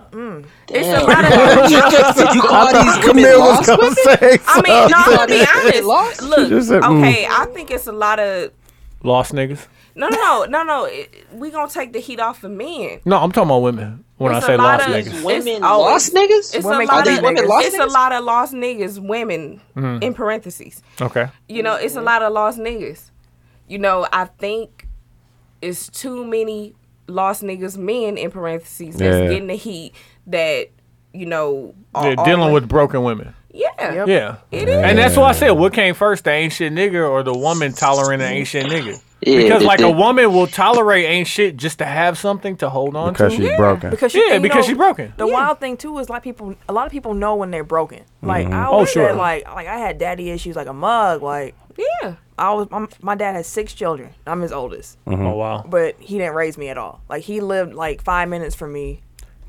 It's a lot of. you call these women Camille was lost gonna say I mean, no, I'm gonna be They lost? honest. Look, just said, mm. okay, I think it's a lot of. Lost niggas. No, no, no, no, no. It, we gonna take the heat off of men. No, I'm talking about women when It's I a say lot lost of- niggas. women oh, lost niggas? It's Women- a lot are of these women lost It's niggas? a lot of lost niggas, women Mm-hmm. in parentheses. Okay. You know, it's a lot of lost niggas. You know, I think it's too many lost niggas men in parentheses that's Yeah. getting the heat that you know are They're dealing always- with broken women. yeah. Yeah. It is. And that's why I said what came first, the ain't shit nigga or the woman tolerant of ain't shit nigga. Yeah, because they- like they- a woman will tolerate ain't shit just to have something to hold on because to. she's broken. Because you yeah, think, you because know, she's broken. The wild thing too is like people. A lot of people know when they're broken. Like I Oh, always sure. said, like like I had daddy issues, like a mug. Like Yeah. I was, my, my dad has six children. I'm his oldest, Mm-hmm. Oh wow. but he didn't raise me at all. Like he lived like five minutes from me,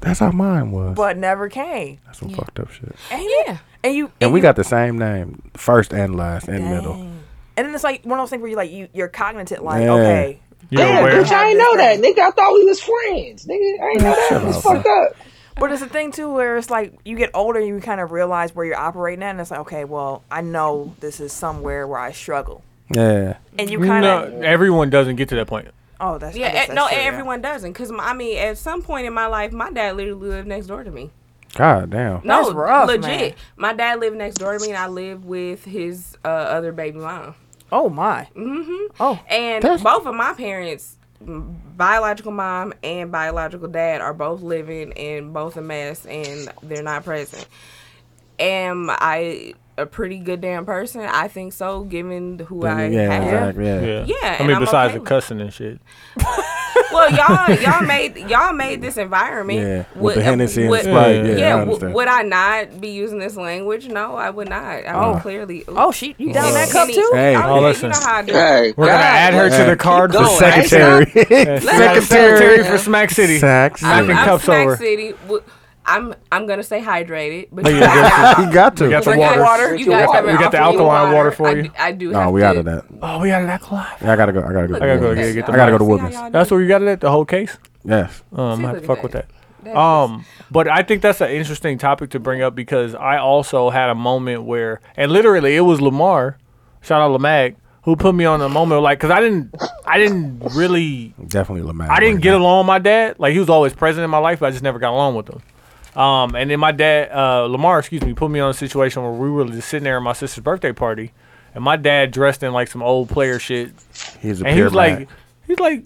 That's how mine was. but never came. That's some fucked up shit. And Yeah. and you And we you- got the same name, first and last and middle. Dang. And then it's like one of those things where you like you you're cognizant, like Yeah. okay, You're Damn, aware. bitch, I ain't know that, nigga. I thought we was friends, nigga. I ain't know that. It's fucked up. But it's a thing too where it's like you get older and you kind of realize where you're operating at, and it's like, okay, well, I know this is somewhere where I struggle, Yeah. and you kind No, of, everyone doesn't get to that point. oh, that's I Yeah, guess eh, that's no, true, yeah. everyone doesn't. Because, I mean, at some point in my life, my dad literally lived next door to me. God damn. No, That's rough, legit. man. My dad lived next door to me, and I lived with his uh, other baby mom. Oh my, Mm-hmm. Oh. And That's- both of my parents, m- biological mom and biological dad, are both living in both a mess, and they're not present. Am I a pretty good damn person? I think so, given who I yeah, have. exactly. Yeah. Yeah. Yeah, I and mean I'm besides okay the with cussing and shit. Well, y'all, y'all made y'all made this environment. Yeah, with would- the Hennessy and would- Sprite, yeah, yeah, I uh, yeah. understand. w- would I not be using this language? No, I would not. I mean, clearly. oh, she you down that cup Henny- too? Hey, Oh, yeah, listen. You know how I do. Hey, We're gonna God, add her to yeah. the card for going. Smack Ain't secretary. [laughs] She got a secretary for Smack City. Sack Knocking City. I'm cups Snack over. City. W- I'm I'm gonna stay hydrated, but yeah, guys that's have- He got to. We got the you water. guys- water. You guys We have got an the alkaline water for I you. d- I do. No, have we to, out of that. Oh, we got it alkaline. I gotta go. I gotta go. I gotta go get- get the I gotta go to See how Woodman's. y'all do? That's where you got it at, the whole case? Yes. Um, See, I have to look fuck at with that. that. That's Um, but I think that's an interesting topic to bring up because I also had a moment where, and literally it was Lamar, shout out Lamag, who put me on a moment like, cause I didn't, I didn't really, Definitely Lamar. I didn't get along with my dad. Like he was always present in my life, but I just never got along with him. Um, and then my dad, uh, Lamar, excuse me, put me on a situation where we were just sitting there at my sister's birthday party, and my dad dressed in like some old player shit, He's a and he pure was like, he's like,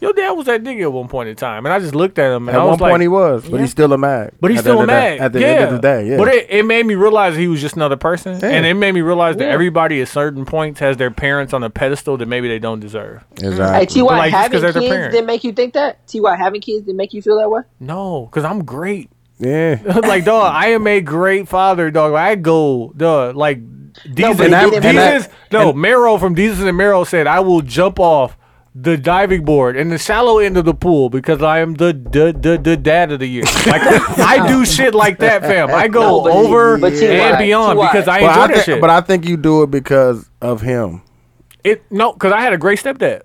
your dad was that nigga at one point in time, and I just looked at him, and At I one was point like, he was, but he's still a mag. but he's At the still end of mad. the- At the yeah. end of the day, yeah. But it, it made me realize he was just another person, Yeah. and it made me realize that everybody at certain points has their parents on a pedestal that maybe they don't deserve. Hey, exactly. Ty, Like, just 'cause having they're kids their parent. didn't make you think that. Ty, having kids didn't make you feel that way. No, because I'm great. Yeah. [laughs] like dog, I am a great father, dog. I go dog like No, Jesus. but he No, didn't make- no Mero from Jesus and Mero said, "I will jump off." The diving board in the shallow end of the pool because I am the the the, the dad of the [laughs] year. Like I do shit like that, fam. I No, go but- over but T.Y., and beyond T.Y. because I But enjoy I, that think, shit. but I think you do it because of him. It no, because I had a great stepdad.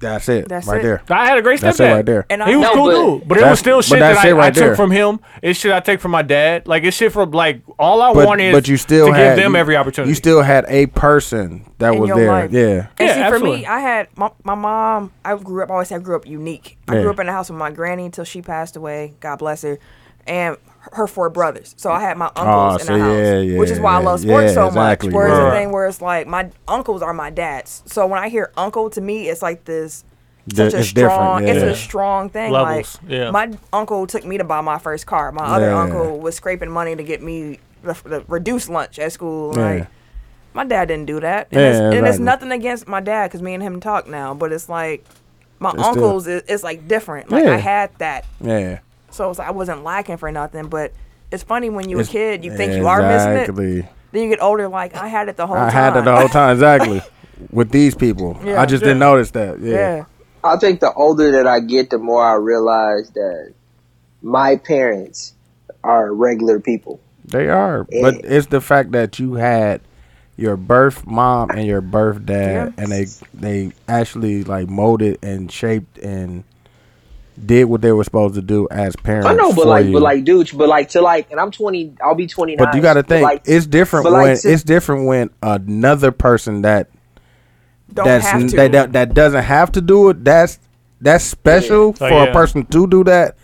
That's it. That's right it. there. I had a great stepdad. That's it right there. And And he I- was No, cool but- dude, but it That's- was still but shit that that's I, it right I took there. from him. It's shit I take from my dad. Like it's shit from like all I But, want is but you still to had give them you- every opportunity. You still had a person that In was your there. life. Yeah. And Yeah, see, for absolutely. me, I had my, my mom. I grew up. I Always, I grew up unique. I Yeah. grew up in a house with my granny until she passed away. God bless her, and her four brothers. So I had my uncles Ah, so in the yeah, house, yeah, which is why I yeah, love sports yeah, so exactly, much. Whereas right. the thing where it's like my uncles are my dads. So when I hear uncle, to me, it's like this. Th- Such a it's different, strong, it's yeah. a strong thing. Levels, like yeah. my uncle took me to buy my first car. My other Yeah. uncle was scraping money to get me the, the reduced lunch at school. Yeah. Like my dad didn't do that. And, Yeah, it's, and it's exactly. nothing against my dad because me and him talk now, but it's like my still- uncles, it, it's like different. Like Yeah. I had that. Yeah. So it was like I wasn't lacking for nothing, but it's funny when you're a kid, you think you are missing it. Exactly. Then you get older, like I had it the whole I time. had it the whole time. [laughs] Exactly. With these people, Yeah, I just didn't yeah. notice that. Yeah. yeah. I think the older that I get, the more I realize that my parents are regular people. They are, but it's the fact that you had your birth mom and your birth dad, and they they actually like molded and shaped and did what they were supposed to do as parents. I know, but for like, you. but like, dude, but like to like, and I'm 20. I'll be 29. But you got to think like, it's different but, when like, si- it's different when another person that Don't that's have to. That, that that doesn't have to do it. That's that's special Oh, for yeah. a person to do that.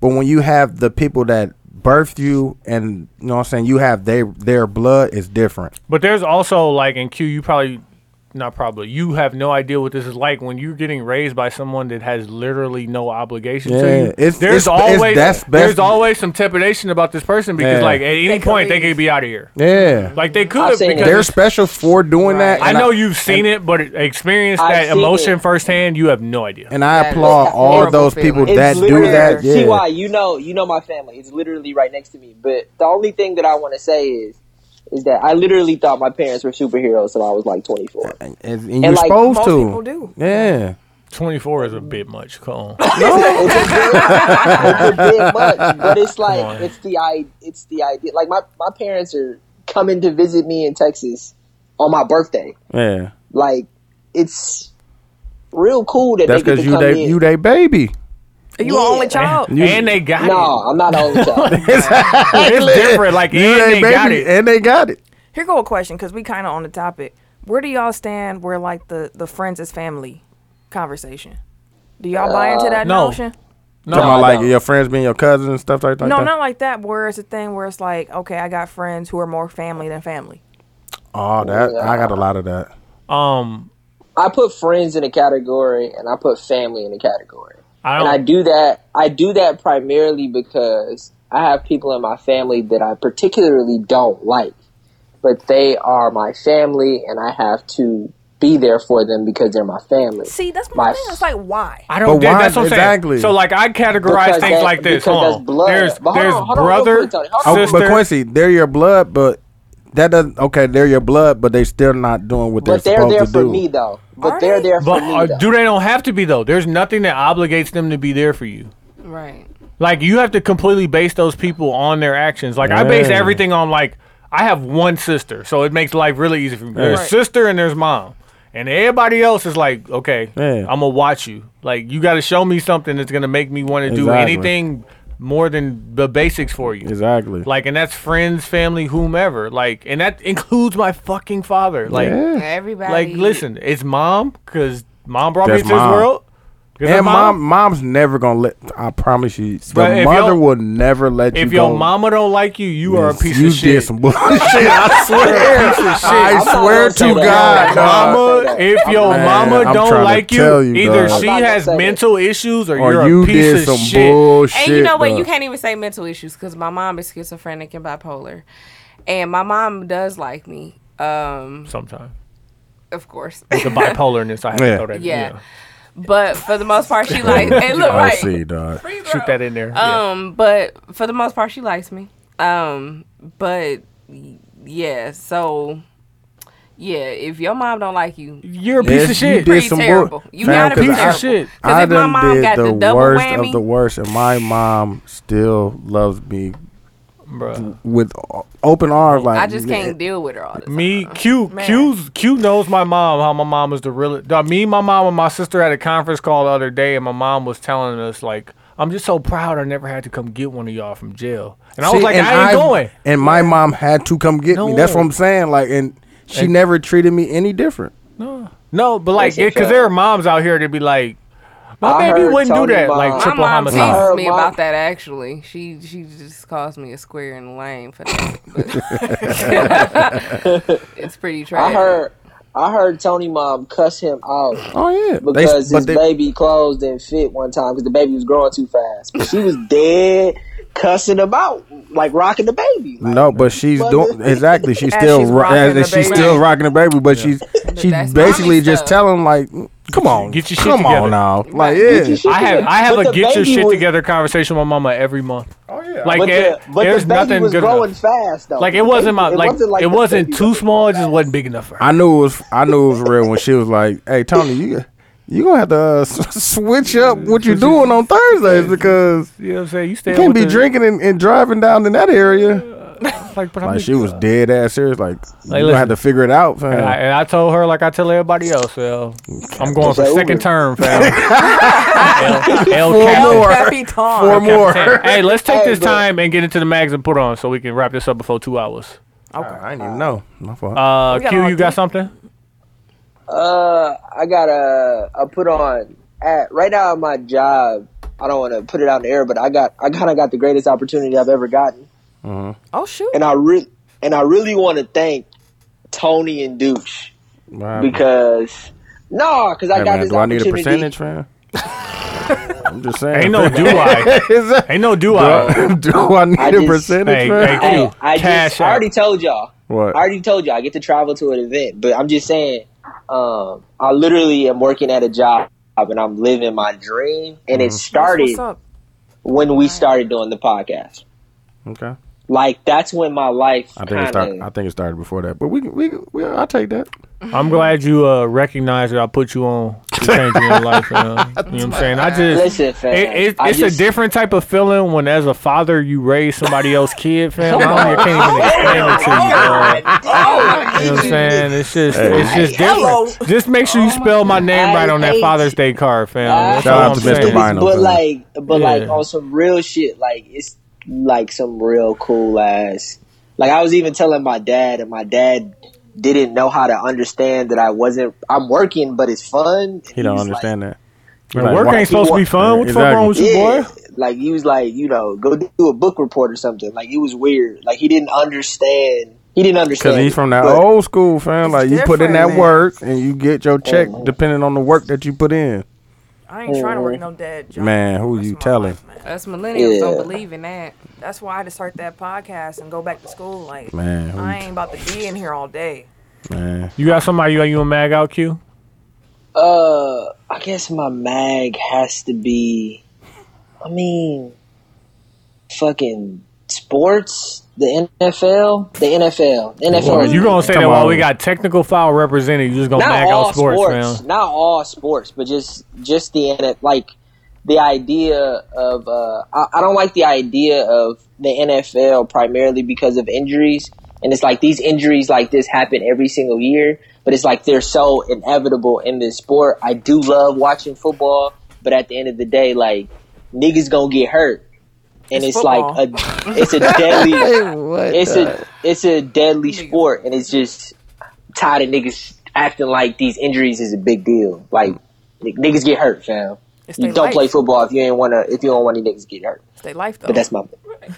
But when you have the people that birthed you, and you know what I'm saying, you have their their blood is different. But there's also like in Q, you probably not probably you have no idea what this is like when you're getting raised by someone that has literally no obligation Yeah, to you. it's- there's it's- it's- always that's best- there's always some trepidation about this person because Yeah. like at any They could point they leave. could be out of here. Yeah, Like they I've could seen it. because they're it's- special for doing that. I and know you've seen it, but experience I've that seen emotion it. firsthand, you have no idea. and I That is applaud a all horrible those feeling. people It's that do literally- that. Yeah, CY, you know, you know my family. It's literally right next to me. But the only thing that I want to say is, is that I literally thought my parents were superheroes till I was like 24. and, and you're like, supposed most to. people do. Yeah, 24 is a bit much. Come [laughs] on. it's a bit, it's a bit much, but it's Come on. like it's the i it's the idea. Like my my parents are coming to visit me in Texas on my birthday. yeah. Like it's real cool that That's they get to because you come they in. you they baby. Are you an Yeah. [laughs] only child? You- and they got no, I'm not old. child. it. It's different. Like, You and they baby, got it. and they got it. Here go a question because we kind of on the topic. Where do y'all stand? Where like the the friends is family conversation? Do y'all buy into that no. notion? Talking about I like don't. your friends being your cousins and stuff like, like no, that. not like that. Where it's a thing where it's like, okay, I got friends who are more family than family. Oh, that I got a lot of that. Um, I put friends in a category and I put family in a category. I And I don't. do that. I do that primarily because I have people in my family that I particularly don't like, but they are my family, and I have to be there for them because they're my family. See, that's my My thing. It's like why? I don't. But that- why- that's what I'm saying. exactly. So like I categorize Because things that- like this. because Hold that's on. blood. There's But hold there's on, hold on real brother, quick, Tony. Hold on. Oh, sister. but Quincy, they're your blood, but that doesn't. Okay, they're your blood, but they still not doing what but they're they're supposed there to for do. me, though. But Are they're they? there for but me. uh, though. do they don't have to be though? There's nothing that obligates them to be there for you. Right. Like you have to completely base those people on their actions. Like I base Yeah. everything on like I have one sister, so it makes life really easy for me. There's Right. sister and there's mom. And everybody else is like, okay, Yeah. I'm gonna watch you. Like you got to show me something that's gonna make me want to do Exactly. anything more than the basics for you. Exactly. Like, and that's friends, family, whomever. Like, and that includes my fucking father. Like, yeah. Everybody. like listen, it's mom because mom brought That's me into mom. this world. 'Cause And of mom, mom's never gonna let. I promise you, But the if mother your- will never let you. If your go. mama don't like you, you are a piece you of did shit. [laughs] some bullshit. I [laughs] swear. I'm I not swear gonna say to God, [laughs] that. dog. mama, if your Man, mama I'm don't trying to like you, tell you, either dog. she I'm not has gonna say mental issues or, [laughs] or you're you a piece did of some shit. bullshit. And you know what? You dog. can't even say mental issues because my mom is schizophrenic and bipolar, and my mom does like me. Um, Sometimes of course. [laughs] the bipolarness, I have Yeah. to throw that. yeah. But for the most part, she like it look I right. see, dog. yeah. shoot that in there. yeah. Um, but for the most part, she likes me. Um, but y- yeah, so yeah, if your mom don't like you, You're a piece Yes, of you shit. did Pretty some bull- terrible. You Fam, gotta be 'cause terrible. I- Shit. I because if my done mom did got the, the double worst whammy, of the worst, and my mom still loves me Bruh. with o- open arms. Like I just can't deal with her all the time. Me, Q, Q's, Q knows my mom. How my mom is the real. dawg, Me, my mom, and my sister had a conference call the other day, and my mom was telling us like, "I'm just so proud I never had to come get one of y'all from jail." And I was See, like, "I and ain't I've- going." And my mom had to come get me. That's what I'm saying. Like, and she And- never treated me any different. No, but like, That's a because fact. there are moms out here that be like, "My I baby heard wouldn't Tony do that." Like mom- My triple mom homicide. teased Her me mom- about that actually. She she just calls me a square in the lane for that. [laughs] but- [laughs] it's pretty I tragic. heard. I heard Tony mom cuss him out Oh yeah, They- because but his they- baby clothes didn't fit one time because the baby was growing too fast. But she was dead cussing about like rocking the baby. Like, No, but she's But- doing exactly. [laughs] She's As still she's ro- rocking as- the she's baby. still rocking the baby, but she's she's that's mommy basically just stuff. telling like "Mm, Come on, get your shit come together. on now. Like, Get your yeah. shit I have together. I have But a the get your baby shit was- together conversation with my mama every month. Oh yeah, like but it, the, but there's the baby nothing was good growing enough. fast though. Like The it wasn't my baby- like it wasn't, the baby too small. It just wasn't big enough for her. I knew it was. I knew it was real when she was like, "Hey, Tony, you you gonna have to uh, s- switch up what you're doing on Thursdays because You know what I'm saying? You you stay can't be drinking and, and driving down in that area." Like, but I'm Like big- she was dead ass serious. Like, you listen. gonna have to figure it out, and, I, fam. and I told her like I tell everybody else. Yo, I'm going for It's second over. term, fam. El, El Four Capitan. more. Capitan. Four more. Capitan. Hey, let's take Hey, this but- time and get into the mags and put on so we can wrap this up before two hours. [laughs] I didn't even know. My fault. Uh, We got Q, all you got something? Uh, I got a. I put on at right now at my job. I don't want to put it out in the air, but I got. I kind of got the greatest opportunity I've ever gotten, Oh shoot! and I really and I really want to thank Tony and Douche because no, because I got Hey, man, this do I need a opportunity. percentage, [laughs] fam? I'm just saying. Ain't no do [laughs] I. [laughs] Ain't no do [laughs] I. Do I need I a just- percentage, Hey, fam? hey, Hey, I Cash just, I app. already told y'all. What? I already told y'all. I get to travel to an event, but I'm just saying. Um, I literally am working at a job, and I'm living my dream. And it Mhm. started What's up? when we started doing the podcast. Okay. Like that's when my life I think it kind started. of. I think it started before that, but we can- we can- we I take that. I'm glad you uh, recognize that I put you on to changing your life. Man. You know what I'm saying? I just Listen, fam, it, it, I it's just- a different type of feeling when, as a father, you raise somebody else's kid, fam. I don't even, can't even explain it to you. dog. Oh, Oh. You know what I'm saying? It's just, Hey. it's just Hello. different. Just make sure you spell my name right on that hate Father's Day card, fam. That's Shout all out I'm to Mr. saying. Vinyl. But fam. like, but like Yeah. on some real shit, like it's like some real cool ass. Like I was even telling my dad, and my dad didn't know how to understand that I wasn't. I'm working, but it's fun. He don't understand that. Man, work ain't supposed to be fun. What the fuck wrong with you, boy? Like he was like, you know, go do a book report or something. Like it was weird. Like he didn't understand. He didn't understand. Because he's from that but- old school, fam. Like you put in different, that man. work and you get your check depending on the work that you put in. I ain't trying to work no dad job. Man, who you telling? That's Us millennials don't Yeah. believe in that. That's why I had to start that podcast and go back to school. Like, Man, who I you ain't about to be in here [laughs] all day. Man. You got somebody you you a mag out, Q? Uh, I guess my mag has to be. I mean, fucking sports, the NFL, the NFL, the NFL. You gonna say Come that while on. we got technical file represented, you just gonna not mag all out sports, sports, fam? not all sports, but just just the N- like the idea of. Uh, I, I don't like the idea of the NFL primarily because of injuries, and it's like these injuries like this happen every single year, but it's like they're so inevitable in this sport. I do love watching football, but at the end of the day, like niggas gonna get hurt. And It's it's, football. like a, it's a [laughs] deadly, What it's the- a, it's a deadly sport, and it's just tired of niggas acting like these injuries is a big deal. Like n- niggas get hurt, fam. It's You they don't life. play football if you ain't wanna if you don't want any niggas get hurt. It's their life, though. But that's my.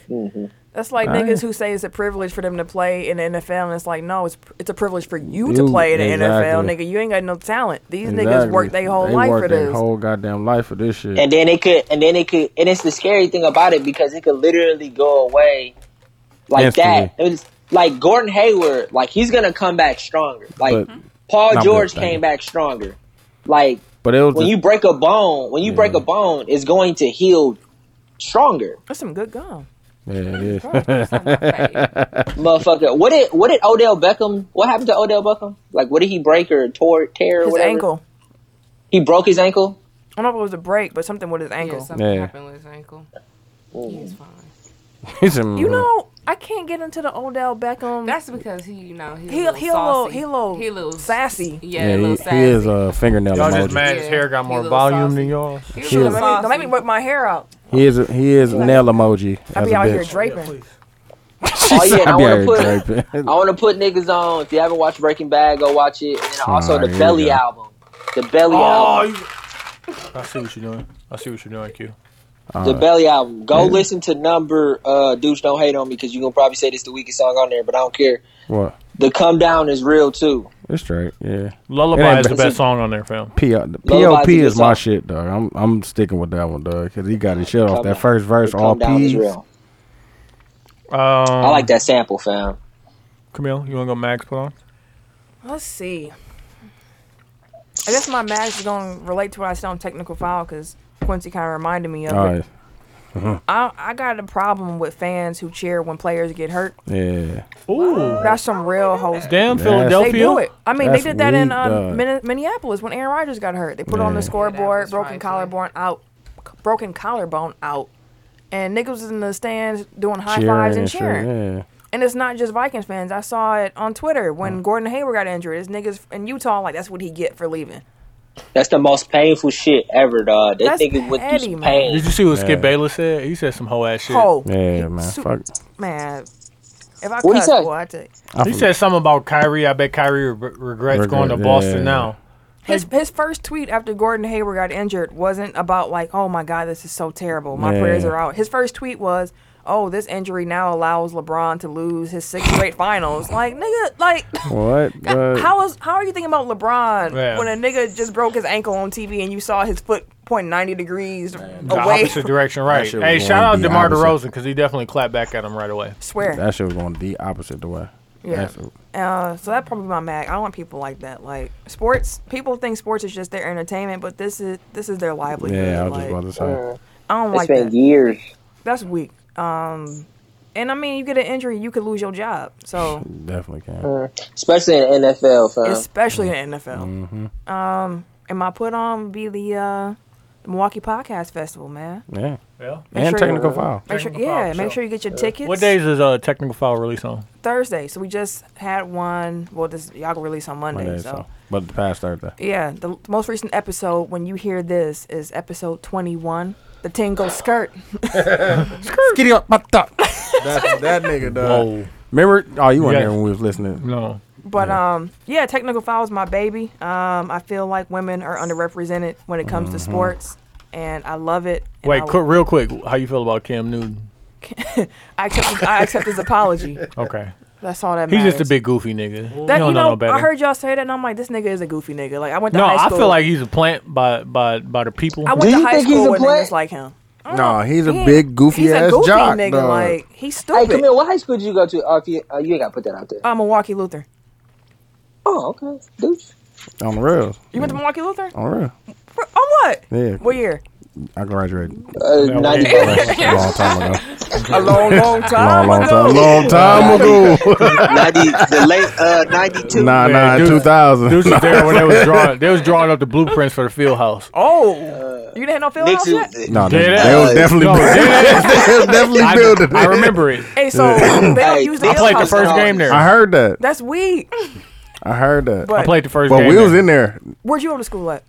Mhm. That's like All niggas right. who say it's a privilege for them to play in the NFL, and it's like, no, it's it's a privilege for you, to You- play in the NFL, exactly. nigga. You ain't got no talent. These niggas Exactly. work their whole They life work for their this. whole goddamn life for this shit. And then it could, and then it could, and it's the scary thing about it because it could literally go away like Instantly. that. It was- like Gordon Hayward, like he's gonna come back stronger. Like but, Mm-hmm. Paul Not George Brett Favre. came back stronger. Like but it was when the- you break a bone, when you break a bone, it's going to heal stronger. That's some good gum. yeah, it is. Motherfucker, what did what did Odell Beckham? What happened to Odell Beckham? Like, what did he break or tore, tear or His whatever? ankle. He broke his ankle. I don't know if it was a break, but something with his ankle. something Yeah. happened with his ankle. Mm. He's fine. [laughs] It's a- Mm-hmm. You know, I can't get into the Odell Beckham. That's because he, you know, he's He a little he a little he saucy. a little he little sassy. yeah, Yeah, a he, little he is a fingernail Y'all emoji. just mad his hair got more little volume than y'all. He is, Don't make, me, don't make me work my hair out. he is a, he is a nail emoji I as a be out here bitch. draping. Oh yeah, and I I'd want to be out here put I draping. [laughs] want to put niggas on. If you haven't watched Breaking Bad, go watch it. And also Alright, the here we Belly go. album. The Belly Oh, album. you... I see what you're doing. I see what you're doing, Q. The Belly album. Go Yeah. listen to number. Uh, Douche, don't hate on me because you gonna probably say this the weakest song on there, but I don't care. What? The Come Down is real too. It's straight. Yeah. It Lullaby ain't is the bad. best song on there, fam. P- uh, the Lullaby's POP a good is my song. shit, dog. I'm I'm sticking with that one, dog, because he got his shit off Come that down. first verse. The All Come Down is P's. real. Um, I like that sample, fam. Camille, you wanna go Max put on? Let's see. I guess my match is going to relate to what I said on Technical File because Quincy kind of reminded me of All it. right. Mhm. I, I got a problem with fans who cheer when players get hurt. Yeah. Ooh. That's some real host. Damn, That's- Philadelphia. They do it. I mean, they That's did that in weak, um, dog. Min- Minneapolis when Aaron Rodgers got hurt. They put it on Yeah. the scoreboard, was broken collarbone out, broken collarbone out, and niggas was in the stands doing high fives and shit, cheering. Yeah. And it's not just Vikings fans. I saw it on Twitter Mm. when Gordon Hayward got injured. His niggas in Utah like that's what he get for leaving. That's the most painful shit ever, dog. They That's think it went through petty, some man. pain. Did you see what Yeah. Skip Bayless said? He said some whole ass shit. Ho, Yeah, man. Su- Fuck. man. If I What'd he cuss, say? boy, I take I He forgot. said something about Kyrie. I bet Kyrie re- regrets Regret, going to yeah. Boston now. His his first tweet after Gordon Hayward got injured wasn't about like, oh my God, this is so terrible. My Yeah. prayers are out. His first tweet was, oh, this injury now allows LeBron to lose his six straight finals. Like nigga, like [laughs] what? God, But- how is how are you thinking about LeBron Yeah. when a nigga just broke his ankle on TV and you saw his foot point ninety degrees The away? opposite direction, right? shit was Hey, going shout out the DeMar DeRozan opposite. because he definitely clapped back at him right away. Swear. That shit was going the opposite the way. Yeah. Absolute- Uh, so that probably my mag. I don't want people like that. Like sports, people think sports is just their entertainment, but this is this is their livelihood. Yeah, I was like, just about to say. I don't It's like been that. years. That's weak. Um, and I mean, you get an injury, you could lose your job. So Definitely can. Especially in NFL, fam. especially in the NFL. Um, and my put on be the uh, the Milwaukee Podcast Festival, man. Yeah. Yeah. Make And sure you- technical foul. Make sure, Technical file, yeah, sure. make sure you get your tickets. What days is uh technical file release on? Thursday. So we just had one. Well, this y'all can release on Monday. Monday, so. so. But the past Thursday. Yeah, the, the most recent episode when you hear this is episode 21. The tango skirt. Skitty up my [laughs] top. That's that nigga, dog. Remember? Oh, you weren't Yeah. there when we was listening. No. But um yeah, technical foul is my baby. Um I feel like women are underrepresented when it comes to sports and I love it. and Mm-hmm. Wait, I, qu- real quick, how you feel about Cam Newton? I accept his, I accept [laughs] his apology. Okay, That's all that he's matters. just a big goofy nigga. He that, don't you know no know, better. I heard y'all say that and I'm like this nigga is a goofy nigga. Like I went to no, high I school. feel like he's a plant by by by the people. I I, went Do to you high think he's school a with player? niggas like him. I don't No, know. he's a He- big goofy he's ass a goofy jock, nigga. dog. Like he's Hey, stupid. Camille, what high school did you go to? Oh, if you, uh, you ain't got to put that out there. uh, Milwaukee Luther. Oh, okay. Dude. On the real. You went to Milwaukee Luther? On the real. For, on what? Yeah. What year? I [laughs] graduated. Uh, Yeah, 90 well, a long time ago. A [laughs] long, long Long, time [laughs] long ago. time, long [laughs] time ago. 90 the late uh, 92. nah, Man, nah, dude- two thousand. Dudes was there when they [laughs] was drawing. They was drawing up the blueprints for the field house. Oh, you didn't have no field house Nixon, yet. No, they, Dead they ass. was definitely, No, [laughs] dead they was definitely I, building. I it. remember it. [laughs] Hey, so they don't use the I I field played the house first now. game there. I heard that. That's weak. I heard that. But I played the first But game. we was there. in there. where'd you go to school at?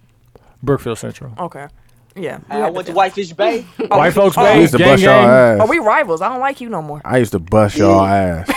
Brookfield Central. Okay, yeah. we I had went the to field. Whitefish Bay. White folks oh, Bay. I used to gang, bust y'all gang. Oh, ass. we rivals. I don't like you no more. I used to bust y'all [laughs] ass.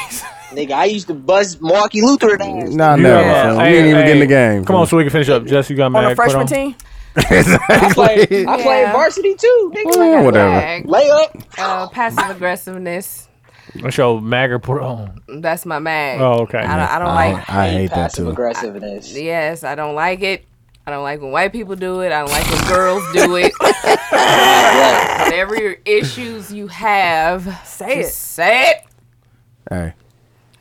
Nigga, I used to buzz Marky Luther ass. Nah, You never. know, son. hey, we didn't even hey, get in the game. Come on, [laughs] so we can finish up. Jess, you got mad. on a put freshman team. I played, I played Yeah. varsity too, nigga. Oh, Yeah, whatever. Like, Layup. uh, passive aggressiveness. Let's show Magger put on. That's my mag. Oh, okay. I don't, I don't I, like. I hate that Passive too. aggressiveness. Yes, I don't like it. I don't like when white people do it. I don't like when girls do [laughs] it. Yeah. Whatever your issues you have, Say just it. Say it. Hey,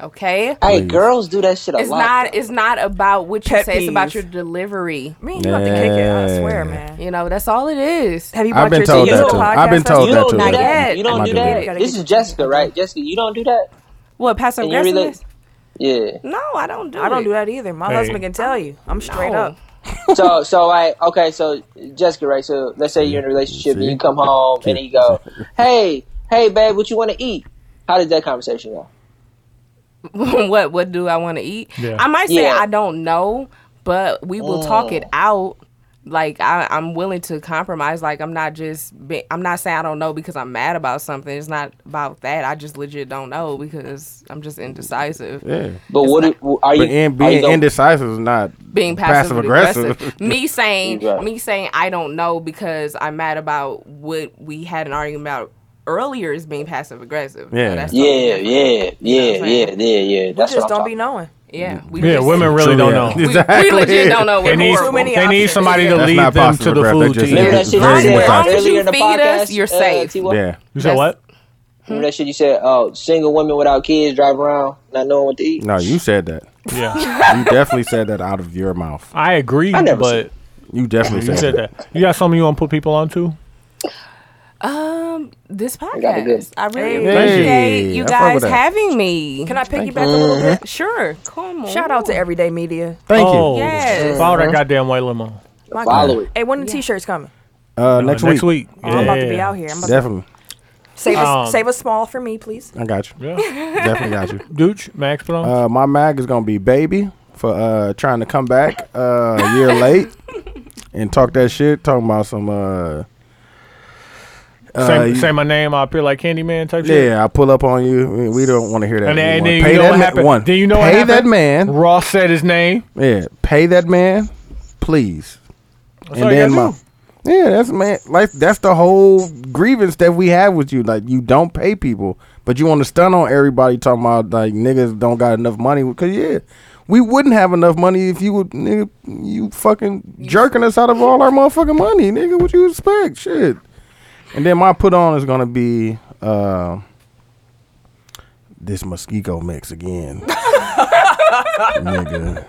Okay. Hey, girls do that shit a It's lot. not. though. It's not about what you Pet say. It's about peeves. your delivery. Me and you have to kick it. I swear, Yeah. man. You know, that's all it is. Have you I've brought been your told team to that the too. podcast I've been told you festival? don't do Oh, that too. Not that. yet. You don't Not do doing that. it. This is Jessica, right? Jessica, you don't do that. What passive And you relate- aggressiveness? Yeah. No, I don't do. I don't it. do that either. My Hey. husband can tell you. I'm straight Oh, No. up. So, so I okay. So Jessica, right? So let's say you're in a relationship and See? you come home and you [laughs] go, "Hey, hey, babe, what you want to eat?" How did that conversation go? [laughs] what what do I want to eat? Yeah. I might say Yeah. I don't know, but we will talk it out. Like I, I'm willing to compromise. Like I'm not just be, I'm not saying I don't know because I'm mad about something. It's not about that. I just legit don't know because I'm just indecisive. yeah. But what do- are you? But in, are you being gonna- indecisive is not Being passive passive aggressive. aggressive. [laughs] me saying You're right. me saying I don't know because I'm mad about what we had an argument about earlier is being passive aggressive. So Yeah. that's totally yeah, different. yeah, You know yeah, what I'm saying? yeah, yeah, yeah. We That's just what I'm don't be talking. knowing. Yeah. We Yeah, just- women really True, don't [laughs] yeah. know. We, we [laughs] legit don't know. They We're need, Too horrible. many they need options. somebody to That's lead not them to possible, the bruh. They food just- team. Remember Yeah. that shit Very you said much. earlier in the As long as you podcast? feed us, you're uh, safe. T-Y? [laughs] You Yeah. said That's- what? Remember that shit you said? Oh, single women without kids drive around not knowing what to eat. No, you said that. [laughs] Yeah. you definitely said that out of your mouth. I agree, I never but You definitely you said, said that. that. You got something you want to put people on to? Um, this got it good. podcast. I really Hey, appreciate you I fuck with guys that. having me. Can I pick you back a little bit? Sure, come on. Shout out to Everyday Media. Thank oh, Yes. Follow Uh-huh. that goddamn white limo. My Follow God. it. Hey, when the t-shirts coming? you. Uh, next, Next week. week. Oh, I'm about to be out here. I'm about to Definitely. save, a, Um, save a small for me, please. I got [laughs] you. Yeah. Definitely got you. Dooch, Max put on. Uh, my mag is gonna be baby for uh trying to come back uh, a [laughs] year late and talk that shit. Talking about some uh, uh, say, you- say my name, I appear like Candyman type shit. yeah, I pull up on you. We- We don't want to hear that. And then, and anymore. then you know pay that what ma- happened. One. Then you know what pay that happened? man. Ross said his name. Yeah, pay that man, please. all you gotta yeah, that's man. Like that's the whole grievance that we have with you. Like you don't pay people, but you want to stun on everybody talking about like niggas don't got enough money. Because yeah, we wouldn't have enough money if you would nigga you fucking jerking us out of all our motherfucking money, nigga. What you expect? Shit. And then my put on is gonna be uh this Mosquito [laughs] mix again, nigga.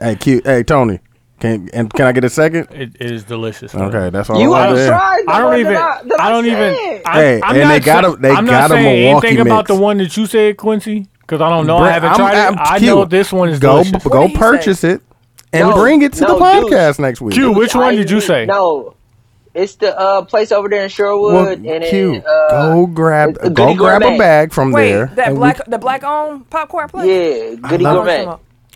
Hey, cute. Hey, Tony. Can and can I get a second? It is delicious. man. Okay, that's all. You are I wanted to hear. tried. I don't even. I, that I don't said. even. I, Hey, I'm and not they got sa- 'em- they I'm not got 'em a saying anything Milwaukee about the mix. one that you said, Quincy, because I don't know. I Brent, haven't I'm- tried I'm it. I cute. know this one is Go delicious. go did he purchase it and No, bring it to the no, dude. podcast next week. Q, which one did you say? No, it's the uh, place over there in Sherwood. Well, and it, Q, uh, go grab it's the go Goody grab a Gourmet. bag from Wait, there. that and we- black the black owned popcorn place. Yeah, Goody love- Gourmet.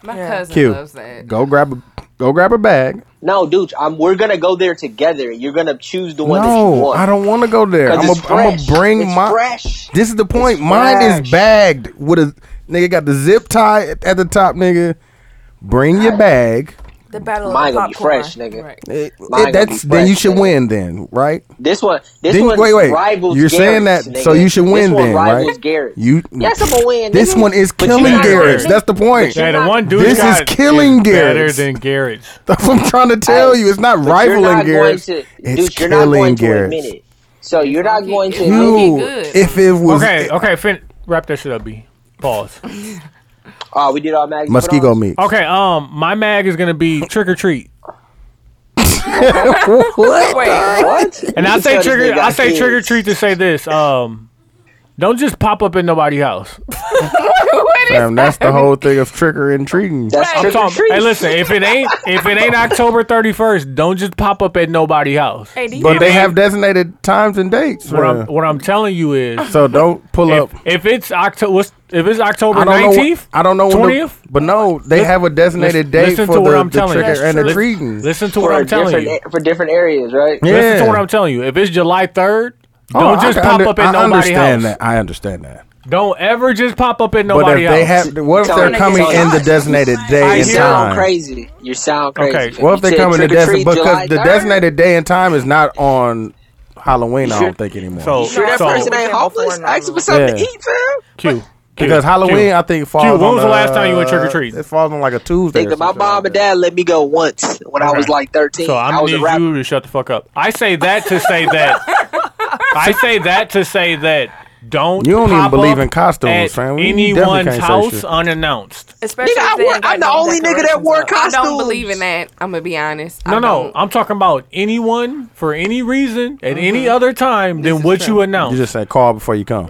My Yeah. cousin Q, loves that. go grab a go grab a bag. No, dude, I'm, we're gonna go there together. You're gonna choose the one that you No, want. I don't want to go there. 'Cause I'm it's gonna fresh. bring It's my. fresh. This is the point. It's Mine fresh. is bagged with a nigga got the zip tie at, at the top, nigga. Bring your bag. The battle Mine of the gonna be popcorn. fresh, nigga. Right. It- Mine gonna that's be then you fresh, should nigga. win then, right? This one, this Then- one wait, wait. rivals. You're saying Garrett's, that, so nigga. you should win this one then, rivals right? Garrett. You Yes, I'm gonna win. This nigga. one is But you killing not gonna Garrett's. win. That's the point. Yeah, the one dude This got is killing better Garrett's. than Garrett's. [laughs] That's what I'm trying to tell Hey, you. It's not but rivaling you're not Garrett's. Going to, it's dude, you're not killing going Garrett's. to admit it. So you're not Okay, going to it's admit it. okay. You, good. if it was Okay, okay, fin- wrap that shit up, B. Pause. Oh, we did our magazine. [laughs] Muskego meat. Okay, um, my mag is gonna be trick or treat, what? Wait, What? and You I can say tell this trigger. nigga I got say kids. trick or treat to say this. Um, don't just pop up in nobody's house. Fam, that's the whole thing of tricker and treating. That's I'm trick or talking. treat. Hey, listen, if it ain't if it ain't October 31st, don't just pop up at nobody's house. hey, do you But they have designated times and dates. What I'm fam. what I'm telling you is, So don't pull up. if, if it's October, if it's October I don't know. wh- nineteenth, I don't know. when the- twentieth. But no, they have a designated date listen for to the, what I'm the telling you. trigger and the Listen- treating. Listen to for what I'm telling different you. for different areas, right? Yeah. Listen to what I'm telling you. If it's July third, don't Oh, just I pop under- up in I nobody's understand house. that. I understand that. Don't ever just pop up in But nobody's if they house. have, what if Tell they're them coming they in the can't. designated I day You and hear- sound time? crazy. You sound crazy. Okay, What if You they said come in the trick or designated? treat July Because the 3rd? designated day and time is not on Halloween. I don't think anymore. so, Sure, that so person ain't homeless. Ask him for something Yeah. to eat, fam. Q, Q, because Halloween, I think falls. when on was the last time you went uh, trick-or-treating? It falls on like a Tuesday. Nigga, or my something mom like and that. dad let me go once when I was Okay. like 13. So I'm I was a gonna need rapper. you to shut the fuck up. I say that to say [laughs] that. I say that to say that. Don't You don't even pop believe up in costumes, at fam. You definitely anyone's can't say house shit. unannounced. especially Nigga, I if they wore- ain't got I'm the no only nigga that decorations wore up. I don't Costumes. believe in that. I'm gonna be honest. No, I no, don't. I'm talking about anyone for any reason at any Mm-hmm. other time than what you announce. You just say call before you come.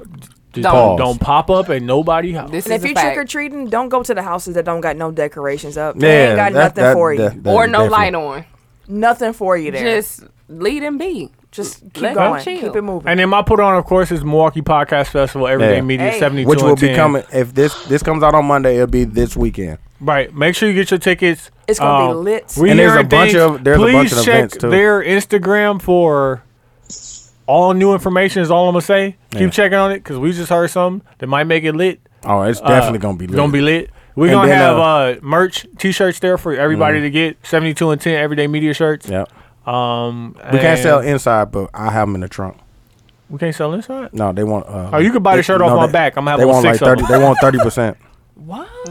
Just don't. don't, don't pop up at nobody house. This And is if a you fact. trick or treating, don't go to the houses that don't got no decorations up. Yeah, They ain't got that- nothing that- for you. that- that or is no definitely- light on, Nothing for you there. Just, just lead and be. Just keep going. Keep it moving. and then my put on, of course, is Milwaukee Podcast Festival, Everyday Yeah. Media Hey. 72 Which and will be 10. coming if this this comes out on Monday. It'll be this weekend. Right. Make sure you get your tickets. Um, It's gonna be lit. we And there's hearing a bunch things. of- there's a Please bunch of check events, too. their Instagram for all new information. Is all I'm gonna say. Keep Yeah. checking on it because we just heard something that might make it lit. Oh, it's Uh, definitely gonna be lit. Gonna be lit. We're And gonna then, have uh, Mm-hmm. uh, merch, t-shirts there for everybody to get. Seventy-two and ten everyday media shirts. Yep. Um, We can't sell In- inside, but I have them in the trunk. we can't sell inside. No, they want. Uh, Oh, you can buy the shirt off my back. I'ma have They about want six like of thirty. them. They want thirty [laughs] percent.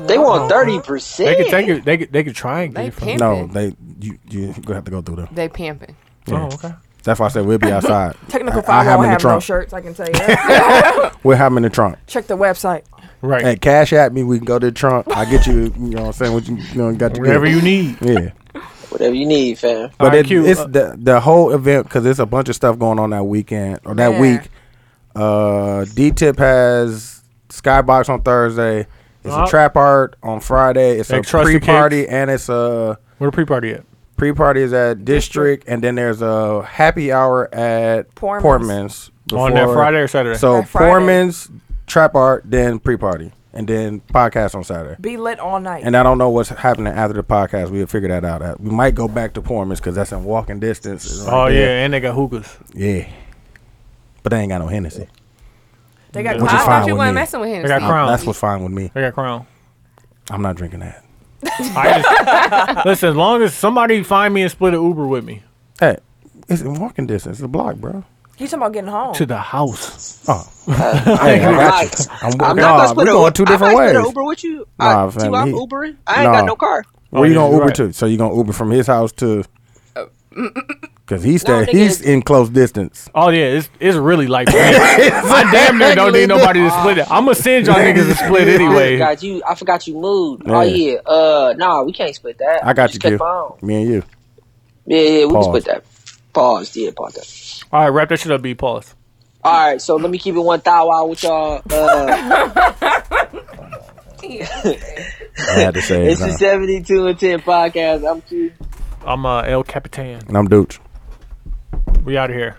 They want 30%. They could take it. They could. They could try and get They it from. pimping. No, they you you gonna have to go through them. They pimping. Oh, okay. That's why I said we'll [laughs] be outside. Technical I, I five have them in won't the have no trunk. shirts. I can tell [laughs] you. that. We'll have them in the trunk. Check the website. Right. Hey, cash at me. We can go to the trunk. I get you. You know what I'm saying? What you, you know, got to Whatever get. you need. Yeah. Whatever you need, fam. But Alright, it, Q, it's uh, the the whole event because there's a bunch of stuff going on that weekend or that Yeah. week. Uh, D Tip has Skybox on Thursday. It's Yup. a trap art on Friday. It's They a trust the pre party and it's a Where the pre party at? pre party is at District and then there's a happy hour at Portman's. Portman's On that before- Friday or Saturday? So That Friday. Portman's trap art, then pre party, and then podcast on Saturday. Be lit all night. And I don't know what's happening after the podcast. We'll figure that out. Uh, We might go back to Portman's because that's in walking distance. It's oh right yeah. there. and they got hookahs. Yeah. But they ain't got no Hennessy. they got Which I is clouds. fine thought you with weren't me. messing with I got Hennessy. cr- Crown. That's what's fine with me. They got crown. I'm not drinking that. I just, [laughs] listen, as long as somebody find me and split an Uber with me Hey, it's in walking distance. It's a block, bro. You talking about getting home? to the house. Oh. [laughs] I ain't I gonna got lie. you. I'm with- I'm not Nah, gonna split we a- going two different I might split ways. a Uber with you. Nah, I, fam, T-Wop he- Ubering. I ain't Nah. got no car. Where you Oh, yeah, gonna you're Uber right. to? So you gonna Uber from his house to Cause he No, stay, nigga, it's- he's in close distance. Oh yeah, it's it's really like [laughs] I damn near don't need nobody to split it. I'm gonna send y'all niggas to [laughs] split I anyway. forgot you. I forgot you moved. Yeah. Oh yeah. Uh, nah, we can't split that. I got Just you, kept Q. on. Me and you. Yeah, yeah, we Pause. can split that. Pause. Yeah, pause that. All right, wrap that shit up. B pause. All right, so let me keep it one thou out with y'all. Uh, I had to say it. it's huh? the seventy-two and ten podcast. I'm Q. I'm uh, El Capitan. And I'm Dooch. We out of here.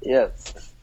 Yes.